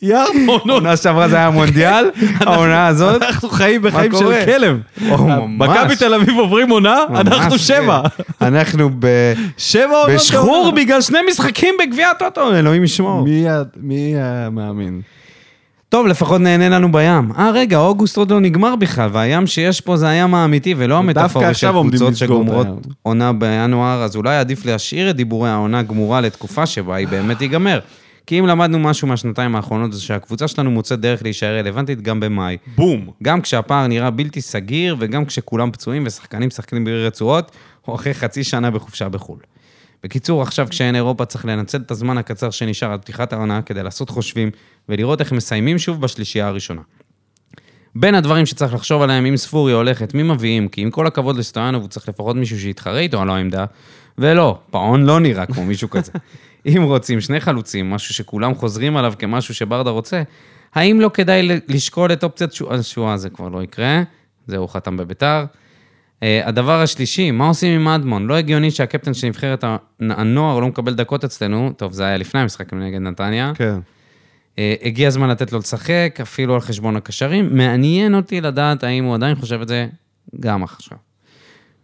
Speaker 1: ירמונות.
Speaker 2: העונה שעברה זה היה המונדיאל, העונה הזאת,
Speaker 1: אנחנו חיים בחיים
Speaker 2: מה
Speaker 1: של
Speaker 2: קורה?
Speaker 1: כלב.
Speaker 2: או, ממש.
Speaker 1: מכבי תל אביב עוברים עונה, אנחנו
Speaker 2: ממש,
Speaker 1: שבע.
Speaker 2: כן. אנחנו ב...
Speaker 1: שבע עונות.
Speaker 2: בשחרור
Speaker 1: בעונה.
Speaker 2: בגלל שני משחקים בגביע הטוטו, אלוהים ישמור.
Speaker 1: לא מי ה- מי המאמין?
Speaker 2: טוב, לפחות נהנה לנו בים. אה, רגע, אוגוסט עוד לא נגמר בכלל, והים שיש פה זה הים האמיתי, ולא המטאפורה של
Speaker 1: עכשיו עומדים
Speaker 2: קבוצות
Speaker 1: לסגור את
Speaker 2: שגומרות
Speaker 1: הים.
Speaker 2: עונה בינואר, אז אולי עדיף להשאיר את דיבורי העונה גמורה לתקופה שבה היא באמת תיגמר. כי אם למדנו משהו מהשנתיים האחרונות, זה שהקבוצה שלנו מוצאת דרך להישאר רלוונטית גם במאי.
Speaker 1: בום.
Speaker 2: גם כשהפער נראה בלתי סגיר, וגם כשכולם פצועים ושחקנים משחקים בלי רצועות, או אחרי חצי שנה בחופשה בחו"ל. בקיצור, עכשיו כשאין אירופה צריך לנצל את הזמן הקצר שנשאר עד פתיחת העונה כדי לעשות חושבים ולראות איך מסיימים שוב בשלישייה הראשונה. בין הדברים שצריך לחשוב עליהם, אם ספורי הולך, את מי מביאים? כי עם כל הכבוד לסטויאנוב, הוא צריך לפחות מישהו שיתחרה איתו על העמדה. ולא, פאון לא נראה כמו מישהו כזה. אם רוצים שני חלוצים, משהו שכולם חוזרים עליו כמשהו שברדה רוצה, האם לא כדאי ל- לשקול את אופציית שואה? שואה זה כבר לא יקרה, זהו, הוא חתם בביתר. אה, הדבר השלישי, מה עושים עם אדמון? לא הגיוני שהקפטן של נבחרת ה- הנוער לא מקבל דקות אצלנו, טוב, זה היה לפני המשחק נגד נתניה.
Speaker 1: כן.
Speaker 2: אה, הגיע הזמן לתת לו לשחק, אפילו על חשבון הקשרים. מעניין אותי לדעת האם הוא עדיין חושב את זה גם עכשיו.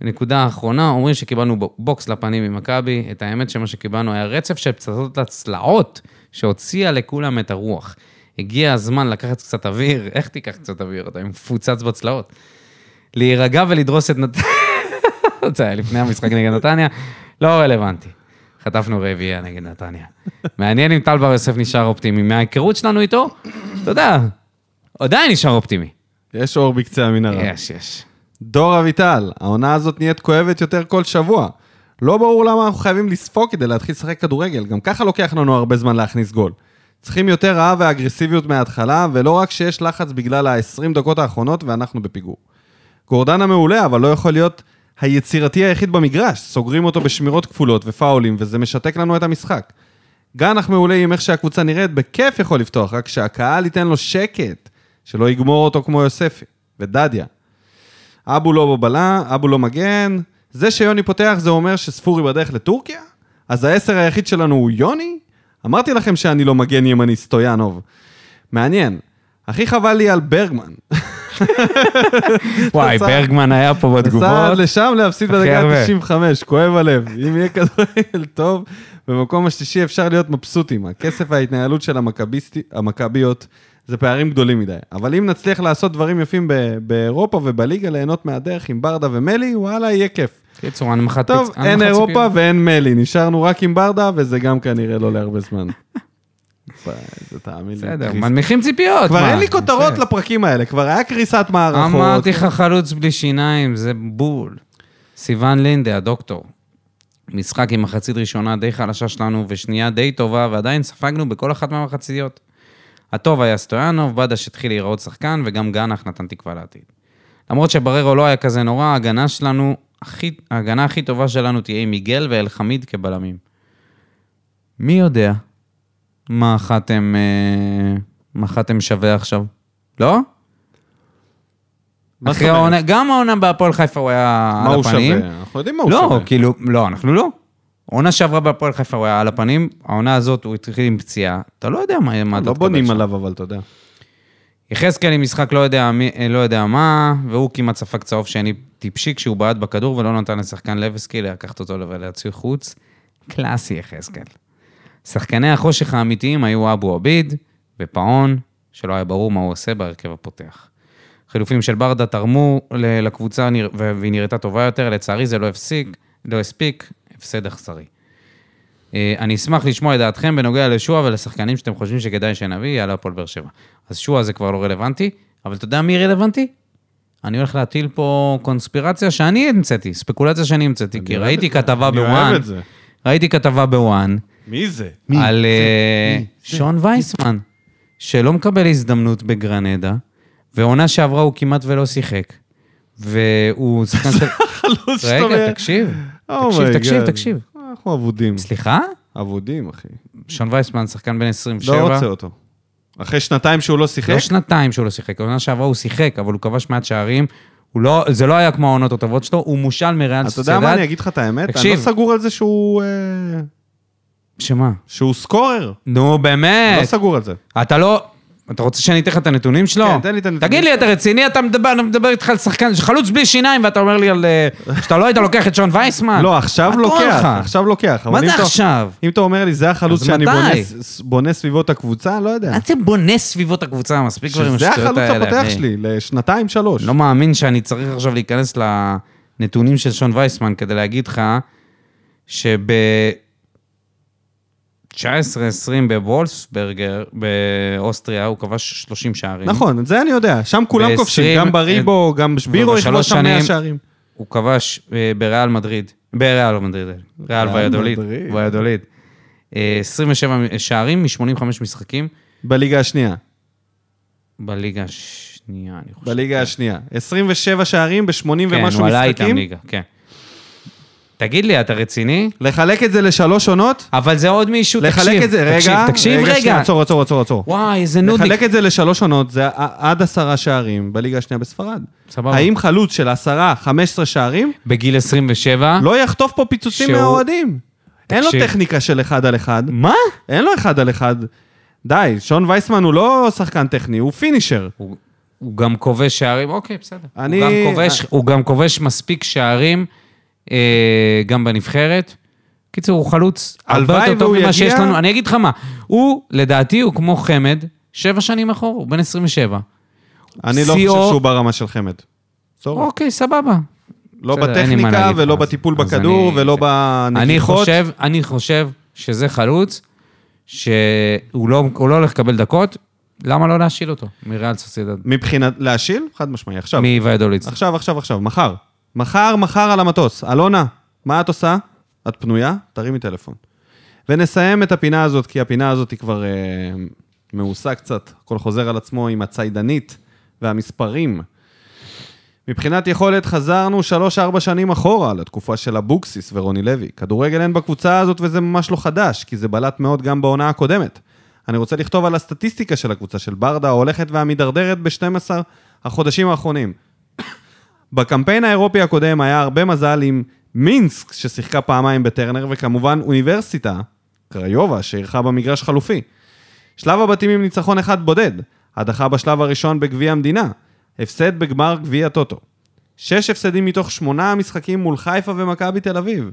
Speaker 2: נקודה אחרונה, אומרים שקיבלנו ב- בוקס לפנים ממכבי, את האמת שמה שקיבלנו היה רצף של פצצות לצלעות, שהוציאה לכולם את הרוח. הגיע הזמן לקחת קצת אוויר, איך תיקח קצת אוויר? אתה מפוצץ בצלעות. להירגע ולדרוס את נתניה, זה היה לפני המשחק נגד נתניה, לא רלוונטי. חטפנו רביעייה נגד נתניה. מעניין אם טל בר יוסף נשאר אופטימי. מההיכרות שלנו איתו, אתה יודע, עדיין נשאר אופטימי.
Speaker 1: יש אור בקצה המנהרה.
Speaker 2: יש, יש.
Speaker 1: דור אביטל, העונה הזאת נהיית כואבת יותר כל שבוע. לא ברור למה אנחנו חייבים לספוג כדי להתחיל לשחק כדורגל, גם ככה לוקח לנו הרבה זמן להכניס גול. צריכים יותר רעב ואגרסיביות מההתחלה, ולא רק שיש לחץ בגלל ה-20 דקות האחרונות ואנחנו בפיגור. גורדן המעולה, אבל לא יכול להיות היצירתי היחיד במגרש. סוגרים אותו בשמירות כפולות ופאולים, וזה משתק לנו את המשחק. גנח מעולה עם איך שהקבוצה נראית, בכיף יכול לפתוח, רק שהקהל ייתן לו שקט, שלא יגמור אותו כמו יוספי ודדיה. אבו לא בבלם, אבו לא מגן. זה שיוני פותח זה אומר שספורי בדרך לטורקיה? אז העשר היחיד שלנו הוא יוני? אמרתי לכם שאני לא מגן ימני סטויאנוב. מעניין. הכי חבל לי על ברגמן.
Speaker 2: וואי, ברגמן היה פה
Speaker 1: נסע
Speaker 2: בתגובות.
Speaker 1: לשם להפסיד
Speaker 2: הכי
Speaker 1: בדקה
Speaker 2: הרבה.
Speaker 1: ה-95, כואב הלב. אם יהיה כדורגל טוב, במקום השלישי אפשר להיות מבסוטים. הכסף וההתנהלות של המכביסטי- המכביות זה פערים גדולים מדי. אבל אם נצליח לעשות דברים יפים ב- באירופה ובליגה, ליהנות מהדרך עם ברדה ומלי, וואלה, יהיה כיף.
Speaker 2: קיצור, הנמכת
Speaker 1: טוב,
Speaker 2: פיצ-
Speaker 1: אין
Speaker 2: הנמכת
Speaker 1: אירופה
Speaker 2: ציפיות.
Speaker 1: ואין מלי, נשארנו רק עם ברדה, וזה גם כנראה לא להרבה זמן. וואי, זה תאמין לי.
Speaker 2: בסדר,
Speaker 1: קריס.
Speaker 2: מנמיכים ציפיות.
Speaker 1: כבר
Speaker 2: מה?
Speaker 1: אין לי כותרות
Speaker 2: יפה.
Speaker 1: לפרקים האלה, כבר היה קריסת מערכות.
Speaker 2: אמרתי לך חלוץ בלי שיניים, זה בול. סיון לינדה, הדוקטור. משחק עם מחצית ראשונה די חלשה שלנו ושנייה די טובה, ועדיין ספגנו בכל אחת מהמחציות. הטוב היה סטויאנוב, בדש התחיל להיראות שחקן, וגם גנח נתן תקווה לעתיד. למרות שבררו לא היה כזה נורא, ההגנה שלנו, הכי, ההגנה הכי טובה שלנו תהיה עם מיגל ואלחמיד כבלמים. מי יודע מה חתם, אה, מה חתם שווה עכשיו? לא?
Speaker 1: מה זאת
Speaker 2: אחרי
Speaker 1: אומרת?
Speaker 2: העונה, גם העונה בהפועל חיפה הוא היה
Speaker 1: מה
Speaker 2: על
Speaker 1: הוא
Speaker 2: הפנים.
Speaker 1: שווה? אנחנו יודעים מה הוא
Speaker 2: לא,
Speaker 1: שווה.
Speaker 2: כאילו, לא, אנחנו לא. עונה שעברה בהפועל חיפה הוא היה על הפנים, העונה הזאת הוא התחיל עם פציעה, אתה לא יודע מה, מה אתה
Speaker 1: לא
Speaker 2: תקבל
Speaker 1: בונים
Speaker 2: שם. אה,
Speaker 1: עליו, אבל אתה יודע.
Speaker 2: יחזקאל עם משחק לא יודע, מי, אה, לא יודע מה, והוא כמעט ספג צהוב שני טיפשי כשהוא בעט בכדור ולא נתן לשחקן לבסקי לקחת אותו ולהוציא חוץ. קלאסי יחזקאל. שחקני החושך האמיתיים היו אבו עביד ופאון, שלא היה ברור מה הוא עושה בהרכב הפותח. חילופים של ברדה תרמו ל- לקבוצה נרא- ו- והיא נראתה טובה יותר, לצערי זה לא הפסיק, לא הספיק, הפסד אכזרי. אה, אני אשמח לשמוע את דעתכם בנוגע לשועה ולשחקנים שאתם חושבים שכדאי שנביא, יאללה הפועל באר שבע. אז שועה זה כבר לא רלוונטי, אבל אתה יודע מי רלוונטי? אני הולך להטיל פה קונספירציה שאני המצאתי, ספקולציה שאני המצאתי, כי
Speaker 1: אוהב
Speaker 2: ראיתי
Speaker 1: את זה.
Speaker 2: כתבה
Speaker 1: אני אוהב
Speaker 2: בוואן,
Speaker 1: את זה.
Speaker 2: ראיתי כתבה בוואן,
Speaker 1: מי זה?
Speaker 2: על אה, שון וייסמן, שלא מקבל הזדמנות בגרנדה, ועונה שעברה הוא כמעט ולא שיחק. והוא שחקן... של-
Speaker 1: החלוץ שאתה אומר.
Speaker 2: רגע, תקשיב,
Speaker 1: Oh
Speaker 2: תקשיב,
Speaker 1: אומייגאד.
Speaker 2: תקשיב, תקשיב.
Speaker 1: אנחנו אבודים.
Speaker 2: סליחה?
Speaker 1: אבודים, אחי.
Speaker 2: שון וייסמן, שחקן בן 27.
Speaker 1: לא רוצה אותו. אחרי שנתיים שהוא לא שיחק?
Speaker 2: לא שנתיים שהוא לא שיחק, העונה שעברה הוא שיחק, אבל הוא כבש מעט שערים. הוא לא, זה לא היה כמו העונות הטובות שלו, הוא מושל מריאל
Speaker 1: אתה יודע מה,
Speaker 2: סוסיידד.
Speaker 1: אני אגיד לך את האמת? אני
Speaker 2: תקשיב.
Speaker 1: לא סגור על זה שהוא... אה,
Speaker 2: שמה?
Speaker 1: שהוא סקורר.
Speaker 2: נו,
Speaker 1: לא
Speaker 2: באמת.
Speaker 1: סגור על זה.
Speaker 2: אתה לא... אתה רוצה שאני אתן לך את הנתונים שלו?
Speaker 1: כן, תן לי את הנתונים.
Speaker 2: תגיד לי, אתה רציני? אתה מדבר, אני מדבר איתך על שחקן חלוץ בלי שיניים, ואתה אומר לי על... אה, שאתה לא היית לוקח את שון וייסמן?
Speaker 1: לא, עכשיו
Speaker 2: מה קורה
Speaker 1: לוקח,
Speaker 2: לך?
Speaker 1: עכשיו לוקח. אבל
Speaker 2: מה
Speaker 1: אם
Speaker 2: זה
Speaker 1: אתה-
Speaker 2: עכשיו?
Speaker 1: אם אתה אומר לי, זה החלוץ
Speaker 2: אז
Speaker 1: שאני
Speaker 2: מתי?
Speaker 1: בונה ס- בונה סביבו את הקבוצה, לא יודע.
Speaker 2: מה זה בונה סביבות הקבוצה? מספיק כבר עם
Speaker 1: שזה
Speaker 2: השטויות האלה.
Speaker 1: החלוץ הפותח
Speaker 2: אחי.
Speaker 1: שלי, לשנתיים, שלוש.
Speaker 2: לא מאמין שאני צריך עכשיו להיכנס לנתונים של שון וייסמן כדי להגיד לך שב... 19-20 בוולסברגר באוסטריה, הוא כבש 30 שערים.
Speaker 1: נכון, את זה אני יודע. שם כולם
Speaker 2: ב-
Speaker 1: כובשים,
Speaker 2: עשרים-
Speaker 1: גם בריבו, גם שבירו,
Speaker 2: ובשלוש
Speaker 1: יכבוש שם 100
Speaker 2: שנים-
Speaker 1: שערים.
Speaker 2: הוא כבש אה, בריאל מדריד, בריאל מדריד, אה, ריאל
Speaker 1: ריאל
Speaker 2: ויאדוליד,
Speaker 1: מדריד.
Speaker 2: ויאדוליד. אה, 27 שערים מ-85 משחקים
Speaker 1: בליגה השנייה.
Speaker 2: בליגה השנייה, אני חושב.
Speaker 1: בליגה השנייה. 27 שערים ב-80
Speaker 2: כן,
Speaker 1: ומשהו
Speaker 2: הוא עלה איתם
Speaker 1: משחקים.
Speaker 2: ליגה, כן. תגיד לי, אתה רציני?
Speaker 1: לחלק את זה לשלוש עונות,
Speaker 2: אבל זה עוד מישהו, תקשיב.
Speaker 1: לחלק את זה, רגע,
Speaker 2: תקשיב, תקשיב
Speaker 1: שנייה,
Speaker 2: רגע.
Speaker 1: עצור, עצור, עצור, עצור.
Speaker 2: וואי, איזה נודניק.
Speaker 1: לחלק את זה לשלוש עונות, זה ע- עד עשרה שערים בליגה השנייה בספרד.
Speaker 2: סבבה.
Speaker 1: האם חלוץ של עשרה, חמש עשרה שערים,
Speaker 2: בגיל 27.
Speaker 1: לא יחטוף פה פיצוצים
Speaker 2: אה. שהוא-
Speaker 1: מהאוהדים? אין לו
Speaker 2: תקשיב.
Speaker 1: טכניקה של אחד על אחד.
Speaker 2: מה?
Speaker 1: אין לו אחד על אחד. די, שון וייסמן הוא לא שחקן טכני, הוא פינישר.
Speaker 2: הוא, הוא גם כובש שערים, אוקיי, בסדר.
Speaker 1: אני-
Speaker 2: הוא, גם כובש, הוא גם כובש מספיק שערים, אה, גם בנבחרת. קיצור, הוא חלוץ הרבה
Speaker 1: הלוואי
Speaker 2: יותר טוב
Speaker 1: והוא
Speaker 2: ממה שיש
Speaker 1: יגיע-
Speaker 2: לנו. אני אגיד לך מה, הוא, לדעתי, הוא כמו חמד, שבע שנים אחורה, הוא בן 27.
Speaker 1: אני לא
Speaker 2: שיאו-
Speaker 1: חושב שהוא ברמה של חמד. סורי.
Speaker 2: אוקיי, סבבה.
Speaker 1: לא
Speaker 2: בסדר, אין לי מה
Speaker 1: בטכניקה
Speaker 2: להגיד לך,
Speaker 1: ולא
Speaker 2: אז-
Speaker 1: בטיפול
Speaker 2: אז
Speaker 1: בכדור
Speaker 2: אני-
Speaker 1: ולא
Speaker 2: זה- אני
Speaker 1: בנגיחות.
Speaker 2: חושב, אני חושב שזה חלוץ, שהוא לא, הוא לא הולך לקבל דקות, למה לא להשיל אותו מריאל סוסידד?
Speaker 1: מבחינת... להשיל? חד משמעי. עכשיו,
Speaker 2: מוויאדוליד.
Speaker 1: עכשיו, עכשיו, עכשיו, מחר. מחר, מחר על המטוס. אלונה, מה את עושה? את פנויה? תרימי טלפון. ונסיים את הפינה הזאת, כי הפינה הזאת היא כבר אה, מעושה קצת. הכל חוזר על עצמו עם הצידנית והמספרים. מבחינת יכולת חזרנו 3-4 שנים אחורה לתקופה של אבוקסיס ורוני לוי. כדורגל אין בקבוצה הזאת וזה ממש לא חדש, כי זה בלט מאוד גם בעונה הקודמת. אני רוצה לכתוב על הסטטיסטיקה של הקבוצה של ברדה ההולכת והמידרדרת ב-12 החודשים האחרונים. בקמפיין האירופי הקודם היה הרבה מזל עם מינסק ששיחקה פעמיים בטרנר וכמובן אוניברסיטה, קריובה, שאירחה במגרש חלופי. שלב הבתים עם ניצחון אחד בודד, הדחה בשלב הראשון בגביע המדינה, הפסד בגמר גביע טוטו. שש הפסדים מתוך שמונה המשחקים מול חיפה ומכבי תל אביב.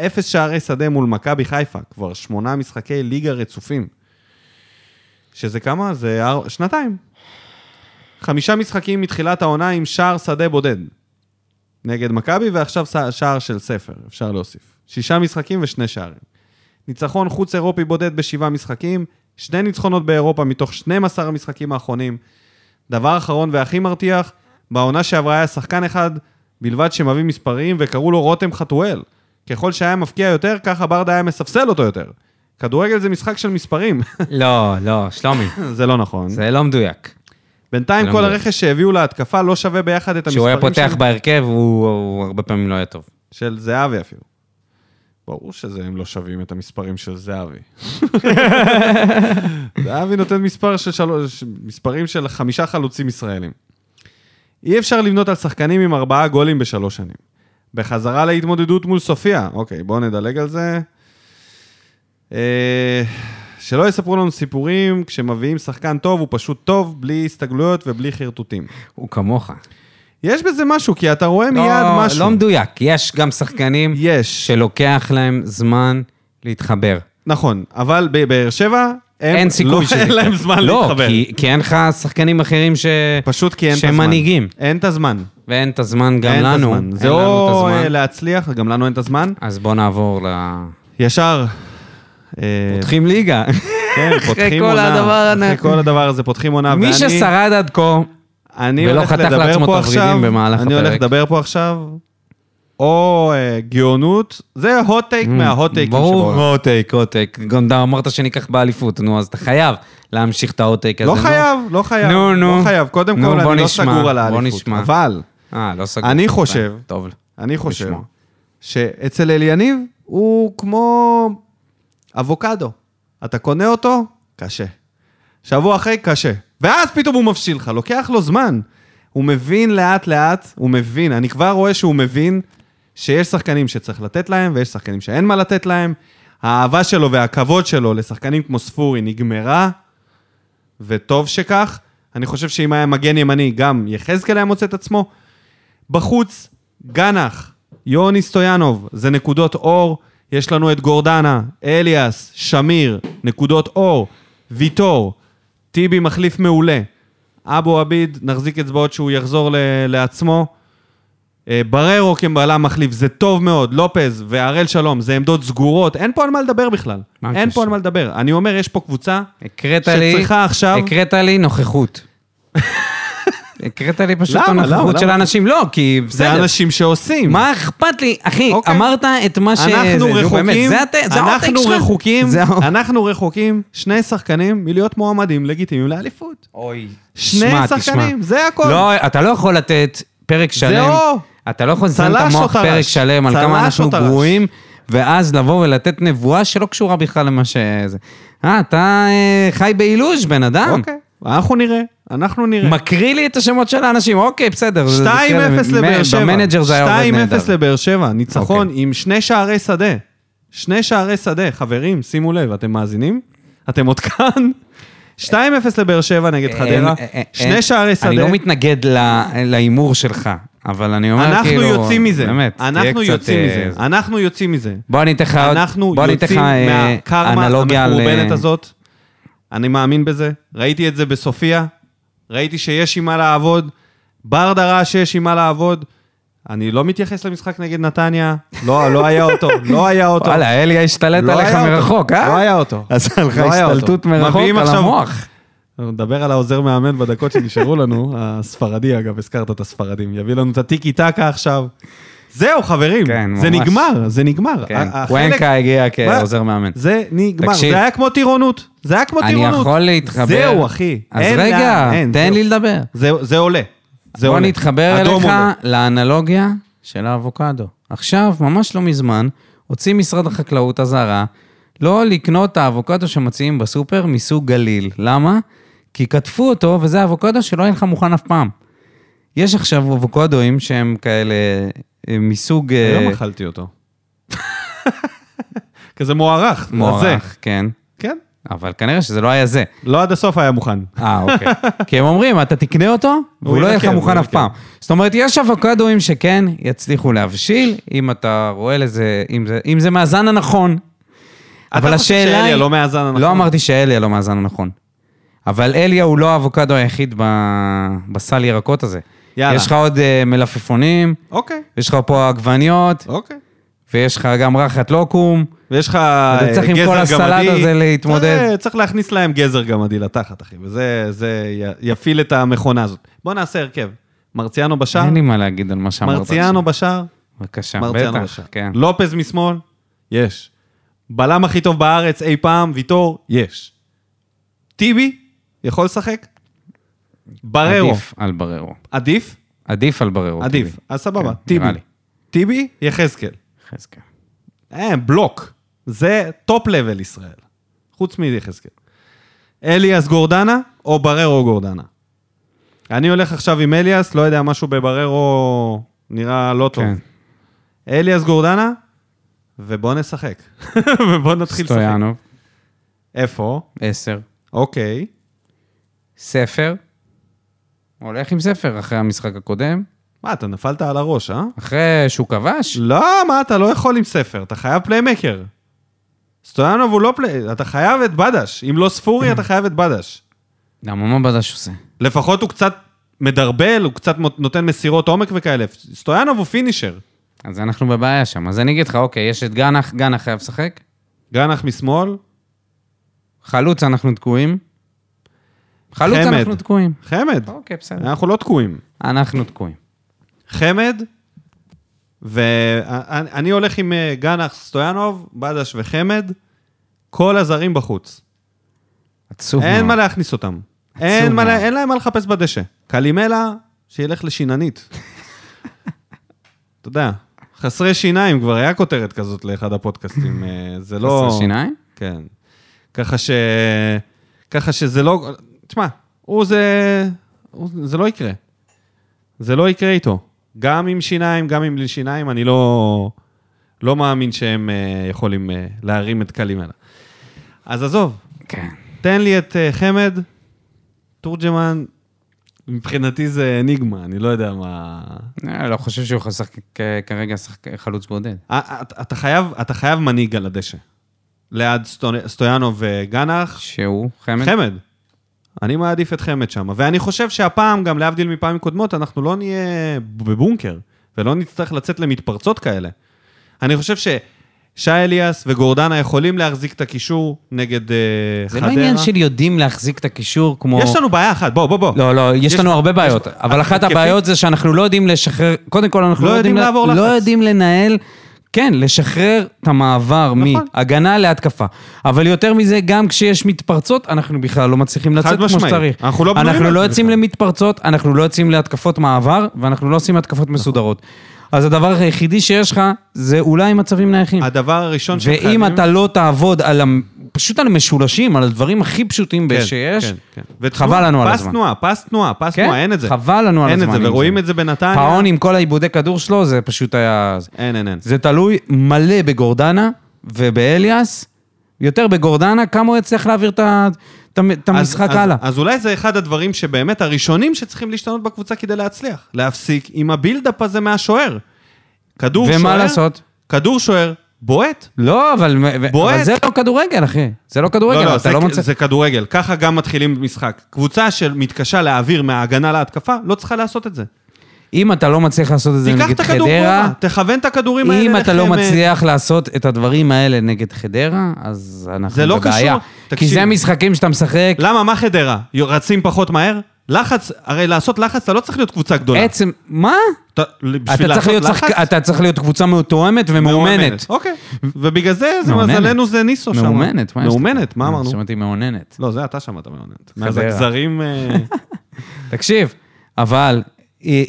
Speaker 1: אפס שערי שדה מול מכבי חיפה, כבר שמונה משחקי ליגה רצופים. שזה כמה? זה אר... שנתיים. חמישה משחקים מתחילת העונה עם שער שדה בודד. נגד מכבי, ועכשיו ש- שער של ספר, אפשר להוסיף. שישה משחקים ושני שערים. ניצחון חוץ אירופי בודד בשבעה משחקים, שני ניצחונות באירופה מתוך 12 המשחקים האחרונים. דבר אחרון והכי מרתיח, בעונה שעברה היה שחקן אחד בלבד שמביא מספרים וקראו לו רותם חתואל. ככל שהיה מבקיע יותר, ככה ברדה היה מספסל אותו יותר. כדורגל זה משחק של מספרים.
Speaker 2: לא, לא, שלומי,
Speaker 1: זה לא נכון.
Speaker 2: זה לא מדויק.
Speaker 1: בינתיים
Speaker 2: זה
Speaker 1: כל
Speaker 2: לא
Speaker 1: הרכש שהביאו להתקפה לא שווה ביחד את
Speaker 2: כשהוא היה
Speaker 1: המספרים
Speaker 2: פותח
Speaker 1: של,
Speaker 2: בהרכב, הוא הוא הרבה פעמים לא היה טוב.
Speaker 1: של זהבי אפילו. ברור שזה הם לא שווים את המספרים של זהבי. זהבי נותן מספר של שלוש, מספרים של חמישה חלוצים ישראלים. אי אפשר לבנות על שחקנים עם ארבעה גולים בשלוש שנים. בחזרה להתמודדות מול סופיה, אוקיי, בואו נדלג על זה. אה, שלא יספרו לנו סיפורים, כשמביאים שחקן טוב הוא פשוט טוב, בלי הסתגלויות ובלי חרטוטים.
Speaker 2: הוא כמוך.
Speaker 1: יש בזה משהו, כי אתה רואה מיד
Speaker 2: לא-
Speaker 1: משהו.
Speaker 2: לא מדויק, יש גם שחקנים
Speaker 1: יש,
Speaker 2: שלוקח להם זמן להתחבר.
Speaker 1: נכון, אבל בבאר שבע, הם
Speaker 2: אין סיכוי
Speaker 1: לא,
Speaker 2: שזה
Speaker 1: אין
Speaker 2: יקרה.
Speaker 1: להם זמן להתחבר.
Speaker 2: לא, כי- כי אין לך שחקנים אחרים ש...
Speaker 1: פשוט כי אין את
Speaker 2: שהם
Speaker 1: הזמן.
Speaker 2: מנהיגים.
Speaker 1: אין את הזמן.
Speaker 2: ואין את הזמן גם
Speaker 1: אין את
Speaker 2: לנו.
Speaker 1: הזמן. זה
Speaker 2: אין לנו את
Speaker 1: או
Speaker 2: הזמן.
Speaker 1: אה, להצליח, גם לנו אין את הזמן.
Speaker 2: אז בוא נעבור ל...
Speaker 1: ישר. אה,
Speaker 2: פותחים ליגה.
Speaker 1: כן, פותחים
Speaker 2: כל
Speaker 1: עונה.
Speaker 2: הדבר
Speaker 1: אחרי
Speaker 2: אנחנו-
Speaker 1: כל הדבר הזה, פותחים עונה.
Speaker 2: מי
Speaker 1: ואני-
Speaker 2: ששרד עד כה,
Speaker 1: אני
Speaker 2: ולא
Speaker 1: הולך
Speaker 2: חתך
Speaker 1: לדבר
Speaker 2: לעצמו
Speaker 1: פה
Speaker 2: תפרידים
Speaker 1: עכשיו-
Speaker 2: במהלך
Speaker 1: אני הולך
Speaker 2: הפרק.
Speaker 1: לדבר פה עכשיו, או אה, גאונות, זה הוט טייק מההוט טייקים
Speaker 2: Mm, ברור,
Speaker 1: שבו.
Speaker 2: הוט טייק, הוט טייק. גם אתה אמרת שניקח באליפות, נו, אז אתה חייב להמשיך את ההוט טייק הזה.
Speaker 1: לא
Speaker 2: נו.
Speaker 1: חייב, לא חייב.
Speaker 2: נו, נו.
Speaker 1: לא חייב. קודם
Speaker 2: נו,
Speaker 1: כל,
Speaker 2: בוא
Speaker 1: אני לא
Speaker 2: נשמע,
Speaker 1: סגור על
Speaker 2: בוא
Speaker 1: האליפות.
Speaker 2: נשמע.
Speaker 1: אבל...
Speaker 2: אה, לא סגור.
Speaker 1: אני חושב-
Speaker 2: טוב.
Speaker 1: אני חושב
Speaker 2: לשמוע.
Speaker 1: שאצל אליניב הוא כמו אבוקדו. אתה קונה אותו, קשה. שבוע אחרי, קשה. ואז פתאום הוא מבשיל לך, לוקח לו זמן. הוא מבין לאט-לאט, הוא מבין, אני כבר רואה שהוא מבין שיש שחקנים שצריך לתת להם ויש שחקנים שאין מה לתת להם. האהבה שלו והכבוד שלו לשחקנים כמו ספורי נגמרה, וטוב שכך. אני חושב שאם היה מגן ימני, גם יחזקאל היה מוצא את עצמו. בחוץ, גנח, יוני סטויאנוב, זה נקודות אור. יש לנו את גורדנה, אליאס, שמיר, נקודות אור, ויטור, טיבי מחליף מעולה. אבו עביד, נחזיק אצבעות שהוא יחזור ל- לעצמו. אה, בררו כבלם מחליף, זה טוב מאוד. לופז והראל שלום, זה עמדות סגורות. אין פה על מה לדבר בכלל.
Speaker 2: מה
Speaker 1: אין
Speaker 2: הקשר? אה,
Speaker 1: פה על מה לדבר. אני אומר, יש פה קבוצה
Speaker 2: הקראת לי...
Speaker 1: שצריכה עכשיו...
Speaker 2: הקראת לי נוכחות. הקראת לי פשוט
Speaker 1: למה?
Speaker 2: את
Speaker 1: למה?
Speaker 2: הנוכחות
Speaker 1: למה?
Speaker 2: של האנשים. לא, כי
Speaker 1: זה
Speaker 2: בסדר.
Speaker 1: אנשים שעושים.
Speaker 2: מה אכפת לי? אחי,
Speaker 1: אוקיי.
Speaker 2: אמרת את מה ש... זה,
Speaker 1: אנחנו
Speaker 2: נו, באמת,
Speaker 1: רחוקים,
Speaker 2: זה הת- זה העותק
Speaker 1: אנחנו
Speaker 2: שלך.
Speaker 1: רחוקים,
Speaker 2: זה ה-
Speaker 1: אנחנו רחוקים, שני שחקנים מלהיות מועמדים לגיטימיים לאליפות.
Speaker 2: אוי.
Speaker 1: שני
Speaker 2: תשמע, תשמע.
Speaker 1: שחקנים, זה הכל.
Speaker 2: לא, אתה לא יכול לתת פרק שלם.
Speaker 1: או.
Speaker 2: אתה לא יכול לסיים את
Speaker 1: צל"ש או
Speaker 2: המוח פרק
Speaker 1: טר"ש?
Speaker 2: שלם על
Speaker 1: צל"ש
Speaker 2: כמה
Speaker 1: או
Speaker 2: אנחנו
Speaker 1: טר"ש?
Speaker 2: גרועים, ואז לבוא ולתת נבואה שלא קשורה בכלל למה ש... זה. אה, אתה אה, חי באילוז', בן אדם.
Speaker 1: אוקיי, אנחנו נראה, אנחנו נראה.
Speaker 2: מקריא לי את השמות של האנשים, אוקיי, בסדר.
Speaker 1: 2-0
Speaker 2: זה- זה-
Speaker 1: לבאר שבע.
Speaker 2: במנג'ר זה היה עובד נהדר.
Speaker 1: 2-0 לבאר שבע, ניצחון
Speaker 2: אוקיי.
Speaker 1: עם שני שערי שדה. שני שערי שדה, חברים, שימו לב, אתם מאזינים? אתם עוד כאן? 2-0 לבאר שבע נגד
Speaker 2: אין-
Speaker 1: חדרה,
Speaker 2: אין- אין-
Speaker 1: שני שערי שדה.
Speaker 2: אה, אני לא מתנגד ל- להימור שלך, אבל אני אומר
Speaker 1: אנחנו
Speaker 2: כאילו...
Speaker 1: יוצאים מזה,
Speaker 2: באמת, תהיה
Speaker 1: אנחנו
Speaker 2: קצת,
Speaker 1: יוצאים
Speaker 2: אה,
Speaker 1: מזה, אנחנו יוצאים מזה.
Speaker 2: בוא אני אתן לך עוד...
Speaker 1: אנחנו
Speaker 2: בוא אני אתן
Speaker 1: יוצאים
Speaker 2: לך, אה,
Speaker 1: מהקרמה
Speaker 2: אנלוגיה על, אה,
Speaker 1: המחורבנת הזאת. אני מאמין בזה, ראיתי את זה בסופיה, ראיתי שיש עם מה לעבוד, ברדה ראה שיש עם מה לעבוד. אני לא מתייחס למשחק נגד נתניה, לא, לא היה אותו, לא היה אותו.
Speaker 2: וואלה, אליה השתלט
Speaker 1: לא
Speaker 2: עליך
Speaker 1: היה אותו,
Speaker 2: מרחוק, אה?
Speaker 1: לא היה אותו.
Speaker 2: עשה לך
Speaker 1: לא היה אותו.
Speaker 2: השתלטות מרחוק
Speaker 1: מביאים
Speaker 2: על
Speaker 1: עכשיו-
Speaker 2: המוח.
Speaker 1: נדבר על העוזר מאמן בדקות שנשארו לנו, הספרדי אגב, הזכרת את הספרדים, יביא לנו את הטיקי טקה עכשיו. זהו, חברים.
Speaker 2: כן,
Speaker 1: זה
Speaker 2: ממש.
Speaker 1: נגמר, זה נגמר.
Speaker 2: כן.
Speaker 1: ה- החלק-
Speaker 2: וונקה הגיע
Speaker 1: מה?
Speaker 2: כעוזר מאמן.
Speaker 1: זה נגמר.
Speaker 2: תקשיב.
Speaker 1: זה היה כמו טירונות. זה היה כמו
Speaker 2: אני
Speaker 1: טירונות.
Speaker 2: יכול להתחבר.
Speaker 1: זהו, אחי.
Speaker 2: אז
Speaker 1: אין
Speaker 2: רגע,
Speaker 1: לאן, אין,
Speaker 2: תן
Speaker 1: זהו.
Speaker 2: לי לדבר.
Speaker 1: זה- זה עולה. זה
Speaker 2: בוא
Speaker 1: עולה.
Speaker 2: נתחבר
Speaker 1: אדום
Speaker 2: אליך
Speaker 1: עולה.
Speaker 2: לאנלוגיה של האבוקדו. עכשיו, ממש לא מזמן, הוציא משרד החקלאות אזהרה לא לקנות את האבוקדו שמציעים בסופר מסוג גליל. למה? כי קטפו אותו, וזה אבוקדו שלא יהיה לך מוכן אף פעם. יש עכשיו אבוקדואים שהם כאלה אה, מסוג... אה,
Speaker 1: היום אכלתי אותו. כזה מוערך. רזה.
Speaker 2: מוערך, כן.
Speaker 1: כן.
Speaker 2: אבל כנראה שזה לא היה זה.
Speaker 1: לא עד הסוף היה מוכן.
Speaker 2: אה, אוקיי. כי הם אומרים, אתה תקנה אותו, והוא לא יהיה לך
Speaker 1: ינקה,
Speaker 2: מוכן
Speaker 1: הוא
Speaker 2: אף
Speaker 1: ינקה.
Speaker 2: פעם. זאת אומרת, יש אבוקדואים שכן יצליחו להבשיל, אם אתה רואה לזה, אם זה- אם זה מהזן הנכון. אבל
Speaker 1: אתה חושב
Speaker 2: השאלה
Speaker 1: שאליה
Speaker 2: היא...
Speaker 1: לא מהזן הנכון?
Speaker 2: לא אמרתי שאליה לא מהזן הנכון. אבל אליה הוא לא האבוקדו היחיד ב- בסל ירקות הזה.
Speaker 1: יאללה.
Speaker 2: יש לך עוד אה, מלפפונים,
Speaker 1: אוקיי,
Speaker 2: יש לך פה עגבניות,
Speaker 1: אוקיי.
Speaker 2: ויש לך גם רחת לוקום.
Speaker 1: ויש לך
Speaker 2: אתה צריך
Speaker 1: אה,
Speaker 2: עם
Speaker 1: גזר
Speaker 2: כל הסלט
Speaker 1: גמדי.
Speaker 2: הזה להתמודד.
Speaker 1: זה- צריך להכניס להם גזר גמדי לתחת, אחי, וזה זה י- יפעיל את המכונה הזאת. בוא נעשה הרכב. מרציאנו בשער,
Speaker 2: אין לי מה להגיד על מה שאמרת.
Speaker 1: מרציאנו בשער,
Speaker 2: בבקשה,
Speaker 1: מרציאנו
Speaker 2: בטח,
Speaker 1: בשער.
Speaker 2: כן.
Speaker 1: לופז משמאל, יש. בלם הכי טוב בארץ אי פעם, ויטור, יש. טיבי, יכול לשחק? בררו,
Speaker 2: עדיף על בררו.
Speaker 1: עדיף?
Speaker 2: עדיף על בררו.
Speaker 1: עדיף.
Speaker 2: טיבי.
Speaker 1: אז סבבה,
Speaker 2: כן,
Speaker 1: טיבי.
Speaker 2: נראה לי.
Speaker 1: טיבי, יחזקאל.
Speaker 2: חזקה.
Speaker 1: אה, בלוק. זה טופ לבל ישראל. חוץ מיחזקאל. אליאס גורדנה או בררו גורדנה? אני הולך עכשיו עם אליאס, לא יודע, משהו בבררו נראה לא טוב.
Speaker 2: כן.
Speaker 1: אליאס גורדנה, ובוא נשחק. ובוא נתחיל לשחק.
Speaker 2: סטויאנוב,
Speaker 1: איפה?
Speaker 2: עשר.
Speaker 1: אוקיי.
Speaker 2: ספר. הולך עם ספר אחרי המשחק הקודם,
Speaker 1: מה, אתה נפלת על הראש, אה?
Speaker 2: אחרי שהוא כבש.
Speaker 1: לא, מה, אתה לא יכול עם ספר, אתה חייב פליימקר. סטויאנוב הוא לא פליי... אתה חייב את בדש. אם לא ספורי, אתה חייב את בדש.
Speaker 2: למה מה בדש עושה?
Speaker 1: לפחות הוא קצת מדרבל, הוא קצת מו- נותן מסירות עומק וכאלה. סטויאנוב הוא פינישר.
Speaker 2: אז אנחנו בבעיה שם. אז אני אגיד לך, אוקיי, יש את גנח, גנח חייב לשחק.
Speaker 1: גנח משמאל,
Speaker 2: חלוץ אנחנו תקועים. חלוץ
Speaker 1: חמד.
Speaker 2: אנחנו תקועים.
Speaker 1: חמד.
Speaker 2: אוקיי, בסדר.
Speaker 1: אנחנו לא תקועים.
Speaker 2: אנחנו תקועים.
Speaker 1: חמד, ואני הולך עם אה, גנח, סטויאנוב, בדש וחמד, כל הזרים בחוץ.
Speaker 2: עצוב מאוד.
Speaker 1: אין מה להכניס אותם. אין, מה,
Speaker 2: מאוד.
Speaker 1: לה- אין להם מה לחפש בדשא. קלימלה, שילך לשיננית. אתה יודע, חסרי שיניים, כבר היה כותרת כזאת לאחד הפודקאסטים. אה, זה לא...
Speaker 2: חסר שיניים?
Speaker 1: כן. ככה ש... ככה שזה לא... תשמע, הוא זה... הוא... זה לא יקרה. זה לא יקרה איתו. גם עם שיניים, גם עם בלי שיניים, אני לא... לא מאמין שהם אה, יכולים אה, להרים את קלימלה. אז עזוב,
Speaker 2: כן.
Speaker 1: תן לי את אה, חמד, תורג'מן, מבחינתי זה אניגמה, אני לא יודע מה...
Speaker 2: אני לא חושב שהוא יכול לשחק כ- כרגע שחק- חלוץ בודד.
Speaker 1: אה, אה, אתה חייב, אתה חייב מנהיג על הדשא. ליד סטו- סטויאנוב אה, וגנח,
Speaker 2: שהוא חמד.
Speaker 1: חמד. אני מעדיף את חמד שם, ואני חושב שהפעם, גם להבדיל מפעמים קודמות, אנחנו לא נהיה בבונקר, ולא נצטרך לצאת למתפרצות כאלה. אני חושב ששי אליאס וגורדנה יכולים להחזיק את הקישור נגד אה,
Speaker 2: זה
Speaker 1: חדרה.
Speaker 2: לא עניין של יודעים להחזיק את הקישור כמו...
Speaker 1: יש לנו בעיה אחת, בוא, בוא, בוא.
Speaker 2: לא, לא, יש
Speaker 1: יש-
Speaker 2: לנו הרבה
Speaker 1: יש-
Speaker 2: בעיות, אבל אחת
Speaker 1: התקפית?
Speaker 2: הבעיות זה שאנחנו לא יודעים לשחרר, קודם כל אנחנו
Speaker 1: לא
Speaker 2: לא
Speaker 1: יודעים
Speaker 2: יודעים ל-
Speaker 1: לעבור לחץ.
Speaker 2: לא יודעים לנהל, כן, לשחרר את המעבר
Speaker 1: נכון.
Speaker 2: מהגנה להתקפה. אבל יותר מזה, גם כשיש מתפרצות, אנחנו בכלל לא מצליחים לצאת כמו
Speaker 1: משמעית.
Speaker 2: שצריך.
Speaker 1: אנחנו לא בנויים
Speaker 2: אנחנו
Speaker 1: לזה
Speaker 2: לא יוצאים
Speaker 1: בכלל.
Speaker 2: למתפרצות, אנחנו לא יוצאים להתקפות מעבר, ואנחנו לא עושים התקפות מסודרות. אז הדבר היחידי שיש לך, זה אולי מצבים נייחים.
Speaker 1: הדבר הראשון
Speaker 2: ואם אתה לא תעבוד על, המ- פשוט על המשולשים, על הדברים הכי פשוטים
Speaker 1: כן,
Speaker 2: שיש,
Speaker 1: ותנועה,
Speaker 2: חבל לנו על
Speaker 1: פס
Speaker 2: הזמן.
Speaker 1: תנועה, פס תנועה, פס
Speaker 2: כן?
Speaker 1: תנועה, אין את זה.
Speaker 2: חבל לנו על
Speaker 1: אין
Speaker 2: הזמן
Speaker 1: את
Speaker 2: עם
Speaker 1: זה, ורואים
Speaker 2: זה.
Speaker 1: את זה בנתניה.
Speaker 2: פאון עם כל העיבודי כדור שלו, זה פשוט היה...
Speaker 1: אין, אין, אין.
Speaker 2: זה תלוי מלא בגורדנה ובאליאס, יותר בגורדנה, כמה הוא יצליח להעביר את ה- את המ- את
Speaker 1: אז-
Speaker 2: המשחק
Speaker 1: אז-
Speaker 2: הלאה.
Speaker 1: אז אולי זה אחד הדברים שבאמת הראשונים שצריכים להשתנות בקבוצה כדי להצליח. להפסיק עם הבילדאפ הזה מהשוער. כדור שוער...
Speaker 2: ומה לעשות?
Speaker 1: כדור שוער בועט.
Speaker 2: לא, אבל אבל
Speaker 1: בועט.
Speaker 2: זה לא כדורגל, אחי. זה לא
Speaker 1: לא,
Speaker 2: כדורגל,
Speaker 1: לא,
Speaker 2: אתה
Speaker 1: זה,
Speaker 2: לא מוצא...
Speaker 1: זה כדורגל, ככה גם מתחילים משחק. קבוצה שמתקשה להעביר מההגנה להתקפה, לא צריכה לעשות את זה.
Speaker 2: אם אתה לא מצליח לעשות את זה
Speaker 1: תיקח את
Speaker 2: נגד
Speaker 1: הכדור
Speaker 2: חדרה,
Speaker 1: גובה, תכוון את הכדורים האלה. אה,
Speaker 2: אם אתה לא
Speaker 1: לחמד.
Speaker 2: מצליח לעשות את הדברים האלה נגד חדרה, אז אנחנו
Speaker 1: זה לא
Speaker 2: בבעיה.
Speaker 1: קשור.
Speaker 2: כי
Speaker 1: תקשיב.
Speaker 2: זה משחקים שאתה משחק,
Speaker 1: למה, מה חדרה? יו- רצים פחות מהר? לחץ, הרי לעשות לחץ, אתה לא צריך להיות קבוצה גדולה.
Speaker 2: עצם, מה?
Speaker 1: אתה, בשביל
Speaker 2: אתה צריך,
Speaker 1: לעשות
Speaker 2: להיות שחק...
Speaker 1: לחץ,
Speaker 2: אתה צריך להיות קבוצה מתואמת ומאומנת.
Speaker 1: אוקיי. ובגלל זה, זה
Speaker 2: מאומנת.
Speaker 1: מזלנו זה ניסו שם.
Speaker 2: מאומנת, מה יש לך?
Speaker 1: לא,
Speaker 2: אה,
Speaker 1: מאומנת, מה אמרנו?
Speaker 2: שמעתי מאוננת.
Speaker 1: לא, זה אתה שמעת מאומנת.
Speaker 2: חדרה.
Speaker 1: מהזגזרים... אה,
Speaker 2: תקשיב, אבל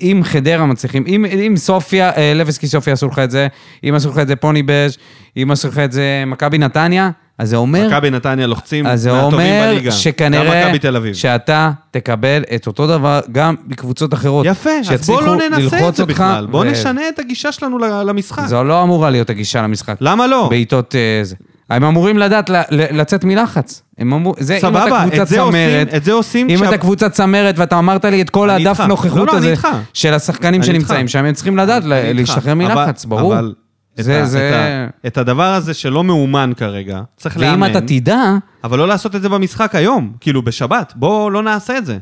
Speaker 2: אם חדרה מצליחים, אם, אם סופיה, אה, לבסקי סופיה עשו לך את זה, אם עשו לך את זה פוניבז', אם עשו לך את זה מכבי נתניה, אז זה אומר...
Speaker 1: מכבי נתניה לוחצים
Speaker 2: אז זה
Speaker 1: מהטובים
Speaker 2: אומר
Speaker 1: בליגה. גם
Speaker 2: שכנראה
Speaker 1: מכבי תל אביב.
Speaker 2: שאתה תקבל את אותו דבר גם בקבוצות אחרות.
Speaker 1: יפה, אז
Speaker 2: שיצליחו
Speaker 1: בואו לא ננסה את
Speaker 2: ללחוץ
Speaker 1: זה
Speaker 2: אותך,
Speaker 1: בכלל. בואו
Speaker 2: ו-
Speaker 1: נשנה את הגישה שלנו ל- למשחק.
Speaker 2: זו לא אמורה להיות הגישה למשחק.
Speaker 1: למה לא?
Speaker 2: בעיטות... אה, זה. הם אמורים לדעת ל- ל- לצאת מלחץ. הם אמור... זה, אם אתה
Speaker 1: סבבה,
Speaker 2: קבוצה
Speaker 1: את זה עושים,
Speaker 2: צמרת,
Speaker 1: את זה עושים
Speaker 2: אם
Speaker 1: כשה-
Speaker 2: אתה קבוצה צמרת ואתה אמרת לי את כל
Speaker 1: אני
Speaker 2: הדף
Speaker 1: איתך. לא,
Speaker 2: נוכחות
Speaker 1: לא, אני
Speaker 2: הזה
Speaker 1: איתך.
Speaker 2: של השחקנים
Speaker 1: אני
Speaker 2: שנמצאים
Speaker 1: איתך.
Speaker 2: שם, הם צריכים לדעת ל-
Speaker 1: אני איתך.
Speaker 2: להשתחרר
Speaker 1: אבל-
Speaker 2: מלחץ, ברור.
Speaker 1: אבל את
Speaker 2: זה-
Speaker 1: ה-
Speaker 2: זה-
Speaker 1: את ה- את הדבר הזה שלא מאומן כרגע, צריך
Speaker 2: ואם
Speaker 1: לאמן,
Speaker 2: אתה תדע,
Speaker 1: אבל לא לעשות את זה במשחק היום, כאילו בשבת, בואו לא נעשה את זה.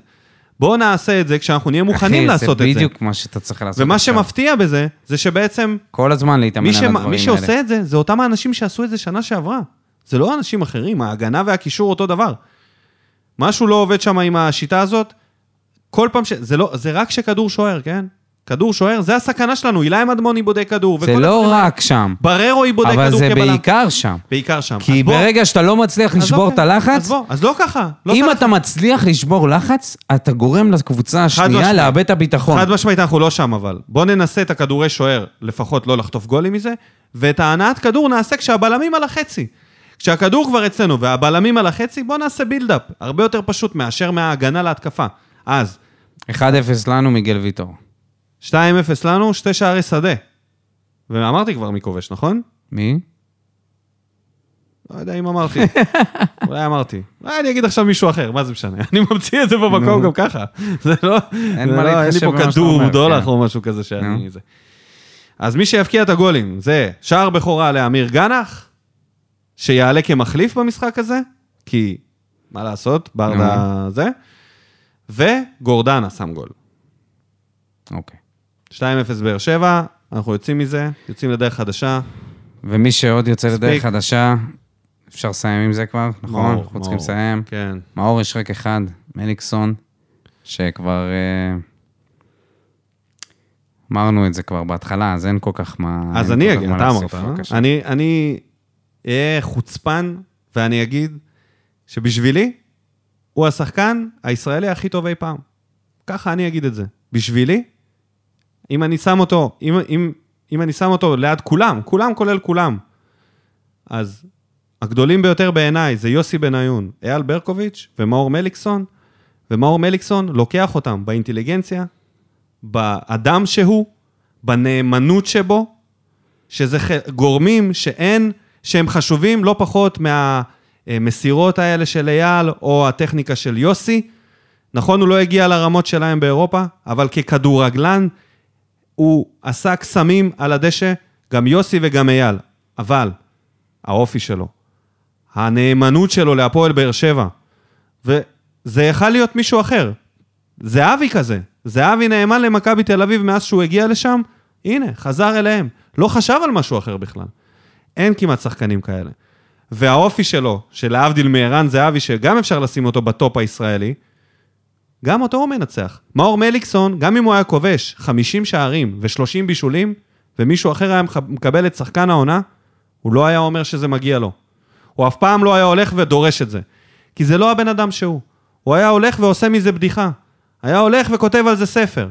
Speaker 1: בואו נעשה את זה כשאנחנו נהיה מוכנים
Speaker 2: אחי, זה
Speaker 1: לעשות את זה.
Speaker 2: בדיוק מה שאתה צריך לעשות.
Speaker 1: ומה
Speaker 2: עכשיו.
Speaker 1: שמפתיע בזה, זה שבעצם
Speaker 2: כל הזמן להתאמן
Speaker 1: מי,
Speaker 2: על הדברים
Speaker 1: שמ...
Speaker 2: האלה.
Speaker 1: מי שעושה את זה, זה אותם האנשים שעשו את זה שנה שעברה. זה לא אנשים אחרים, ההגנה והקישור אותו דבר. משהו לא עובד שם עם השיטה הזאת. כל פעם ש... זה לא... זה רק שכדור שוער, כן? כדור שוער, זה הסכנה שלנו. אילאי מדמוני בודק כדור.
Speaker 2: זה
Speaker 1: וכל
Speaker 2: לא
Speaker 1: הדברים האלה.
Speaker 2: רק שם,
Speaker 1: בררו היא בודק
Speaker 2: אבל
Speaker 1: כדור
Speaker 2: זה
Speaker 1: כבלם.
Speaker 2: בעיקר שם.
Speaker 1: בעיקר שם.
Speaker 2: כי
Speaker 1: אז בוא-
Speaker 2: ברגע שאתה לא מצליח
Speaker 1: אז
Speaker 2: לשבור את
Speaker 1: אוקיי,
Speaker 2: הלחץ,
Speaker 1: אז בוא, אז לא ככה. לא
Speaker 2: אם
Speaker 1: צריך-
Speaker 2: אתה מצליח לשבור לחץ, אתה גורם לקבוצה השנייה
Speaker 1: משמעית.
Speaker 2: לאבד את הביטחון.
Speaker 1: חד משמעית, אנחנו לא שם אבל. בואו ננסה את הכדורי שוער, לפחות לא לחטוף גולים מזה, ואת ההנעת כדור נעשה כשהבלמים על החצי. כשהכדור כבר אצלנו והבלמים על החצי, בואו נעשה בילדאפ. הרבה יותר פשוט מאשר מההגנה להתקפה. אז,
Speaker 2: 1-0 לנו מיגל ויטור.
Speaker 1: 2-0 לנו, שתי שערי שדה. ואמרתי כבר מי כובש, נכון?
Speaker 2: מי?
Speaker 1: לא יודע אם אמרתי. אולי אמרתי. אולי אני אגיד עכשיו מישהו אחר, מה זה משנה? אני ממציא את זה במקום
Speaker 2: נו.
Speaker 1: גם ככה. זה לא...
Speaker 2: אין
Speaker 1: זה לא-
Speaker 2: מה להתחשב
Speaker 1: אין לי
Speaker 2: במה
Speaker 1: פה
Speaker 2: שאתה
Speaker 1: כדור,
Speaker 2: אומר,
Speaker 1: דולח
Speaker 2: כן.
Speaker 1: או משהו כזה שאני...
Speaker 2: נו.
Speaker 1: זה. אז מי שיבקיע את הגולים זה שער בכורה לאמיר גנח, שיעלה כמחליף במשחק הזה, כי מה לעשות, ברדה זה, וגורדנה שם גול.
Speaker 2: אוקיי.
Speaker 1: 2-0 באר שבע, אנחנו יוצאים מזה, יוצאים לדרך חדשה.
Speaker 2: ומי שעוד יוצא לדרך
Speaker 1: מספיק.
Speaker 2: חדשה, אפשר לסיים עם זה כבר, נכון?
Speaker 1: מאור,
Speaker 2: אנחנו צריכים
Speaker 1: מאור.
Speaker 2: לסיים.
Speaker 1: כן.
Speaker 2: מאור יש רק אחד, מליקסון, שכבר... אה, אמרנו את זה כבר בהתחלה, אז אין כל כך מה...
Speaker 1: אז
Speaker 2: אין
Speaker 1: אני
Speaker 2: כל כך
Speaker 1: אגיד,
Speaker 2: מה
Speaker 1: אתה אמרת,
Speaker 2: להוסיף,
Speaker 1: אה?
Speaker 2: בבקשה.
Speaker 1: אני- אני אהיה חוצפן ואני אגיד שבשבילי, הוא השחקן הישראלי הכי טוב אי פעם. ככה אני אגיד את זה. בשבילי, אם אני שם אותו, אם, אם, אם אני שם אותו ליד כולם, כולם כולל כולם, אז הגדולים ביותר בעיניי זה יוסי בניון, אייל ברקוביץ' ומאור מליקסון, ומאור מליקסון לוקח אותם באינטליגנציה, באדם שהוא, בנאמנות שבו, שזה ח- גורמים שאין, שהם חשובים לא פחות מהמסירות האלה של אייל או הטכניקה של יוסי. נכון, הוא לא הגיע לרמות שלהם באירופה, אבל ככדורגלן הוא עשה קסמים על הדשא, גם יוסי וגם אייל. אבל האופי שלו, הנאמנות שלו להפועל באר שבע, וזה יכל להיות מישהו אחר. זהבי כזה. זהבי נאמן למכבי תל אביב מאז שהוא הגיע לשם, הנה, חזר אליהם. לא חשב על משהו אחר בכלל. אין כמעט שחקנים כאלה. והאופי שלו, שלהבדיל מערן זהבי, שגם אפשר לשים אותו בטופ הישראלי, גם אותו הוא מנצח. מאור מליקסון, גם אם הוא היה כובש 50 שערים ו-30 בישולים, ומישהו אחר היה מח- מקבל את שחקן העונה, הוא לא היה אומר שזה מגיע לו. הוא אף פעם לא היה הולך ודורש את זה. כי זה לא הבן אדם שהוא. הוא היה הולך ועושה מזה בדיחה. היה הולך וכותב על זה ספר,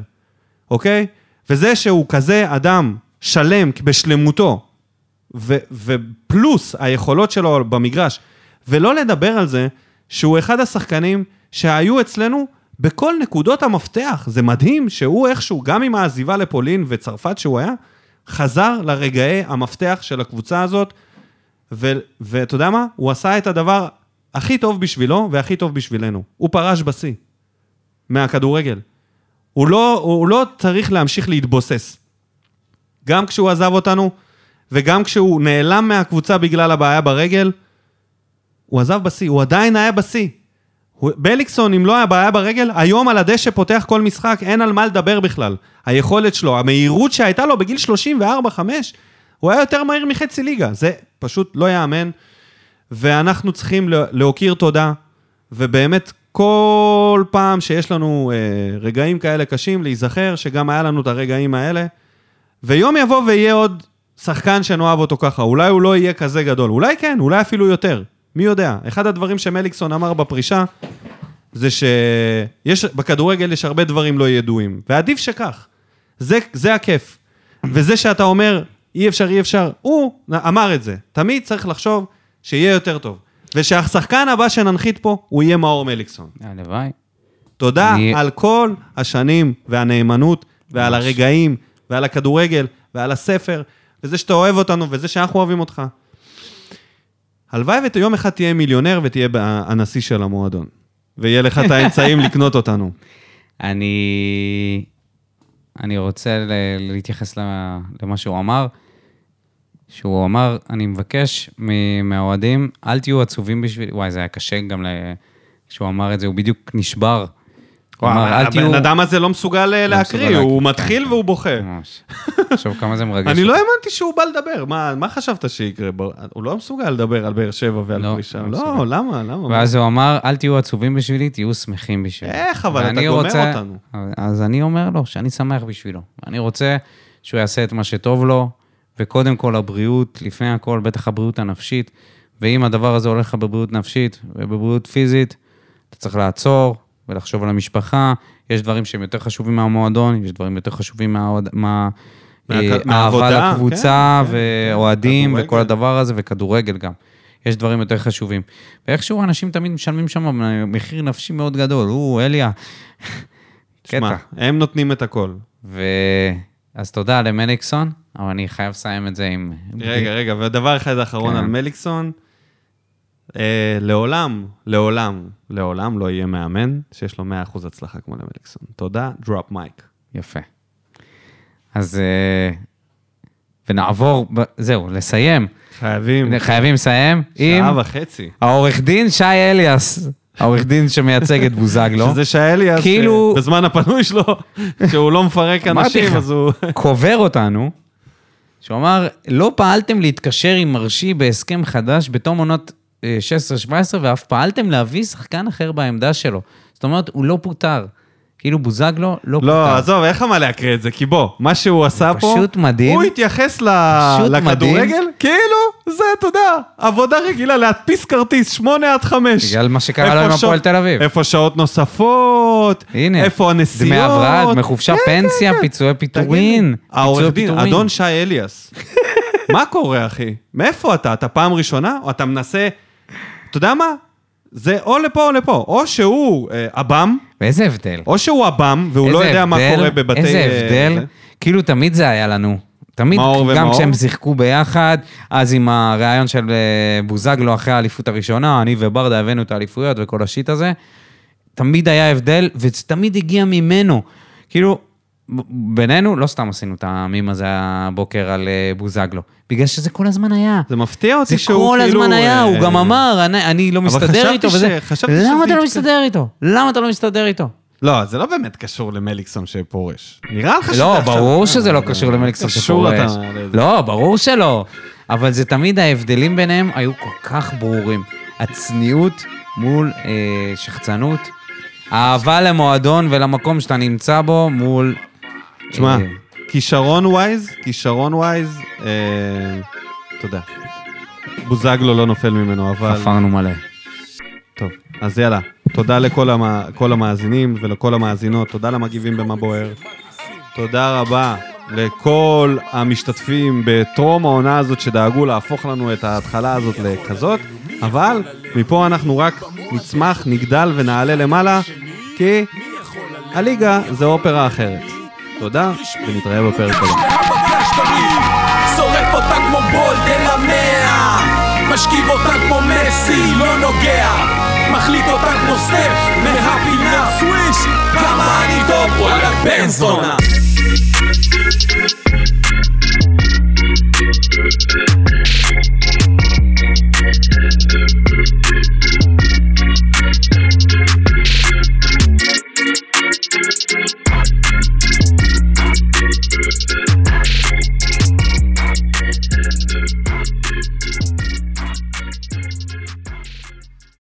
Speaker 1: אוקיי? וזה שהוא כזה אדם שלם בשלמותו, ו- ופלוס היכולות שלו במגרש, ולא לדבר על זה שהוא אחד השחקנים שהיו אצלנו בכל נקודות המפתח. זה מדהים שהוא איכשהו, גם עם העזיבה לפולין וצרפת שהוא היה, חזר לרגעי המפתח של הקבוצה הזאת, ו- ואתה יודע מה? הוא עשה את הדבר הכי טוב בשבילו והכי טוב בשבילנו. הוא פרש בשיא מהכדורגל. הוא לא, הוא לא צריך להמשיך להתבוסס. גם כשהוא עזב אותנו, וגם כשהוא נעלם מהקבוצה בגלל הבעיה ברגל, הוא עזב בשיא, הוא עדיין היה בשיא. הוא- בליקסון, אם לא היה בעיה ברגל, היום על הדשא פותח כל משחק, אין על מה לדבר בכלל. היכולת שלו, המהירות שהייתה לו בגיל 34-5, הוא היה יותר מהיר מחצי ליגה. זה פשוט לא ייאמן. ואנחנו צריכים לה- להוקיר תודה, ובאמת כל פעם שיש לנו אה, רגעים כאלה קשים, להיזכר שגם היה לנו את הרגעים האלה. ויום יבוא ויהיה עוד שחקן שנאהב אותו ככה, אולי הוא לא יהיה כזה גדול, אולי כן, אולי אפילו יותר, מי יודע. אחד הדברים שמליקסון אמר בפרישה, זה שיש, בכדורגל יש הרבה דברים לא ידועים, ועדיף שכך. זה, זה הכיף. וזה שאתה אומר, אי אפשר, אי אפשר, הוא אמר את זה. תמיד צריך לחשוב שיהיה יותר טוב. ושהשחקן הבא שננחית פה, הוא יהיה מאור מליקסון.
Speaker 2: הלוואי.
Speaker 1: תודה אני...
Speaker 2: אני-
Speaker 1: על כל השנים והנאמנות, ועל הרגעים, ועל הכדורגל, ועל הספר, וזה שאתה אוהב אותנו, וזה שאנחנו אוהבים אותך. הלוואי ויום אחד תהיה מיליונר ותהיה ב- הנשיא של המועדון. ויהיה לך את האמצעים לקנות אותנו.
Speaker 2: אני, אני רוצה ל- להתייחס ל- למה שהוא אמר, שהוא אמר, אני מבקש מ- מהאוהדים, אל תהיו עצובים בשביל... וואי, זה היה קשה גם ל... כשהוא אמר את זה, הוא בדיוק נשבר. הוא אמר, אל תהיו...
Speaker 1: הבן אדם הזה לא מסוגל אה,
Speaker 2: לא מסוגל
Speaker 1: להקריא, הוא
Speaker 2: להקריא.
Speaker 1: מתחיל והוא בוכה.
Speaker 2: ממש. עכשיו, כמה זה מרגש.
Speaker 1: אני לא האמנתי שהוא בא לדבר, מה מה חשבת שיקרה? בר- הוא לא מסוגל לדבר על באר שבע ועל
Speaker 2: לא,
Speaker 1: פרישה.
Speaker 2: לא
Speaker 1: לא,
Speaker 2: מסוגל.
Speaker 1: למה, למה?
Speaker 2: ואז הוא אמר, אל תהיו עצובים בשבילי, תהיו שמחים בשבילי.
Speaker 1: איך, אבל אתה
Speaker 2: ואני
Speaker 1: גומר אותנו.
Speaker 2: אז אני אומר לו שאני שמח בשבילו. אני רוצה שהוא יעשה את מה שטוב לו, וקודם כל הבריאות, לפני הכל, בטח הבריאות הנפשית. ואם הדבר הזה הולך לך בבריאות נפשית ובבריאות פיזית, אתה צריך לעצור ולחשוב על המשפחה. יש דברים שהם יותר חשובים מהמועדון, יש דברים יותר חשובים מהאוהד- מה...
Speaker 1: מהכ-
Speaker 2: אה,
Speaker 1: מהעבודה,
Speaker 2: אהבה לקבוצה,
Speaker 1: כן, כן, כן.
Speaker 2: ואוהדים,
Speaker 1: כדורגל.
Speaker 2: וכל הדבר הזה, וכדורגל גם. יש דברים יותר חשובים. ואיכשהו אנשים תמיד משלמים שם מחיר נפשי מאוד גדול. או, אליה,
Speaker 1: שמע,
Speaker 2: קטע.
Speaker 1: הם נותנים את הכל.
Speaker 2: ו... אז תודה למליקסון, אבל אני חייב לסיים את זה עם...
Speaker 1: רגע, רגע, ודבר אחד אחרון
Speaker 2: כן.
Speaker 1: על מליקסון. אה, לעולם, לעולם, לעולם לא יהיה מאמן שיש לו 100% הצלחה כמו למליקסון. תודה, דרופ מייק.
Speaker 2: יפה. אז... אה, ונעבור, ב- זהו, לסיים.
Speaker 1: חייבים.
Speaker 2: חייבים לסיים עם
Speaker 1: שעה וחצי.
Speaker 2: העורך דין שי אליאס, העורך דין שמייצג את בוזגלו,
Speaker 1: שזה שאליאס,
Speaker 2: אה, לא? כאילו-
Speaker 1: אה, בזמן הפנוי שלו, שהוא לא מפרק
Speaker 2: אמרתי
Speaker 1: אנשים,
Speaker 2: לך.
Speaker 1: אז הוא...
Speaker 2: קובר אותנו, שהוא אמר, לא פעלתם להתקשר עם מרשי בהסכם חדש בתום עונת אה, 16-17, ואף פעלתם להביא שחקן אחר בעמדה שלו. זאת אומרת, הוא לא פוטר. כאילו בוזגלו לא פוטר.
Speaker 1: לא, עזוב, אין לך מה להקריא את זה, כי בוא, מה שהוא עשה פה...
Speaker 2: פשוט מדהים.
Speaker 1: הוא התייחס ל...
Speaker 2: פשוט
Speaker 1: לכדורגל,
Speaker 2: מדהים.
Speaker 1: כאילו, זה, אתה יודע, עבודה רגילה, להדפיס כרטיס, שמונה עד חמש.
Speaker 2: בגלל מה שקרה
Speaker 1: איפה
Speaker 2: לו עם
Speaker 1: שעות-
Speaker 2: הפועל תל אביב.
Speaker 1: איפה שעות נוספות,
Speaker 2: הנה,
Speaker 1: איפה הנסיעות.
Speaker 2: דמי הבראה, דמי חופשה,
Speaker 1: כן, כן,
Speaker 2: פנסיה,
Speaker 1: כן.
Speaker 2: פיצויי
Speaker 1: תגיד לי,
Speaker 2: פיטורין.
Speaker 1: העורך
Speaker 2: פיצויי
Speaker 1: דין,
Speaker 2: פיטורין.
Speaker 1: אדון שי אליאס. מה קורה, אחי? מאיפה אתה? אתה פעם ראשונה? או אתה מנסה... אתה יודע מה? זה או לפה או לפה. או שהוא אה, עב"ם,
Speaker 2: ואיזה הבדל.
Speaker 1: או שהוא עב"ם, והוא
Speaker 2: איזה
Speaker 1: לא יודע מה
Speaker 2: הבדל,
Speaker 1: קורה בבתי...
Speaker 2: איזה
Speaker 1: אה,
Speaker 2: הבדל,
Speaker 1: זה.
Speaker 2: כאילו תמיד זה היה לנו. תמיד,
Speaker 1: מאור
Speaker 2: גם
Speaker 1: ומאור.
Speaker 2: כשהם שיחקו ביחד, אז עם הריאיון של אה, בוזגלו אחרי האליפות הראשונה, אני וברדה הבאנו את האליפויות וכל השיט הזה, תמיד היה הבדל, וזה תמיד הגיע ממנו. כאילו, ב- בינינו, לא סתם עשינו את המים הזה הבוקר על אה, בוזגלו, בגלל שזה כל הזמן היה.
Speaker 1: זה מפתיע אותי
Speaker 2: זה
Speaker 1: שהוא כאילו...
Speaker 2: כל הזמן היה, הוא
Speaker 1: אה,
Speaker 2: גם אמר, "אני- אני לא
Speaker 1: אבל
Speaker 2: מסתדר
Speaker 1: חשבתי
Speaker 2: איתו
Speaker 1: ש-
Speaker 2: וזה.
Speaker 1: חשבתי שזה
Speaker 2: למה אתה לא
Speaker 1: יתפ-
Speaker 2: מסתדר איתו? למה אתה לא מסתדר איתו?
Speaker 1: לא, זה לא באמת קשור למליקסון שפורש. נראה לך שזה
Speaker 2: לא,
Speaker 1: עכשיו-
Speaker 2: ברור
Speaker 1: אה,
Speaker 2: שזה לא
Speaker 1: אה,
Speaker 2: קשור למליקסון
Speaker 1: קשור
Speaker 2: שפורש.
Speaker 1: אתה-
Speaker 2: לא, ברור שלא. אבל זה תמיד, ההבדלים ביניהם היו כל כך ברורים. הצניעות מול אה, שחצנות, האהבה למועדון ולמקום שאתה נמצא בו מול...
Speaker 1: תשמע,
Speaker 2: אה,
Speaker 1: כישרון ווייז, כישרון ווייז, אה, תודה. בוזגלו לא נופל ממנו, אבל...
Speaker 2: חפרנו מלא.
Speaker 1: טוב, אז יאללה. תודה לכל המ- כל המאזינים ולכל המאזינות, תודה למגיבים במה בוער. תודה רבה לכל המשתתפים בטרום העונה הזאת שדאגו להפוך לנו את ההתחלה הזאת לכזאת, אבל מפה אנחנו רק נצמח, נגדל ונעלה למעלה, כי הליגה זה אופרה אחרת. תודה, ונתראה בפרק הבא.
Speaker 3: השטרים שורף אותה כמו בולדן המאה משכיב אותה כמו מסי, לא נוגע מחליט אותה כמו סטף מהפינה סוויש כמה אני טוב, וואלה בן זונה